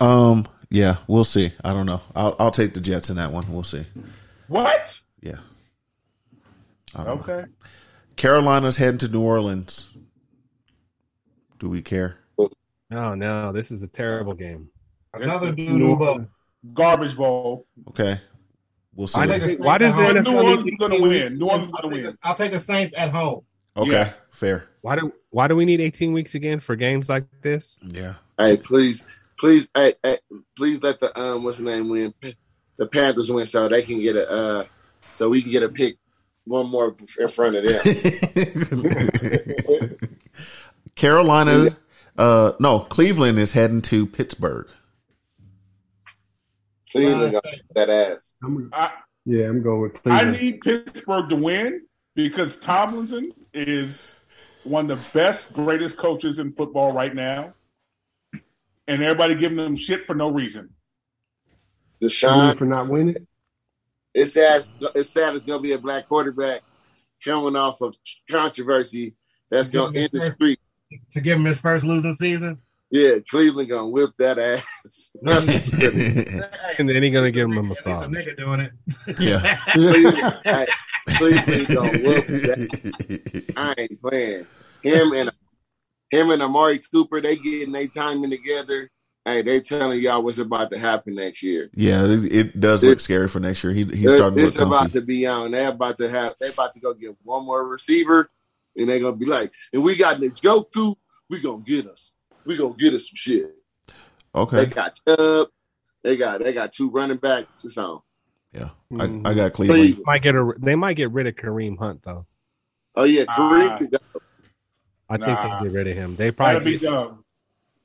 Speaker 3: um. Yeah, we'll see. I don't know. I'll I'll take the Jets in that one. We'll see.
Speaker 5: what?
Speaker 3: Yeah. I don't know.
Speaker 5: Okay.
Speaker 3: Carolina's heading to New Orleans. Do we care?
Speaker 6: no, no, this is a terrible game.
Speaker 12: Another dude who uh, voted.
Speaker 5: Garbage bowl.
Speaker 3: Okay. We'll see.
Speaker 12: I'll take the Saints at home.
Speaker 5: New Orleans is going to win? New Orleans
Speaker 12: I'll
Speaker 5: is going to
Speaker 12: take
Speaker 5: win.
Speaker 12: the- I'll take the Saints at home.
Speaker 3: Okay. Fair.
Speaker 6: Why do Why do we need 18 weeks again for games like this?
Speaker 3: Yeah.
Speaker 11: Hey, please, please, hey, hey, please let the um, what's the name win? The Panthers win, so they can get a, uh, so we can get a pick one more in front of them.
Speaker 3: Carolina, uh, no, Cleveland is heading to Pittsburgh.
Speaker 11: Cleveland got that ass.
Speaker 5: I,
Speaker 20: Yeah, I'm going with
Speaker 5: I
Speaker 20: Cleveland.
Speaker 5: need Pittsburgh to win because Tomlinson is one of the best, greatest coaches in football right now, and everybody giving them shit for no reason.
Speaker 20: You
Speaker 11: Deshaun,
Speaker 20: mean for not winning.
Speaker 11: it's sad. It's sad. It's gonna be a black quarterback coming off of controversy that's gonna end the street.
Speaker 12: To give him his first losing season.
Speaker 11: Yeah, Cleveland gonna whip that ass.
Speaker 6: and then he's going to give him a
Speaker 11: Oh.
Speaker 6: massage.
Speaker 12: Nigga doing it.
Speaker 3: Yeah.
Speaker 11: Cleveland, hey, Cleveland gonna whoop that. I ain't playing. Him and him and Amari Cooper, they getting their timing together. Hey, they telling y'all what's about to happen next year.
Speaker 3: Yeah, it, it does look scary for next year. He, he's
Speaker 11: It-
Speaker 3: starting to
Speaker 11: it's
Speaker 3: look
Speaker 11: about
Speaker 3: comfy.
Speaker 11: to be on. They're about to have. They're about to go get one more receiver, and they're gonna be like, "And we got Njoku. We gonna get us. We gonna get us some shit." They
Speaker 3: Okay.
Speaker 11: got Chubb. They got they got two running backs. It's on.
Speaker 3: I, I got Cleveland.
Speaker 6: Mm-hmm. Might get a, they might get rid of Kareem Hunt, though.
Speaker 11: Oh yeah,
Speaker 12: Ah.
Speaker 11: Kareem. could go.
Speaker 6: I
Speaker 11: Nah.
Speaker 6: think they get rid of him. They
Speaker 5: That'd
Speaker 6: probably.
Speaker 5: be dumb.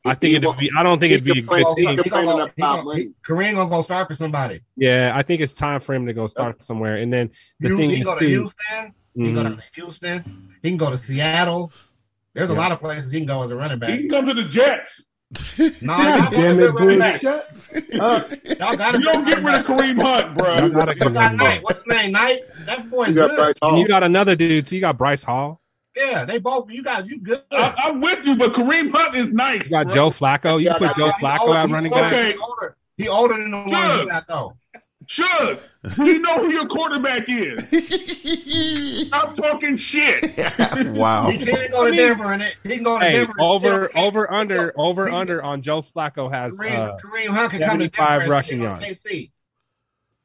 Speaker 6: I think it'd be. I don't think it'd be. A good team.
Speaker 12: Kareem gonna go start for somebody.
Speaker 6: Yeah, I think it's time for him to go start somewhere. And then the
Speaker 12: Houston,
Speaker 6: thing
Speaker 12: he
Speaker 6: is
Speaker 12: go to
Speaker 6: too.
Speaker 12: Houston. He go to Houston. He can go to Seattle. There's a
Speaker 6: Yeah.
Speaker 12: lot of places he can go as a running back.
Speaker 5: He can come to the Jets.
Speaker 12: No,
Speaker 6: Mm-hmm.
Speaker 12: y'all
Speaker 5: Damn
Speaker 12: got
Speaker 5: it,
Speaker 12: a running
Speaker 5: Bruce.
Speaker 12: back. Y'all got a
Speaker 5: You don't get rid of Kareem Hunt, bro.
Speaker 6: You gotta
Speaker 12: You
Speaker 6: come
Speaker 12: got
Speaker 6: on.
Speaker 12: Knight. What's his name? Knight. That boy's
Speaker 6: You
Speaker 12: good.
Speaker 6: And you got another dude. So you got Bryce Hall.
Speaker 12: Yeah, they both. You got you good.
Speaker 5: I, I'm with you, but Kareem Hunt is nice.
Speaker 6: You got Joe Flacco. You put Joe Flacco at running back.
Speaker 5: Okay.
Speaker 12: He older than the one you got though.
Speaker 5: Shug, you know who your quarterback is. Stop talking shit.
Speaker 3: Wow.
Speaker 12: He can't go to Denver and it. He can go to
Speaker 6: Hey,
Speaker 12: Denver. and
Speaker 6: over,
Speaker 12: shit.
Speaker 6: over, under, over, under on Joe Flacco has
Speaker 12: Kareem,
Speaker 6: uh,
Speaker 12: Kareem Hunt can come to Denver.
Speaker 6: 75
Speaker 12: and
Speaker 6: rushing
Speaker 12: shit on
Speaker 6: yards.
Speaker 12: KC.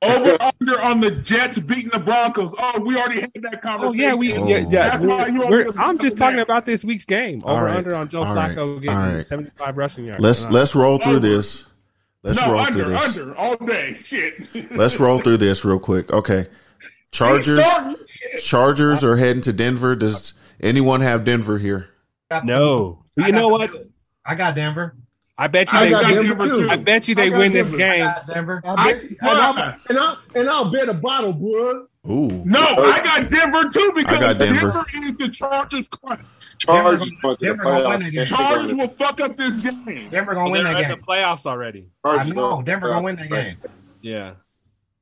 Speaker 5: Over under on the Jets beating the Broncos. Oh, we already had that conversation.
Speaker 6: Oh yeah, we yeah. yeah.
Speaker 5: That's why you
Speaker 6: We're- we're-
Speaker 5: over
Speaker 6: I'm just talking about this week's game.
Speaker 3: All
Speaker 6: Over
Speaker 3: right.
Speaker 6: under on Joe
Speaker 3: All right.
Speaker 6: Flacco
Speaker 3: All
Speaker 6: getting
Speaker 3: right.
Speaker 6: 75 rushing yards.
Speaker 3: Let's
Speaker 6: Uh,
Speaker 3: let's roll through this. Let's
Speaker 5: no,
Speaker 3: roll
Speaker 5: under,
Speaker 3: through this.
Speaker 5: under all day. Shit.
Speaker 3: Let's roll through this real quick. Okay. Chargers Chargers are heading to Denver. Does anyone have Denver here?
Speaker 6: No.
Speaker 12: I
Speaker 6: You
Speaker 12: got
Speaker 6: know
Speaker 12: the
Speaker 6: what?
Speaker 12: Bills. I got Denver.
Speaker 6: I bet you
Speaker 20: I
Speaker 6: they
Speaker 20: got
Speaker 6: win.
Speaker 20: Denver, too.
Speaker 6: I bet you
Speaker 20: I
Speaker 6: they
Speaker 20: got
Speaker 6: win this
Speaker 20: Denver.
Speaker 12: I
Speaker 6: game.
Speaker 12: got Denver.
Speaker 20: I bet, and, I'll, and, I'll, and I'll bet a bottle, boy.
Speaker 3: Oow.
Speaker 5: No, I got Denver too because
Speaker 3: I got Denver.
Speaker 5: is the Chargers. crunch.
Speaker 11: Chargers about to the
Speaker 12: Denver gonna win
Speaker 11: playoffs.
Speaker 12: that game.
Speaker 5: Chargers will fuck up this game.
Speaker 12: Denver gonna win
Speaker 6: They're
Speaker 12: that
Speaker 6: in the
Speaker 12: game.
Speaker 6: playoffs already.
Speaker 12: I
Speaker 11: Chargers
Speaker 12: know
Speaker 11: gonna-
Speaker 12: Denver gonna win that game.
Speaker 6: Yeah.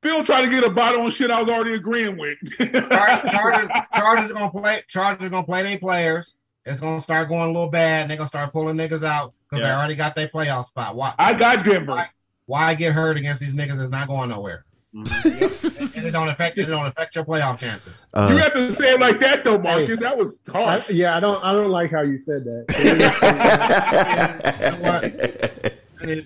Speaker 5: Phil tried to get a bottle on shit I was already agreeing with.
Speaker 12: Char- Chargers, Chargers gonna play. Chargers gonna play their players. It's gonna start going a little bad, and they're gonna start pulling niggas out because they
Speaker 5: Yeah.
Speaker 12: already got their playoff spot. Why?
Speaker 5: I got Denver.
Speaker 12: Why get hurt against these niggas? Is not going nowhere.
Speaker 5: Mm-hmm.
Speaker 12: and it don't affect. It don't affect your playoff chances.
Speaker 5: you
Speaker 3: Uh,
Speaker 5: have to say it like that though, Marcus. That was
Speaker 20: I,
Speaker 5: harsh.
Speaker 20: yeah, I don't. I don't like how you said that.
Speaker 12: It,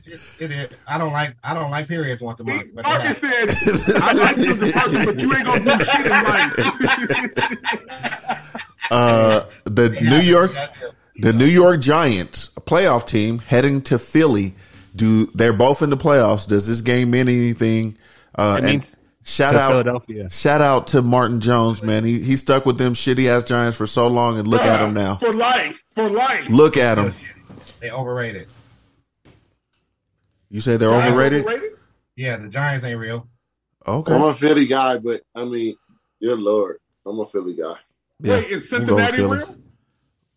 Speaker 12: it, it, it, I don't like. I don't like periods once a month. but they
Speaker 5: Marcus said, "I like you as a person, but you ain't gonna do shit in life."
Speaker 3: uh, the New York the New York Giants, a playoff team heading to Philly. Do they're both in the playoffs? Does this game mean anything? Uh,
Speaker 6: It
Speaker 3: and
Speaker 6: means
Speaker 3: shout
Speaker 6: to
Speaker 3: out
Speaker 6: Philadelphia.
Speaker 3: Shout out to Martin Jones, man. He he stuck with them shitty ass Giants for so long, and look at him now.
Speaker 5: for life, for life.
Speaker 3: Look at him.
Speaker 12: They overrated.
Speaker 3: You say they're
Speaker 5: Giants
Speaker 3: overrated?
Speaker 12: Yeah, the Giants ain't real.
Speaker 3: Okay.
Speaker 11: I'm a Philly guy, but I mean, dear Lord, I'm a Philly guy.
Speaker 3: Yeah.
Speaker 5: Wait, is
Speaker 3: We'll go with
Speaker 5: Cincinnati
Speaker 3: Philly.
Speaker 5: real?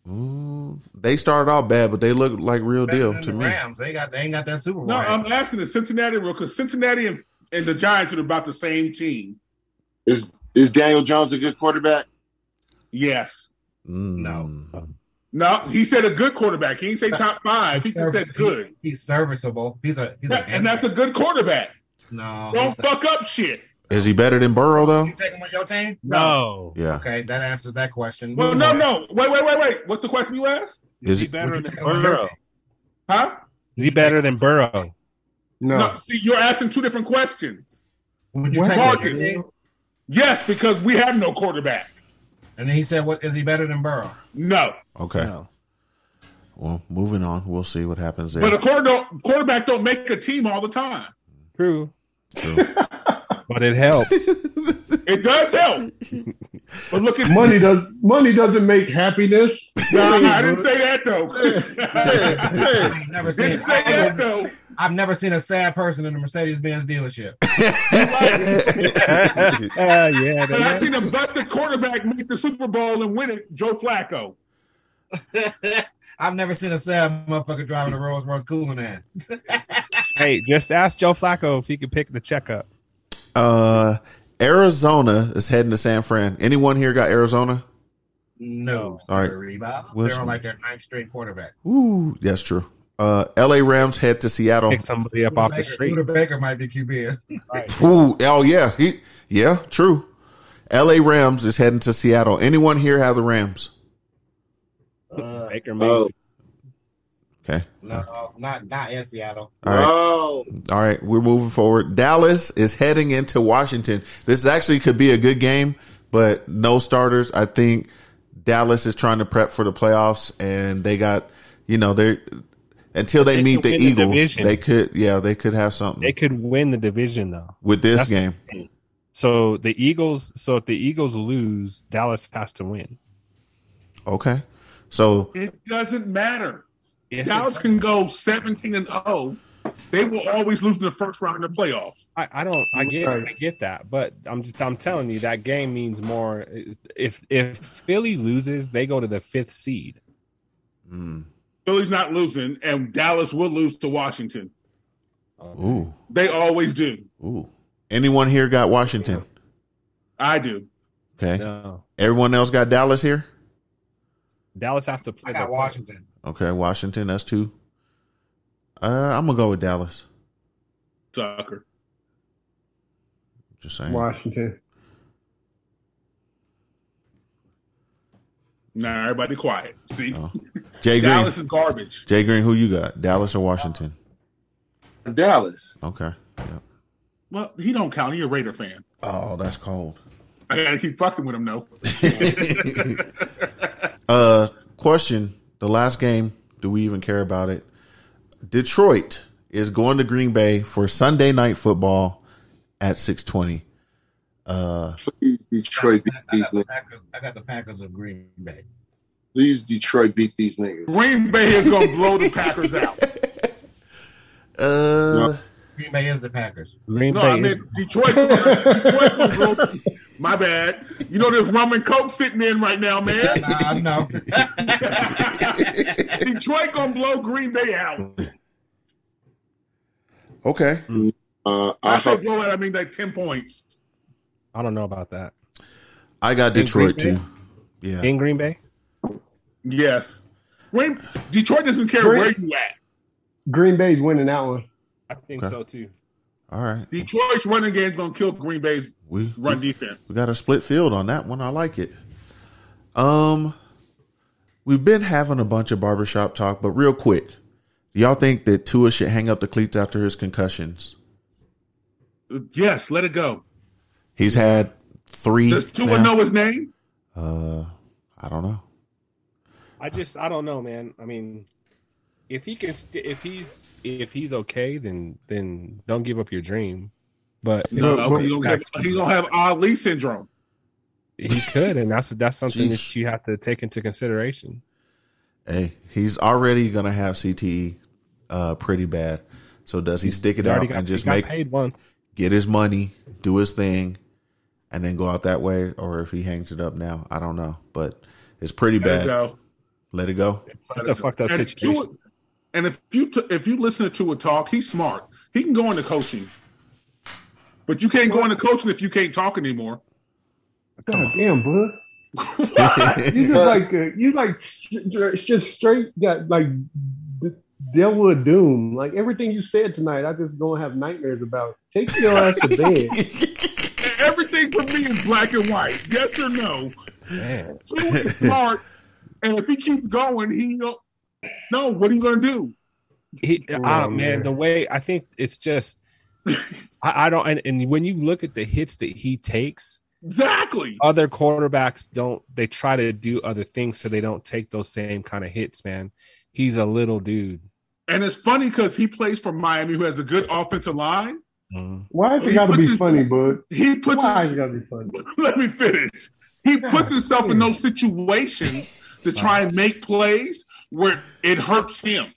Speaker 3: Mm, they started off bad, but they look like real deal
Speaker 12: Better than
Speaker 3: to
Speaker 12: the
Speaker 3: me.
Speaker 12: Rams. They got. They ain't got that Super Bowl.
Speaker 5: No,
Speaker 12: ring.
Speaker 5: I'm asking is Cincinnati real because Cincinnati and, and the Giants are about the same team.
Speaker 11: Is is Daniel Jones a good quarterback?
Speaker 5: Yes.
Speaker 3: No.
Speaker 5: No, he said a good quarterback. He didn't say top five. He just said good.
Speaker 12: He's serviceable. He's a. He's a
Speaker 5: And that's a good quarterback.
Speaker 12: no.
Speaker 5: Don't
Speaker 12: he's a-
Speaker 5: fuck up shit.
Speaker 3: Is he better than Burrow though?
Speaker 12: you take him with your team?
Speaker 6: No.
Speaker 3: Yeah.
Speaker 12: Okay, that answers that question.
Speaker 5: Well,
Speaker 12: Move
Speaker 5: no,
Speaker 12: on.
Speaker 5: no. Wait, wait, wait, wait. What's the question you asked?
Speaker 3: Is
Speaker 6: he
Speaker 3: he
Speaker 6: better
Speaker 12: Would you
Speaker 6: than
Speaker 12: take him with your
Speaker 6: Burrow?
Speaker 12: team?
Speaker 5: Huh?
Speaker 6: Is he better than Burrow?
Speaker 11: No.
Speaker 5: see, you're asking two different questions.
Speaker 12: Would you take
Speaker 5: Marcus,
Speaker 12: Daniel?
Speaker 5: yes, because we have no quarterback.
Speaker 12: And then he said, "What is he better than Burrow?"
Speaker 5: No,
Speaker 3: Okay. Well, moving on. We'll see what happens there.
Speaker 5: but a quarter don't- quarterback don't make a team all the time.
Speaker 6: True. but it helps.
Speaker 5: It does help. but look at
Speaker 11: money does money doesn't make happiness.
Speaker 5: No, no, I didn't say that though.
Speaker 12: I've never
Speaker 5: Didn't
Speaker 12: seen.
Speaker 5: say that,
Speaker 12: I've, never, I've never seen a sad person in a Mercedes Benz dealership.
Speaker 6: yeah,
Speaker 5: But I seen the busted quarterback make the Super Bowl and win it, Joe Flacco.
Speaker 12: I've never seen a sad motherfucker driving a Rolls Royce cooling that.
Speaker 6: hey, just ask Joe Flacco if he could pick the checkup.
Speaker 3: Uh, Arizona is heading to San Fran. Anyone here got Arizona?
Speaker 12: No,
Speaker 3: All right.
Speaker 12: sorry, Bob.
Speaker 3: What's-
Speaker 12: They're on like their ninth straight quarterback.
Speaker 3: Ooh, that's true. Uh, L.A. Rams head to Seattle.
Speaker 6: Pick somebody up off the street.
Speaker 12: Buda Baker might be QB.
Speaker 3: Ooh, oh yeah, he yeah, true. L.A. Rams is heading to Seattle. Anyone here have the Rams?
Speaker 6: Baker
Speaker 18: Oh,
Speaker 3: Okay,
Speaker 12: No, not not in Seattle.
Speaker 3: All right.
Speaker 11: oh,
Speaker 3: all right, we're moving forward. Dallas is heading into Washington. This actually could be a good game, but no starters. I think Dallas is trying to prep for the playoffs, and they got you know they're until they,
Speaker 6: They
Speaker 3: meet
Speaker 6: could
Speaker 3: the
Speaker 6: win the
Speaker 3: Eagles,
Speaker 6: division.
Speaker 3: they could yeah they could have something.
Speaker 6: They could win the division though.
Speaker 3: with this
Speaker 6: That's-
Speaker 3: game.
Speaker 6: So the Eagles. So if the Eagles lose, Dallas has to win.
Speaker 3: Okay. So
Speaker 5: It doesn't matter.
Speaker 6: Yes, it
Speaker 5: Dallas
Speaker 6: does.
Speaker 5: can go 17 and 0. They will always lose in the first round of the playoffs.
Speaker 6: I, I don't. I get.
Speaker 5: Right.
Speaker 6: I get that. But I'm just. I'm telling you that game means more. If if Philly loses, they go to the fifth seed.
Speaker 3: mm,
Speaker 5: Philly's not losing, and Dallas will lose to Washington.
Speaker 3: Ooh,
Speaker 5: They always do.
Speaker 3: ooh. Anyone here got Washington?
Speaker 5: I do.
Speaker 3: Okay.
Speaker 6: No.
Speaker 3: Everyone else got Dallas here?
Speaker 6: Dallas has to play.
Speaker 12: I got Washington.
Speaker 3: Okay, Washington, that's two. Uh, I'm gonna go with Dallas.
Speaker 5: Sucker.
Speaker 3: Just saying.
Speaker 11: Washington.
Speaker 5: Now everybody quiet. See?
Speaker 3: Oh, Jay Green.
Speaker 5: Dallas is garbage.
Speaker 3: Jay Green, who you got? Dallas or Washington?
Speaker 18: Dallas.
Speaker 3: Okay. Yep.
Speaker 5: Well, he don't count. He a Raider fan.
Speaker 3: Oh, that's cold.
Speaker 5: I gotta keep fucking with him though.
Speaker 3: Uh question. The last game, do we even care about it? Detroit is going to Green Bay for Sunday night football at six twenty. Uh
Speaker 18: Please Detroit beat
Speaker 12: I
Speaker 18: these
Speaker 12: got the
Speaker 18: niggas.
Speaker 12: Packers. I got the Packers of Green Bay.
Speaker 18: Please Detroit beat these niggas.
Speaker 5: Green Bay is gonna blow the Packers out.
Speaker 3: uh
Speaker 12: Green Bay is the Packers.
Speaker 6: Green
Speaker 5: No,
Speaker 6: Bay.
Speaker 5: I meant Detroit. Detroit's gonna blow- My bad. You know this rum and coke sitting in right now, man.
Speaker 12: I know.
Speaker 5: Detroit gonna blow Green Bay out.
Speaker 3: okay.
Speaker 18: Uh,
Speaker 5: I,
Speaker 18: I
Speaker 5: say
Speaker 18: hope
Speaker 5: blow out. I mean like ten points.
Speaker 6: I don't know about that.
Speaker 3: I got
Speaker 6: In
Speaker 3: Detroit
Speaker 6: Green
Speaker 3: too. Yeah.
Speaker 6: In Green Bay.
Speaker 5: Yes. Green, Detroit doesn't care
Speaker 11: Green-
Speaker 5: where you at.
Speaker 11: Green Bay's winning that one.
Speaker 6: I think
Speaker 3: Okay.
Speaker 6: so too.
Speaker 3: All right.
Speaker 5: Detroit's running game's gonna kill Green Bay's
Speaker 3: We
Speaker 5: run defense.
Speaker 3: We got a split field on that one. I like it. Um, we've been having a bunch of barbershop talk, but real quick, do y'all think that Tua should hang up the cleats after his concussions?
Speaker 5: Yes, let it go.
Speaker 3: He's had three.
Speaker 5: Does Tua
Speaker 3: now.
Speaker 5: know his name?
Speaker 3: Uh, I don't know.
Speaker 6: I just I don't know, man. I mean, if he can, st- if he's if he's okay, then then don't give up your dream. But
Speaker 5: No, okay, he's gonna, have, he gonna have Ali syndrome.
Speaker 6: he could, and that's that's something
Speaker 3: Jeez.
Speaker 6: that you have to take into consideration.
Speaker 3: Hey, he's already gonna have CTE, uh, pretty bad. So does he stick it
Speaker 6: He's
Speaker 3: out
Speaker 6: already
Speaker 3: and
Speaker 6: got,
Speaker 3: just
Speaker 6: he got
Speaker 3: make
Speaker 6: paid one.
Speaker 3: get his money, do his thing, and then go out that way, or if he hangs it up now, I don't know. But it's pretty
Speaker 5: Let it
Speaker 3: bad.
Speaker 5: go.
Speaker 3: Let it go.
Speaker 6: That's a fucked up
Speaker 5: And if
Speaker 6: situation.
Speaker 5: you, and if you t- if you listen to a talk, he's smart. He can go into coaching, but you can't go into coaching if you can't talk anymore.
Speaker 11: God damn, bud. you just like uh, you like it's just straight got like d- devil of doom. Like everything you said tonight, I just gonna have nightmares about. Take your ass to bed.
Speaker 5: Everything for me is black and white. Yes or no?
Speaker 6: Man.
Speaker 5: Tua uh, is smart, and if he keeps going, he go- no. What are you gonna do?
Speaker 6: He, I
Speaker 11: Oh,
Speaker 6: don't, man,
Speaker 11: man.
Speaker 6: the way I think it's just, I, I don't, and, and when you look at the hits that he takes,
Speaker 5: exactly,
Speaker 6: other quarterbacks don't. They try to do other things so they don't take those same kind of hits. Man, he's a little dude.
Speaker 5: And it's funny because he plays for Miami, who has a good offensive line.
Speaker 3: Mm-hmm.
Speaker 11: Why is
Speaker 5: He
Speaker 11: it got to
Speaker 5: puts
Speaker 11: be
Speaker 5: his-
Speaker 11: funny, bud?
Speaker 5: He puts
Speaker 11: Why
Speaker 5: his-
Speaker 11: is it got to be funny?
Speaker 5: Let me finish. He puts himself in those situations to try and make plays where it hurts him.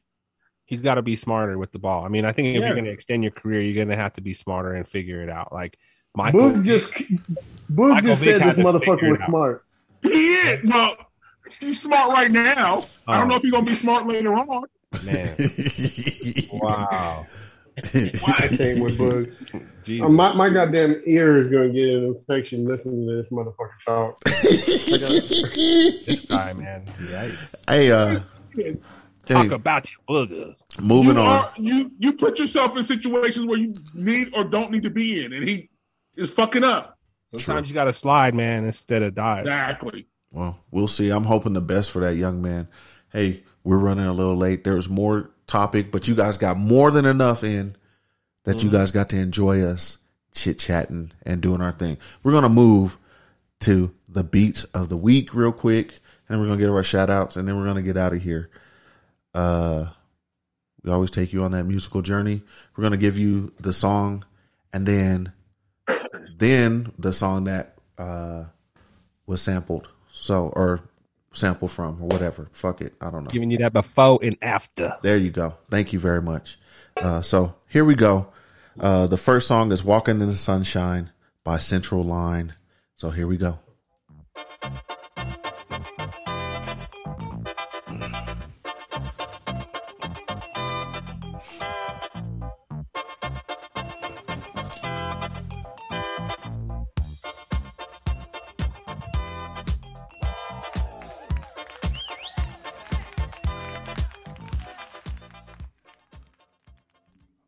Speaker 6: He's got to be smarter with the ball. I mean, I think if
Speaker 5: Yes.
Speaker 6: you're going to extend your career, you're going to have to be smarter and figure it out. Like Michael,
Speaker 11: Boog just Boog
Speaker 6: Michael
Speaker 11: just
Speaker 6: Vick
Speaker 11: said
Speaker 6: had
Speaker 11: this
Speaker 6: to figure
Speaker 11: motherfucker
Speaker 6: it
Speaker 11: was
Speaker 6: out.
Speaker 11: smart.
Speaker 5: He is. Well, he's smart right now. I don't know if he's going to be smart later on.
Speaker 6: man, wow,
Speaker 11: I can't with Boog.
Speaker 6: Jesus.
Speaker 11: Uh, my, my goddamn ear is gonna get an infection listening to this motherfucker talk. I gotta-
Speaker 6: this guy, man, yikes.
Speaker 3: Hey, uh,
Speaker 6: Talk
Speaker 3: hey,
Speaker 6: about your booger.
Speaker 3: moving
Speaker 5: you
Speaker 3: on.
Speaker 5: are- you you put yourself in situations where you need or don't need to be in, and he is fucking up.
Speaker 6: Sometimes you got to slide, man, instead of dive.
Speaker 5: Exactly.
Speaker 3: Well, we'll see. I'm hoping the best for that young man. Hey, we're running a little late. There was more topic, but you guys got more than enough in that you guys got to enjoy us chit chatting and doing our thing. We're gonna move to the beats of the week real quick, and we're gonna get our shout outs and then we're gonna get out of here. Uh we always take you on that musical journey. We're gonna give you the song and then then the song that uh was sampled. So or sampled from or whatever. Fuck it. I don't know.
Speaker 6: Giving you that before and after.
Speaker 3: There you go. Thank you very much. Uh, so here we go. Uh, the first song is Walking in the Sunshine by Central Line. So here we go.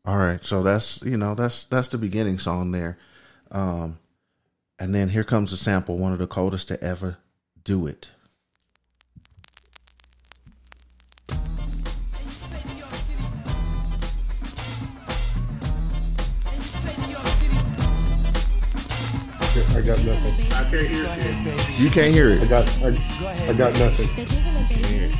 Speaker 3: All right, so that's you know that's that's the beginning song there, um, and then here comes the sample, one of the coldest to ever do it.
Speaker 11: I got nothing.
Speaker 5: I can't hear it.
Speaker 3: You can't hear
Speaker 11: I
Speaker 3: it.
Speaker 11: got I, I got nothing.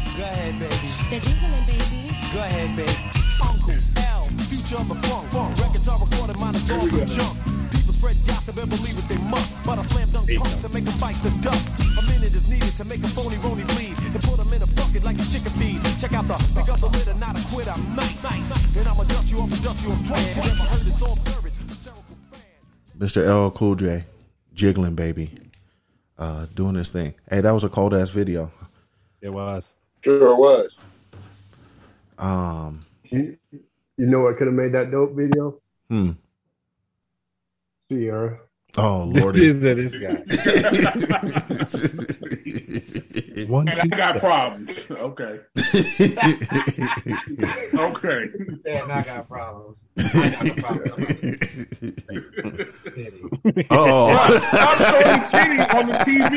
Speaker 3: Mr. L Cool J, jiggling baby, uh, doing this thing. Hey, that was a cold ass video.
Speaker 6: It was.
Speaker 18: Sure was.
Speaker 3: Um,
Speaker 11: You, you know what could have made that dope video?
Speaker 3: hmm.
Speaker 11: Sierra.
Speaker 3: Oh
Speaker 6: This
Speaker 3: lordy,
Speaker 6: is- this guy. One,
Speaker 5: And I got problems. Okay. Okay.
Speaker 12: Yeah, now I got problems. I got problems.
Speaker 5: Stop showing the titty on the TV.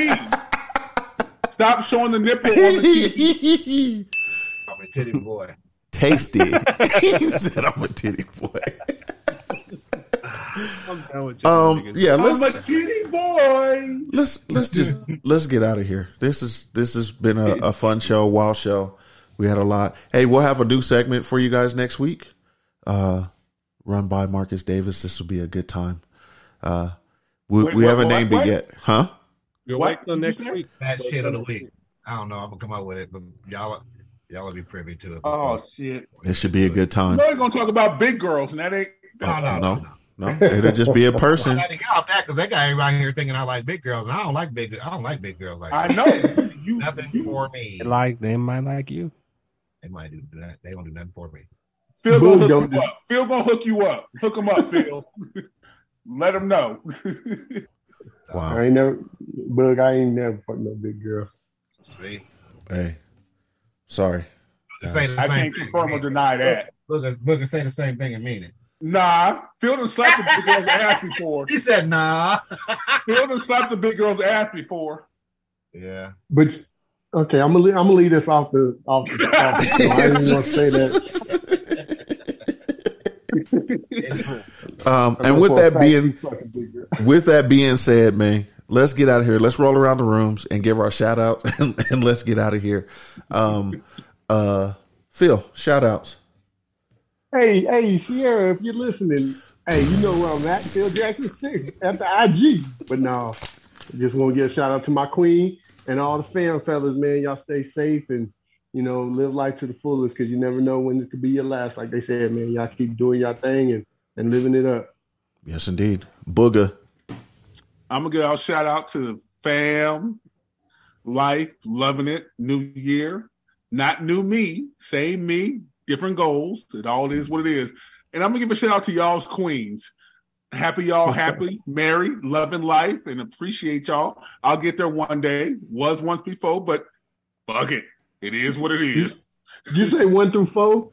Speaker 5: Stop showing the nipple on the TV.
Speaker 12: I'm a titty boy.
Speaker 3: tasty. he said, "I'm a titty boy."
Speaker 6: Uh,
Speaker 3: Um, yeah,
Speaker 5: I'm a
Speaker 3: let's
Speaker 5: titty boy.
Speaker 3: let's let's just let's get out of here. This is this has been a, a fun show, wild show. We had a lot. Hey, we'll have a new segment for you guys next week. Uh, run by Marcus Davis. This will be a good time. Uh, we,
Speaker 5: Wait,
Speaker 3: we
Speaker 5: what,
Speaker 3: haven't
Speaker 5: what,
Speaker 3: named
Speaker 5: what?
Speaker 3: it yet, huh?
Speaker 6: You'll
Speaker 5: What
Speaker 6: wait till
Speaker 5: did you
Speaker 6: next
Speaker 5: say?
Speaker 6: week.
Speaker 12: That shit of the week. I don't know. I'm gonna come up with it, but y'all, y'all will be privy to it.
Speaker 5: Oh shit.
Speaker 3: It should be a good time. Uh,
Speaker 5: Now you're gonna talk about big girls, and that ain't.
Speaker 12: no, no, no.
Speaker 3: no, no, it'll just be a
Speaker 12: I
Speaker 3: person.
Speaker 12: got to get off that because that guy out here thinking I like big girls, and I don't like big. I don't like big girls like
Speaker 5: I
Speaker 12: that.
Speaker 5: know. You,
Speaker 12: nothing
Speaker 5: you
Speaker 12: for me.
Speaker 6: They Like they might like you.
Speaker 12: They might do that. They don't do nothing for me.
Speaker 5: Phil
Speaker 11: Boo,
Speaker 5: gonna hook
Speaker 11: don't
Speaker 5: you
Speaker 11: do-
Speaker 5: up. Phil gonna hook you up. Hook him up, Phil. Let him know.
Speaker 11: I
Speaker 3: Wow.
Speaker 11: ain't never Boog, I ain't never fucked no big girl.
Speaker 12: See,
Speaker 3: Hey, sorry.
Speaker 12: This ain't the
Speaker 5: I
Speaker 12: same
Speaker 5: can't
Speaker 12: thing.
Speaker 5: confirm or deny that.
Speaker 12: Booger, Booger say the same thing and mean it.
Speaker 5: Nah, Phil done slapped the big girl's ass before.
Speaker 12: He said, "Nah."
Speaker 5: Phil done slapped the big girl's ass before.
Speaker 12: Yeah.
Speaker 11: But okay, I'm gonna leave, I'm gonna leave this off the off. the, off the I didn't want to say that.
Speaker 3: Um,
Speaker 11: I know
Speaker 3: and with
Speaker 11: for a
Speaker 3: that
Speaker 11: fact
Speaker 3: being
Speaker 11: he's fucking big girl.
Speaker 3: with that being said, man, let's get out of here. Let's roll around the rooms and give our shout outs and, and let's get out of here. Um, uh, Phil, shout outs.
Speaker 11: Hey, hey, Sierra, if you're listening, hey, you know where I'm at, Phil Jackson Six at the IG. But no, just want to give a shout out to my queen and all the fan fellas, man. Y'all stay safe and you know live life to the fullest because you never know when it could be your last. Like they said, man, y'all keep doing y'all thing and and living it up.
Speaker 3: Yes, indeed. Booger.
Speaker 5: I'm gonna give out shout out to the fam, life, loving it, new year, not new me, same me, different goals. It all is what it is. And I'm gonna give a shout out to y'all's queens. Happy y'all, happy, merry, loving life, and appreciate y'all. I'll get there one day. Was once before, but fuck it. It is what it is.
Speaker 11: Did you say one through four?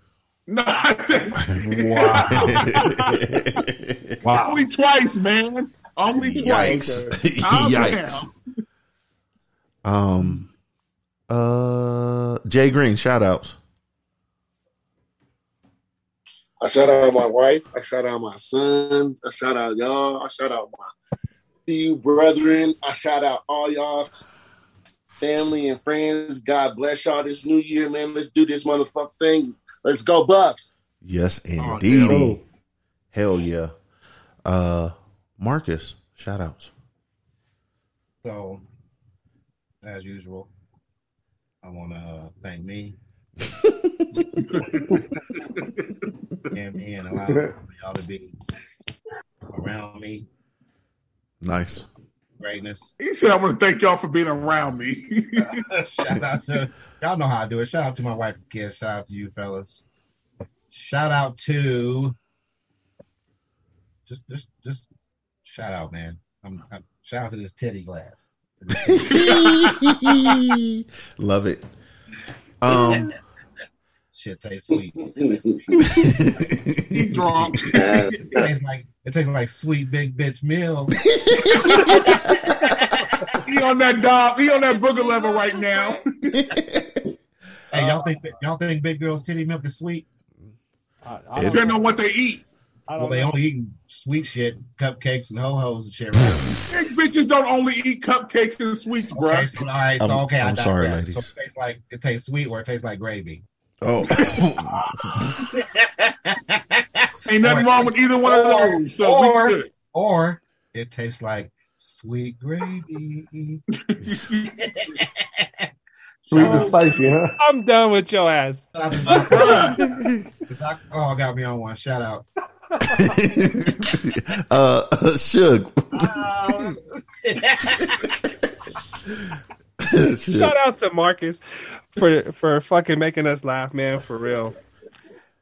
Speaker 5: No,
Speaker 6: Wow.
Speaker 5: Only twice, man. Only
Speaker 3: Yikes.
Speaker 5: twice. Calm down.
Speaker 3: Yikes. Um, uh, Jay Green, shout outs.
Speaker 18: I shout out my wife. I shout out my sons. I shout out y'all. I shout out my few brethren. I shout out all y'all family and friends. God bless y'all this new year, man. Let's do this motherfucking thing. Let's go, Bucks.
Speaker 3: Yes,
Speaker 18: Oh,
Speaker 3: indeed. Hell yeah. Uh, Marcus, shout outs.
Speaker 12: So, as usual, I want to uh, thank me. and me and allow y'all to be around me.
Speaker 3: Nice.
Speaker 12: Greatness.
Speaker 5: He said, I want to thank y'all for being around me.
Speaker 12: Shout out to y'all know how I do it. Shout out to my wife and kids. Shout out to you fellas. Shout out to just just just shout out, man. I'm, I'm shout out to this teddy glass.
Speaker 3: Love it. Um,
Speaker 12: Shit tastes sweet.
Speaker 5: He's drunk.
Speaker 12: it tastes like it tastes like sweet big bitch meal.
Speaker 5: he on that dog. He on that booger level right now.
Speaker 12: Hey, y'all think y'all think big girls titty milk is sweet?
Speaker 5: I don't- Depending on what they eat. I don't
Speaker 12: Well, they
Speaker 5: know.
Speaker 12: only eating sweet shit, cupcakes and ho hos and shit. Right?
Speaker 5: Big bitches don't only eat cupcakes and sweets, bruh.
Speaker 12: Okay, so, all right, so
Speaker 5: I'm-
Speaker 12: okay, I
Speaker 5: I'm sorry,
Speaker 12: digress.
Speaker 5: ladies.
Speaker 12: So it tastes like it tastes sweet or it tastes like gravy.
Speaker 3: Oh.
Speaker 5: Ain't nothing wrong with either one of those. So we
Speaker 12: or,
Speaker 5: good.
Speaker 12: or it tastes like sweet gravy.
Speaker 11: Sweet and spicy, huh?
Speaker 6: I'm done with your ass.
Speaker 12: This alcohol got me on one. Shout out.
Speaker 3: uh, Suge.
Speaker 12: Oh.
Speaker 6: Shout out to Marcus for for fucking making us laugh, man. For real,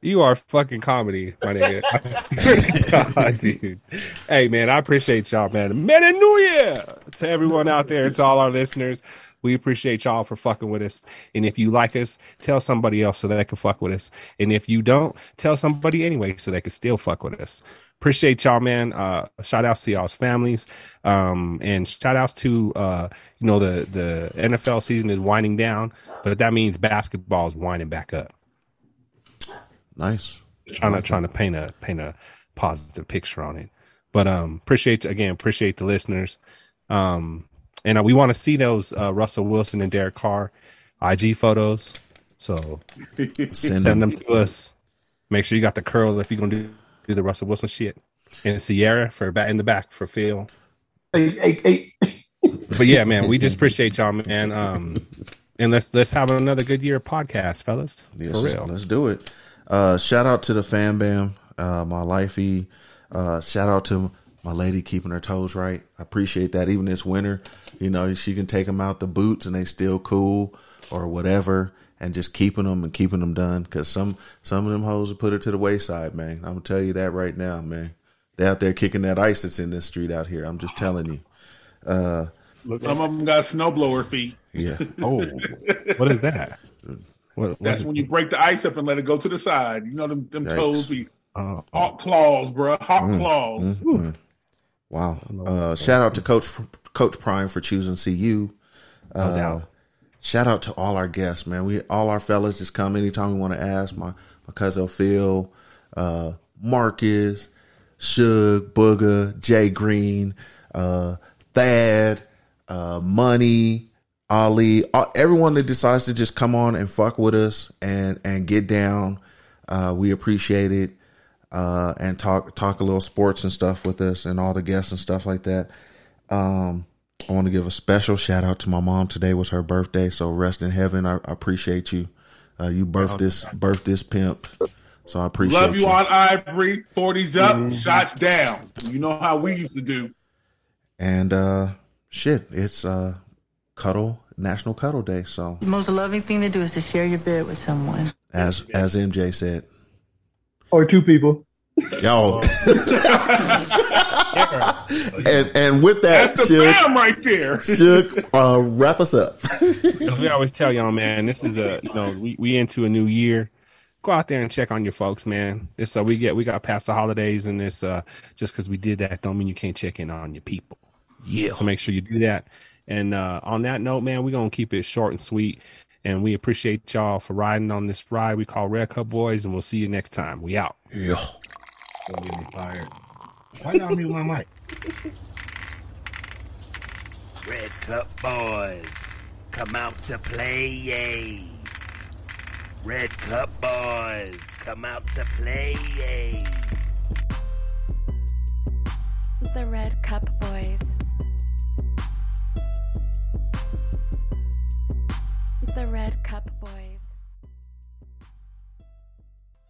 Speaker 6: you are fucking comedy, my nigga. God, dude. Hey, man, I appreciate y'all, man. Man, and New Year to everyone out there and to all our listeners. We appreciate y'all for fucking with us. And if you like us, tell somebody else so they can fuck with us. And if you don't, tell somebody anyway so they can still fuck with us. Appreciate y'all, man. Uh, shout outs to y'all's families. Um, and shout outs to, uh, you know, the, the NFL season is winding down, but that means basketball is winding back up.
Speaker 3: Nice.
Speaker 6: Trying to, trying to paint a, paint a positive picture on it. But, um, appreciate, again, appreciate the listeners. Um, and uh, we want to see those, uh, Russell Wilson and Derek Carr IG photos. So send,
Speaker 3: them.
Speaker 6: them to us. Make sure you got the curl if you're going to do, do the Russell Wilson shit. And Sierra for back in the back for Phil.
Speaker 11: Hey, hey, hey.
Speaker 6: but yeah, man, we just appreciate y'all, man. Um, and let's let's have another good year of podcast, fellas.
Speaker 3: Yes,
Speaker 6: for real.
Speaker 3: Let's do it. Uh, shout out to the fam bam, uh, my lifey. Uh, shout out to my lady keeping her toes right. I appreciate that. Even this winter, you know, she can take them out the boots and they still cool or whatever, and just keeping them and keeping them done. Cause some some of them hoes will put her to the wayside, man. I'm gonna tell you that right now, man. They out there kicking that ice that's in this street out here. I'm just telling you. Uh,
Speaker 5: Some of them got snowblower feet.
Speaker 3: yeah.
Speaker 6: Oh, what is that? What,
Speaker 5: That's when you break the ice up and let it go to the side. You know them them
Speaker 3: Yikes.
Speaker 5: toes be
Speaker 6: Oh.
Speaker 5: hot claws, bruh. Hot
Speaker 3: Mm,
Speaker 5: claws.
Speaker 3: mm, mm. Wow! Uh, shout out to Coach Coach Prime for choosing CU. Uh,
Speaker 6: No doubt.
Speaker 3: Shout out to all our guests, man. We all our fellas just come anytime we want to ask. My my cousin Phil, uh, Marcus, Suge, Booger, Jay Green, uh, Thad, uh, Money, Ali, all, everyone that decides to just come on and fuck with us and and get down. Uh, we appreciate it. Uh, and talk talk a little sports and stuff with us and all the guests and stuff like that. Um, I want to give a special shout out to my mom. Today was her birthday, so rest in heaven. I, I appreciate you. Uh, you birthed this birthed this pimp, so I appreciate
Speaker 5: Love you,
Speaker 3: you.
Speaker 5: on Ivory. 40s up,
Speaker 3: Mhm.
Speaker 5: shots down. You know how we used to do.
Speaker 3: And uh, shit, it's uh, cuddle National Cuddle Day. So
Speaker 21: The most loving thing to do is to share your bed with someone.
Speaker 3: as as MJ said,
Speaker 11: Or two people.
Speaker 3: y'all. and and with that,
Speaker 6: That's the
Speaker 3: Suge-
Speaker 6: fam right there.
Speaker 3: Suge, uh, wrap us up.
Speaker 6: As we always tell y'all, man, this is a you know we we into a new year. Go out there and check on your folks, man. It's so we get we got past the holidays, and this uh, just because we did that don't mean you can't check in on your people.
Speaker 3: Yeah.
Speaker 6: So make sure you do that. And uh, on that note, man, we're gonna keep it short and sweet. And we appreciate y'all for riding on this ride we call Red Cup Boys, and we'll see you next time. We out.
Speaker 3: Yeah.
Speaker 12: Don't get me fired. Why y'all mute my mic?
Speaker 1: Red Cup Boys, come out to play, yay. Red Cup Boys, come out to play, yay.
Speaker 2: The Red Cup Boys. The Red Cup